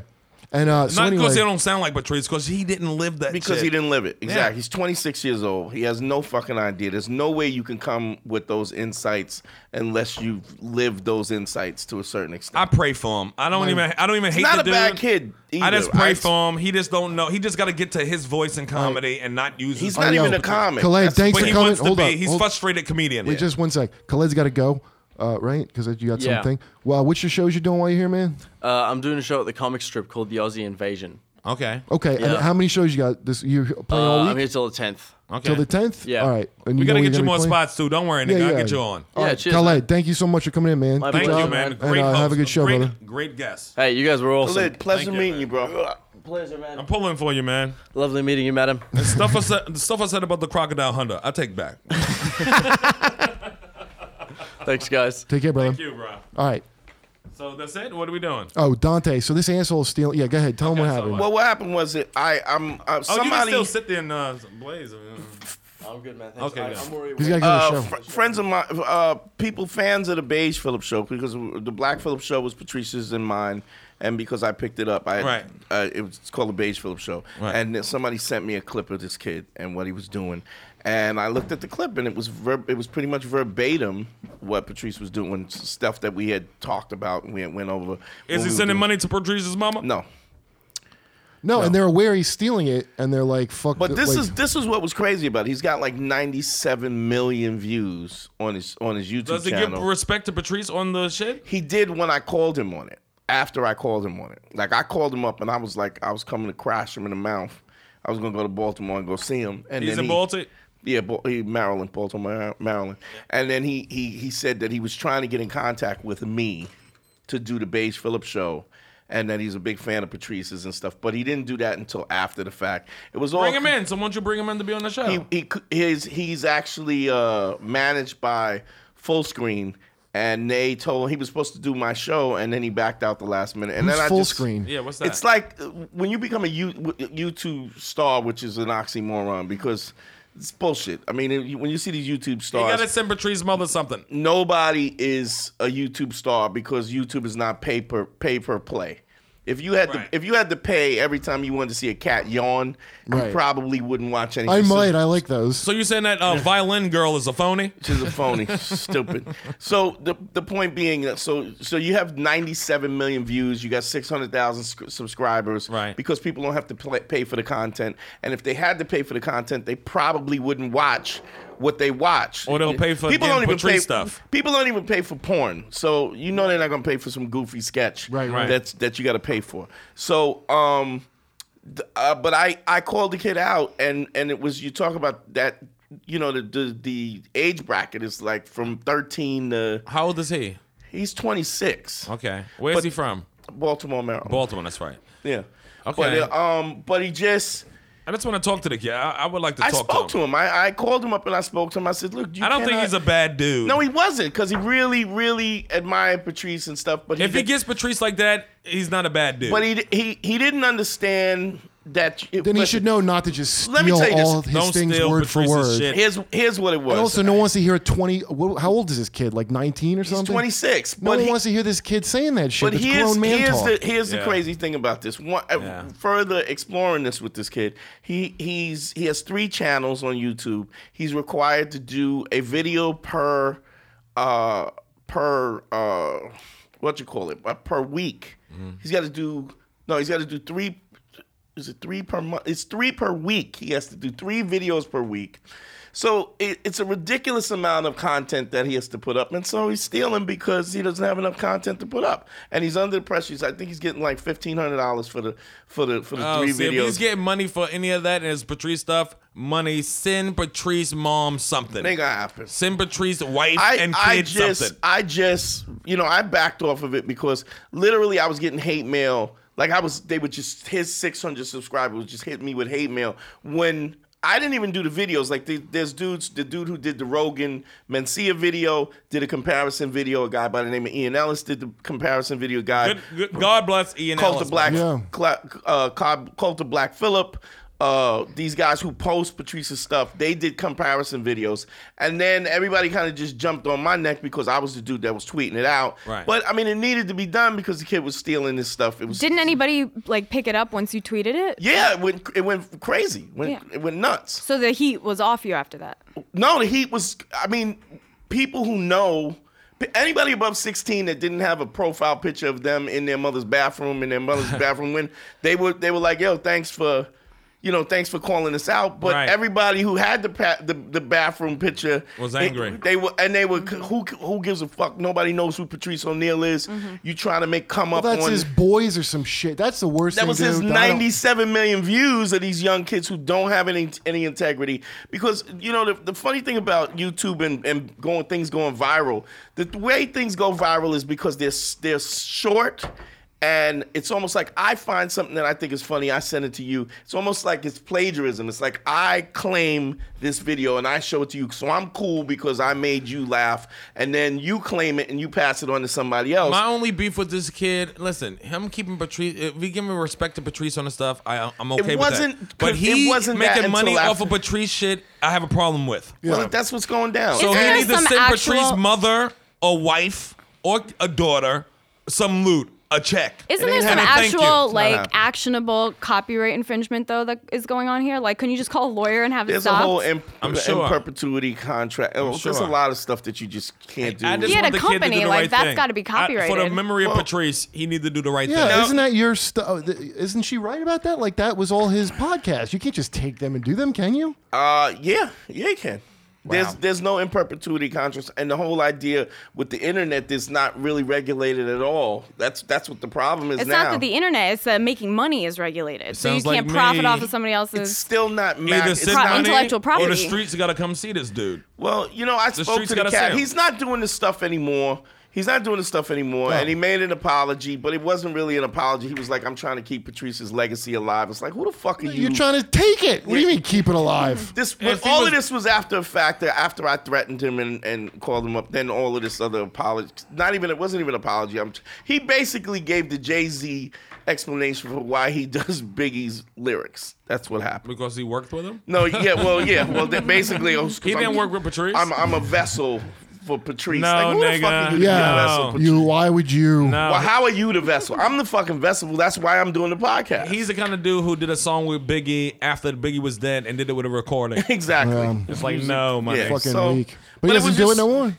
Speaker 3: and uh, so
Speaker 4: Not because
Speaker 3: anyway,
Speaker 4: they don't sound like Patrice, because he didn't live that.
Speaker 6: Because
Speaker 4: shit.
Speaker 6: he didn't live it. Exactly.
Speaker 4: Yeah.
Speaker 6: He's 26 years old. He has no fucking idea. There's no way you can come with those insights unless you've lived those insights to a certain extent.
Speaker 4: I pray for him. I don't even. I don't even hate
Speaker 6: not
Speaker 4: the
Speaker 6: a bad
Speaker 4: dude.
Speaker 6: kid
Speaker 4: I
Speaker 6: either.
Speaker 4: just pray
Speaker 6: I-
Speaker 4: for him. He just don't know. He just got to get to his voice in comedy and not use.
Speaker 6: He's
Speaker 4: his
Speaker 6: not
Speaker 3: yo,
Speaker 6: even a comic.
Speaker 3: Khaled,
Speaker 6: That's-
Speaker 3: thanks
Speaker 4: But
Speaker 3: for
Speaker 4: he
Speaker 3: coming.
Speaker 4: wants to
Speaker 3: hold
Speaker 4: be.
Speaker 3: on,
Speaker 4: He's
Speaker 3: hold-
Speaker 4: frustrated comedian.
Speaker 3: wait, just one sec. Khaled's got to go, uh, right? Because you got
Speaker 5: Yeah.
Speaker 3: something. Well, what's your shows you're doing while you're here, man?
Speaker 5: Uh, I'm doing a show at the comic strip called The Aussie Invasion.
Speaker 4: Okay.
Speaker 3: Okay, and
Speaker 5: Yeah.
Speaker 3: how many shows you got this? You playing
Speaker 5: Uh,
Speaker 3: all
Speaker 5: I'm
Speaker 3: week
Speaker 5: here till the tenth.
Speaker 4: Okay.
Speaker 3: till the tenth?
Speaker 5: Yeah.
Speaker 3: All right. And
Speaker 4: we
Speaker 3: know
Speaker 4: gotta
Speaker 3: you're
Speaker 4: get you
Speaker 3: be
Speaker 4: more
Speaker 3: playing?
Speaker 4: spots too. Don't worry, nigga. I'll get you on.
Speaker 3: All
Speaker 5: Yeah,
Speaker 3: right,
Speaker 5: cheers,
Speaker 3: Khaled,
Speaker 5: man.
Speaker 3: thank you so much for coming in, man.
Speaker 5: My
Speaker 3: Good
Speaker 4: Thank
Speaker 5: pleasure,
Speaker 4: you,
Speaker 3: job.
Speaker 4: man.
Speaker 5: And,
Speaker 4: Great
Speaker 3: uh,
Speaker 4: host.
Speaker 3: have a good show,
Speaker 4: great,
Speaker 3: brother.
Speaker 4: Great guest.
Speaker 5: Hey, you guys were awesome.
Speaker 6: Khalid, pleasure
Speaker 4: Thank you,
Speaker 6: meeting
Speaker 4: man.
Speaker 6: you, bro.
Speaker 5: Pleasure, man.
Speaker 4: I'm pulling for you, man.
Speaker 5: Lovely meeting you, madam.
Speaker 4: stuff I said, the stuff I said about the crocodile hunter, I take back.
Speaker 5: Thanks, guys.
Speaker 3: Take care, brother.
Speaker 4: Thank you, bro.
Speaker 3: All right.
Speaker 4: So that's it. What are we doing?
Speaker 3: Oh, Dante. So this asshole is stealing. Yeah, go ahead. Tell him what
Speaker 4: so
Speaker 3: happened.
Speaker 4: what?
Speaker 6: Well, what happened was it? I I'm uh,
Speaker 4: Oh, you can
Speaker 6: somebody.
Speaker 4: still sit there and uh, blaze. I mean,
Speaker 5: I'm good, man. Thanks.
Speaker 4: Okay,
Speaker 5: I,
Speaker 4: good.
Speaker 5: I'm worried.
Speaker 3: He's got to go to
Speaker 6: uh,
Speaker 3: the show.
Speaker 6: fr- friends of mine, uh, people, fans of the Beige Phillips show, because the Black Phillips show was Patricia's and mine, and because I picked it up, I
Speaker 4: Right.
Speaker 6: uh, it was it's called the Beige Phillips show,
Speaker 4: Right.
Speaker 6: and then somebody sent me a clip of this kid and what he was doing, and I looked at the clip and it was ver- it was pretty much verbatim what Patrice was doing, s- stuff that we had talked about and we had went over.
Speaker 4: is he sending money to Patrice's mama?
Speaker 6: No.
Speaker 3: No, and they're aware he's stealing it, and they're like, "Fuck."
Speaker 6: But
Speaker 3: th-
Speaker 6: this
Speaker 3: like-
Speaker 6: is this is what was crazy about. It. He's got like 97 million views on his on his YouTube
Speaker 4: Does he
Speaker 6: channel.
Speaker 4: give respect to Patrice on the shit?
Speaker 6: he did when I called him on it. After I called him on it, like I called him up and I was like, I was coming to crash him in the mouth. I was gonna go to Baltimore and go see him. And
Speaker 4: He's in
Speaker 6: then he-
Speaker 4: Baltic.
Speaker 6: Yeah, Bo- he, Maryland, Baltimore, Maryland. And then he he he said that he was trying to get in contact with me to do the Beige Phillips show. And that he's a big fan of Patrice's and stuff, but he didn't do that until after the fact. It was all
Speaker 4: Bring him in. So won't you bring him in to be on the show?
Speaker 3: Oh.
Speaker 6: he, he c- his he's actually uh, managed by Full Screen, and they told he was supposed to do my show, and then he backed out the last minute. And
Speaker 3: Who's
Speaker 6: then
Speaker 3: full
Speaker 6: I just,
Speaker 3: screen.
Speaker 4: yeah. What's that?
Speaker 6: It's like uh, when you become a U- w- YouTube star, which is an oxymoron because it's bullshit. I mean, it- when you see these YouTube
Speaker 4: you
Speaker 6: stars,
Speaker 4: gotta send Patrice's mother something.
Speaker 6: nobody is a YouTube star because YouTube is not pay per pay per play. If you had
Speaker 4: Right.
Speaker 6: to if you had to pay every time you wanted to see a cat yawn,
Speaker 3: Right.
Speaker 6: you probably wouldn't watch anything.
Speaker 3: I
Speaker 6: So-
Speaker 3: might. I like those.
Speaker 4: So you saying that uh, violin girl is a phony?
Speaker 6: She's a phony, stupid. So the the point being, that so so you have 97 million views, you got 600,000 sc- subscribers,
Speaker 4: Right.
Speaker 6: Because people don't have to pla pay for the content, and if they had to pay for the content, they probably wouldn't watch what they watch.
Speaker 4: Or they'll pay for damn Patrice
Speaker 6: pay
Speaker 4: stuff.
Speaker 6: People don't even pay for porn, so you know they're not gonna pay for some goofy sketch,
Speaker 3: Right, right.
Speaker 6: That's that you got to pay for. So um uh, but I, I called the kid out and and it was you talk about that you know the, the the age bracket is like from 13 to
Speaker 4: How old is he?
Speaker 6: he's 26
Speaker 4: Okay. Where's
Speaker 6: But-
Speaker 4: he from?
Speaker 6: Baltimore Maryland
Speaker 4: Baltimore. That's right.
Speaker 6: yeah
Speaker 4: Okay.
Speaker 6: but, uh, um but he just
Speaker 4: I just want to talk to the kid. I, I would like to
Speaker 6: I
Speaker 4: talk
Speaker 6: spoke
Speaker 4: to him.
Speaker 6: I, I called him up and I spoke to him I said look you
Speaker 4: I don't think he's
Speaker 6: cannot-
Speaker 4: a bad dude.
Speaker 6: no he wasn't because he really really admired Patrice and stuff but
Speaker 4: if he
Speaker 6: did-
Speaker 4: gets Patrice like that, he's not a bad dude.
Speaker 6: but he he he didn't understand that
Speaker 3: then he should know not to just steal
Speaker 6: Let me tell you this.
Speaker 3: all his
Speaker 4: Don't
Speaker 3: things
Speaker 4: steal
Speaker 3: word
Speaker 4: Patrice's
Speaker 3: for word.
Speaker 4: shit.
Speaker 6: here's here's what it was
Speaker 3: And also, no one wants to hear a twenty. wh- How old is this kid? Like nineteen or something?
Speaker 6: 26,
Speaker 3: No
Speaker 6: but
Speaker 3: one
Speaker 6: he-
Speaker 3: wants to hear this kid saying that shit.
Speaker 6: But
Speaker 3: That's
Speaker 6: here's
Speaker 3: grown man
Speaker 6: here's
Speaker 3: talk.
Speaker 6: the here's
Speaker 4: Yeah.
Speaker 6: the crazy thing about this. One, uh,
Speaker 4: Yeah.
Speaker 6: further exploring this with this kid, he he's he has three channels on YouTube. He's required to do a video per uh per uh what you call it uh, per week.
Speaker 4: Mm-hmm.
Speaker 6: He's got to do no. He's got to do three. Is it three per month? It's three per week. He has to do three videos per week. So it, it's a ridiculous amount of content that he has to put up, and so he's stealing because he doesn't have enough content to put up, and he's under the pressure. He's, I think he's getting like fifteen hundred dollars for the for the for the
Speaker 4: Oh,
Speaker 6: three
Speaker 4: see, if
Speaker 6: videos.
Speaker 4: he's getting money for any of that and it's Patrice stuff, money, send Patrice mom something.
Speaker 6: Ain't gonna happen.
Speaker 4: Send Patrice wife
Speaker 6: I,
Speaker 4: and
Speaker 6: I
Speaker 4: kids
Speaker 6: just,
Speaker 4: something.
Speaker 6: I just, you know, I backed off of it because literally I was getting hate mail. Like I was, they would just his 600 subscribers would just hit me with hate mail when I didn't even do the videos. Like the, there's dudes, the dude who did the Rogan Mencia video did a comparison video. A guy by the name of Ian Ellis did the comparison video. A Guy
Speaker 4: Good, good, God bless Ian
Speaker 6: Cult
Speaker 4: Ellis.
Speaker 6: of Black,
Speaker 3: Yeah.
Speaker 6: Cla- uh, Cob- Cult of Black Phillip. Uh, these guys who post Patrice's stuff, they did comparison videos, and then everybody kind of just jumped on my neck because I was the dude that was tweeting it out.
Speaker 4: Right.
Speaker 6: But I mean, it needed to be done because the kid was stealing this stuff. It was
Speaker 8: Didn't anybody like pick it up once you tweeted it?
Speaker 6: Yeah, it went it went crazy. Went
Speaker 8: Yeah.
Speaker 6: it went nuts.
Speaker 8: So the heat was off you after that.
Speaker 6: No, the Heat was. I mean, people who know anybody above sixteen that didn't have a profile picture of them in their mother's bathroom in their mother's bathroom when they were they were like, "Yo, thanks for." you know, thanks for calling us out. But
Speaker 4: Right.
Speaker 6: everybody who had the, pa- the the bathroom picture
Speaker 4: Was
Speaker 6: they-
Speaker 4: angry.
Speaker 6: They, were and they were who who gives a fuck? Nobody knows who Patrice O'Neal is. You trying to make come up
Speaker 3: Well, that's
Speaker 6: on
Speaker 3: his boys or some shit. That's the worst.
Speaker 6: that
Speaker 3: thing,
Speaker 6: was his
Speaker 3: dude. I don't-
Speaker 6: 97 million views of these young kids who don't have any any integrity. Because you know the, the funny thing about YouTube and, and going things going viral, the way things go viral is because they're s- they're short. And it's almost like I find something that I think is funny, I send it to you. It's almost like it's plagiarism. It's like I claim this video and I show it to you, so I'm cool because I made you laugh, and then you claim it and you pass it on to somebody else.
Speaker 4: My only beef with this kid, listen, him keeping Patrice, if we give him respect to Patrice on the stuff, I, I'm okay with
Speaker 6: wasn't-
Speaker 4: that. But
Speaker 6: it
Speaker 4: he
Speaker 6: wasn't that
Speaker 4: making
Speaker 6: until
Speaker 4: money off
Speaker 6: after-
Speaker 4: of Patrice shit, I have a problem with.
Speaker 6: well, that's what's going down.
Speaker 4: So
Speaker 8: Isn't
Speaker 4: he
Speaker 8: there
Speaker 4: needs to
Speaker 8: some
Speaker 4: send
Speaker 8: actual-
Speaker 4: Patrice's mother, a wife, or a daughter some loot, a check. It
Speaker 8: Isn't there
Speaker 4: ain't
Speaker 8: some
Speaker 4: happening. Thank you.
Speaker 8: actual like
Speaker 6: happening.
Speaker 8: actionable copyright infringement though that is going on here? Like, can you just call a lawyer and have it
Speaker 6: There's
Speaker 8: stopped?
Speaker 6: a whole in,
Speaker 4: I'm
Speaker 6: in
Speaker 4: sure.
Speaker 6: perpetuity contract. Oh, There's a
Speaker 4: sure.
Speaker 6: lot of stuff that you just can't do.
Speaker 4: I just
Speaker 8: He had
Speaker 4: want the
Speaker 8: a
Speaker 4: kid to do
Speaker 8: company,
Speaker 4: the
Speaker 8: like,
Speaker 4: right
Speaker 8: that's
Speaker 4: thing.
Speaker 8: gotta be
Speaker 4: I, for the
Speaker 8: copyrighted.
Speaker 4: memory of
Speaker 6: Well-
Speaker 4: Patrice, he need to do the right
Speaker 3: Yeah,
Speaker 4: thing.
Speaker 3: isn't that your stuff? Isn't she right about that? Like that was all his podcast. You can't just take them and do them, can you?
Speaker 6: uh, yeah, yeah, you can. There's there's no in perpetuity contracts, and the whole idea with the internet is not really regulated at all. That's that's what the problem is
Speaker 8: it's
Speaker 6: now.
Speaker 8: not that the internet; it's that making money is regulated, so you
Speaker 4: sounds like
Speaker 8: can't profit
Speaker 4: me.
Speaker 8: off of somebody else's.
Speaker 6: it's still not
Speaker 4: Either
Speaker 6: ma- it's
Speaker 4: send
Speaker 8: Pro-
Speaker 6: not
Speaker 4: money
Speaker 8: intellectual
Speaker 4: or the
Speaker 8: property.
Speaker 4: streets got to come see this dude.
Speaker 6: Well, you know, I spoke
Speaker 4: streets
Speaker 6: to the
Speaker 4: gotta
Speaker 6: cat.
Speaker 4: sell.
Speaker 6: He's not doing this stuff anymore. He's not doing this stuff anymore. And he made an apology, but it wasn't really an apology. He was like, I'm trying to keep Patrice's legacy alive. It's like, who the fuck are you?
Speaker 3: You're trying to take it. What do you mean keep it alive?
Speaker 6: This
Speaker 4: If he
Speaker 6: all
Speaker 4: was-
Speaker 6: of this was after a fact. that After I threatened him and, and called him up, then all of this other apology. Not even it wasn't even an apology. I'm, he basically gave the Jay Z explanation for why he does Biggie's lyrics. That's what happened.
Speaker 4: Because he worked with him?
Speaker 6: No, yeah, well, yeah, well, that basically it was-
Speaker 4: He didn't work with Patrice?
Speaker 6: I'm, I'm a vessel for Patrice.
Speaker 4: No,
Speaker 6: like, who the
Speaker 4: nigga.
Speaker 6: fuck are you
Speaker 3: Yeah.
Speaker 6: the vessel? for
Speaker 3: You. Why would you?
Speaker 4: No.
Speaker 6: Well, how are you the vessel? I'm the fucking vessel. That's why I'm doing the podcast.
Speaker 4: He's the kind of dude who did a song with Biggie after Biggie was dead and did it with a recording.
Speaker 6: exactly.
Speaker 4: It's like, no, my
Speaker 6: Yeah.
Speaker 4: nigga.
Speaker 3: Fucking
Speaker 6: so-
Speaker 3: weak. But,
Speaker 6: but it
Speaker 3: he doesn't
Speaker 6: was
Speaker 3: do it
Speaker 6: just-
Speaker 3: no more.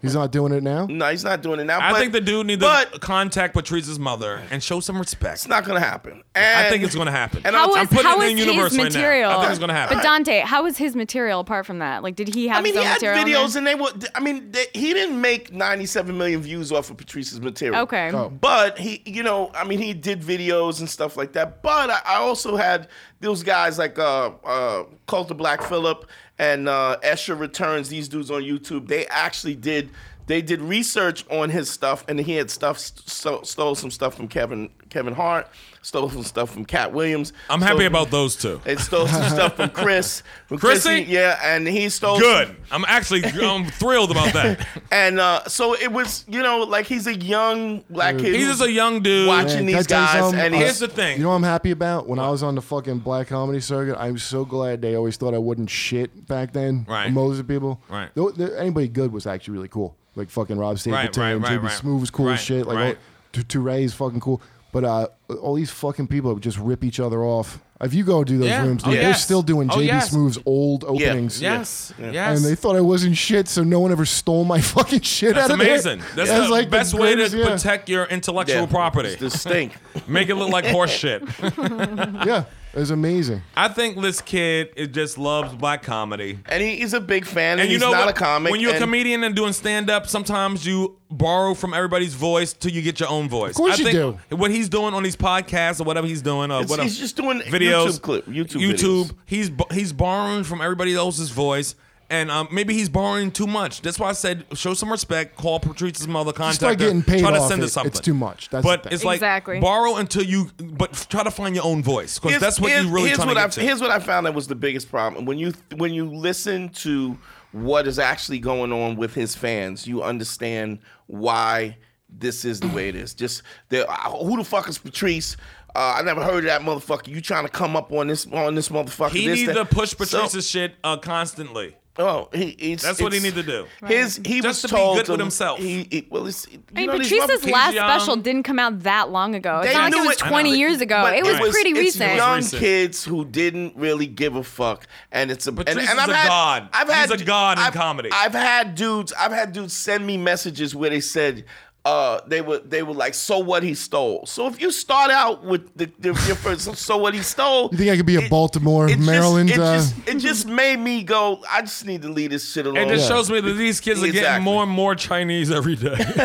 Speaker 3: He's not doing it now.
Speaker 6: No, he's not doing it now.
Speaker 4: I
Speaker 6: but-
Speaker 4: think the dude needs to
Speaker 6: But
Speaker 4: contact Patrice's mother and show some respect.
Speaker 6: it's not gonna happen.
Speaker 4: I
Speaker 6: And-
Speaker 4: think it's going to happen.
Speaker 6: and
Speaker 8: How
Speaker 6: I'm-
Speaker 8: is
Speaker 6: I'm
Speaker 4: putting
Speaker 8: how
Speaker 4: it
Speaker 8: is
Speaker 4: in the universe right
Speaker 8: his
Speaker 4: now. I
Speaker 8: material?
Speaker 4: think it's gonna happen.
Speaker 8: But Dante, how is his material apart from that? Like, did he have
Speaker 6: I mean,
Speaker 8: his
Speaker 6: he
Speaker 8: own
Speaker 6: had
Speaker 8: material? in there?
Speaker 6: videos, and they were. I mean, they, he didn't make 97 million views off of Patrice's material.
Speaker 8: Okay.
Speaker 3: Oh.
Speaker 6: But he, you know, I mean, he did videos and stuff like that. But I, I also had those guys like uh, uh, Cult of Black Phillip and uh, Escher Returns. These dudes on YouTube, they actually did. They did research on his stuff, and he had stuff so, stole some stuff from Kevin Kevin Hart, stole some stuff from Cat Williams.
Speaker 4: I'm happy
Speaker 6: So-
Speaker 4: about those two.
Speaker 6: They stole some stuff from Chris. From
Speaker 4: Chrissy?
Speaker 6: yeah, and he stole
Speaker 4: Good. I'm actually I'm thrilled about that.
Speaker 6: and uh, so it was, you know, like he's a young black kid.
Speaker 4: Mm. He's just a young dude.
Speaker 6: Watch
Speaker 3: Man,
Speaker 6: it.
Speaker 3: can I
Speaker 6: these
Speaker 3: tell you
Speaker 6: guys,
Speaker 3: something?
Speaker 6: and
Speaker 3: I-
Speaker 4: Here's the thing.
Speaker 3: uh, You know what I'm happy about? When I was on the fucking black comedy circuit, I'm so glad they always thought I wasn't shit back then.
Speaker 4: Right.
Speaker 3: Most of the people.
Speaker 4: Right.
Speaker 3: Though- there- anybody good was actually really cool. Like fucking Rob
Speaker 4: Right,
Speaker 3: Stapleton,
Speaker 4: right, right,
Speaker 3: JB
Speaker 4: right.
Speaker 3: Smooth was cool
Speaker 4: Right,
Speaker 3: as shit. Like
Speaker 4: right.
Speaker 3: all, Toure is fucking cool. But uh, all these fucking people would just rip each other off. If you go do those
Speaker 4: Yeah.
Speaker 3: rooms,
Speaker 4: Oh,
Speaker 3: dude, they're
Speaker 4: yes.
Speaker 3: still doing
Speaker 4: Oh,
Speaker 3: JB
Speaker 4: yes.
Speaker 3: Smooth's old openings.
Speaker 4: Yes. Yes.
Speaker 3: And they thought I wasn't shit, so no one ever stole my fucking shit
Speaker 4: That's
Speaker 3: out of there.
Speaker 4: amazing. That's the
Speaker 3: like
Speaker 4: best way to
Speaker 3: greatest- yeah.
Speaker 4: protect your intellectual property.
Speaker 6: It's distinct.
Speaker 4: Make it look like horse shit.
Speaker 3: Yeah, it was amazing.
Speaker 4: I think this kid it just loves black comedy.
Speaker 6: and he, he's a big fan, and,
Speaker 4: And you
Speaker 6: he's
Speaker 4: know
Speaker 6: not
Speaker 4: what?
Speaker 6: a comic.
Speaker 4: when you're a
Speaker 6: and-
Speaker 4: comedian and doing stand up, sometimes you borrow from everybody's voice till you get your own voice. Of
Speaker 3: course
Speaker 4: I
Speaker 3: you
Speaker 4: think What he's doing on these podcasts or whatever he's doing, or
Speaker 6: It's-
Speaker 4: whatever,
Speaker 6: he's just doing
Speaker 4: videos,
Speaker 6: YouTube clip- YouTube
Speaker 4: YouTube.
Speaker 6: videos.
Speaker 4: He's bo- he's borrowing from everybody else's voice. And um, maybe he's borrowing too much. That's why I said show some respect. Call Patrice's mother, contact
Speaker 3: start
Speaker 4: her,
Speaker 3: getting paid
Speaker 4: try to
Speaker 3: off
Speaker 4: send
Speaker 3: it,
Speaker 4: her
Speaker 3: it's
Speaker 4: something.
Speaker 3: too much. That's
Speaker 4: but
Speaker 3: the thing.
Speaker 4: it's like
Speaker 8: Exactly.
Speaker 4: borrow until you, but f- try to find your own voice because
Speaker 6: Here's-
Speaker 4: that's what
Speaker 6: here's-
Speaker 4: you really
Speaker 6: here's
Speaker 4: trying
Speaker 6: what
Speaker 4: to get
Speaker 6: I,
Speaker 4: to.
Speaker 6: Here's what I found that was the biggest problem when you when you listen to what is actually going on with his fans, you understand why this is the way it is. Just the uh, who the fuck is Patrice? Uh, I never heard of that motherfucker. You trying to come up on this on this motherfucker?
Speaker 4: He
Speaker 6: this,
Speaker 4: needs
Speaker 6: that.
Speaker 4: to push
Speaker 6: So-
Speaker 4: Patrice's shit uh, constantly.
Speaker 6: Oh, he, it's,
Speaker 4: That's what he
Speaker 6: it's-
Speaker 4: need to do.
Speaker 6: His he
Speaker 4: Just
Speaker 6: was
Speaker 4: to be
Speaker 6: told
Speaker 4: good with himself.
Speaker 6: He, he- well, it's,
Speaker 8: I
Speaker 6: you
Speaker 8: mean,
Speaker 6: know, these
Speaker 8: Patrice's
Speaker 6: motherfuckers-
Speaker 8: last
Speaker 4: young.
Speaker 8: special didn't come out that long ago.
Speaker 6: um, They
Speaker 8: It's not like
Speaker 6: knew
Speaker 8: it was
Speaker 6: it- I know.
Speaker 8: 20 years ago.
Speaker 6: but
Speaker 8: It was pretty
Speaker 6: it's
Speaker 8: recent.
Speaker 6: Young
Speaker 4: recent.
Speaker 6: kids who didn't really give a fuck, and it's a and,
Speaker 4: Patrice
Speaker 6: and
Speaker 4: is
Speaker 6: I've
Speaker 4: a
Speaker 6: had,
Speaker 4: god.
Speaker 6: I've
Speaker 4: He's
Speaker 6: had
Speaker 4: a god in
Speaker 6: I've-
Speaker 4: comedy.
Speaker 6: I've had dudes. I've had dudes send me messages where they said. uh, they were they were like, so what he stole. So if you start out with the, the your first, so what he stole.
Speaker 3: You think I could be a Baltimore, Maryland?
Speaker 6: Just, it,
Speaker 3: uh,
Speaker 6: just, it just made me go. I just need to leave this shit alone.
Speaker 4: It just shows me that these kids are getting
Speaker 6: Exactly.
Speaker 4: more and more Chinese every day.
Speaker 3: it's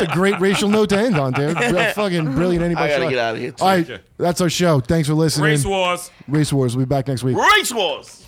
Speaker 3: a great racial note to end on, dude. Real fucking brilliant. Anybody?
Speaker 6: I gotta
Speaker 3: should-
Speaker 6: get out of here, too.
Speaker 3: All right, that's our show. Thanks for listening.
Speaker 4: Race wars.
Speaker 3: Race Wars. We'll be back next week.
Speaker 6: Race wars.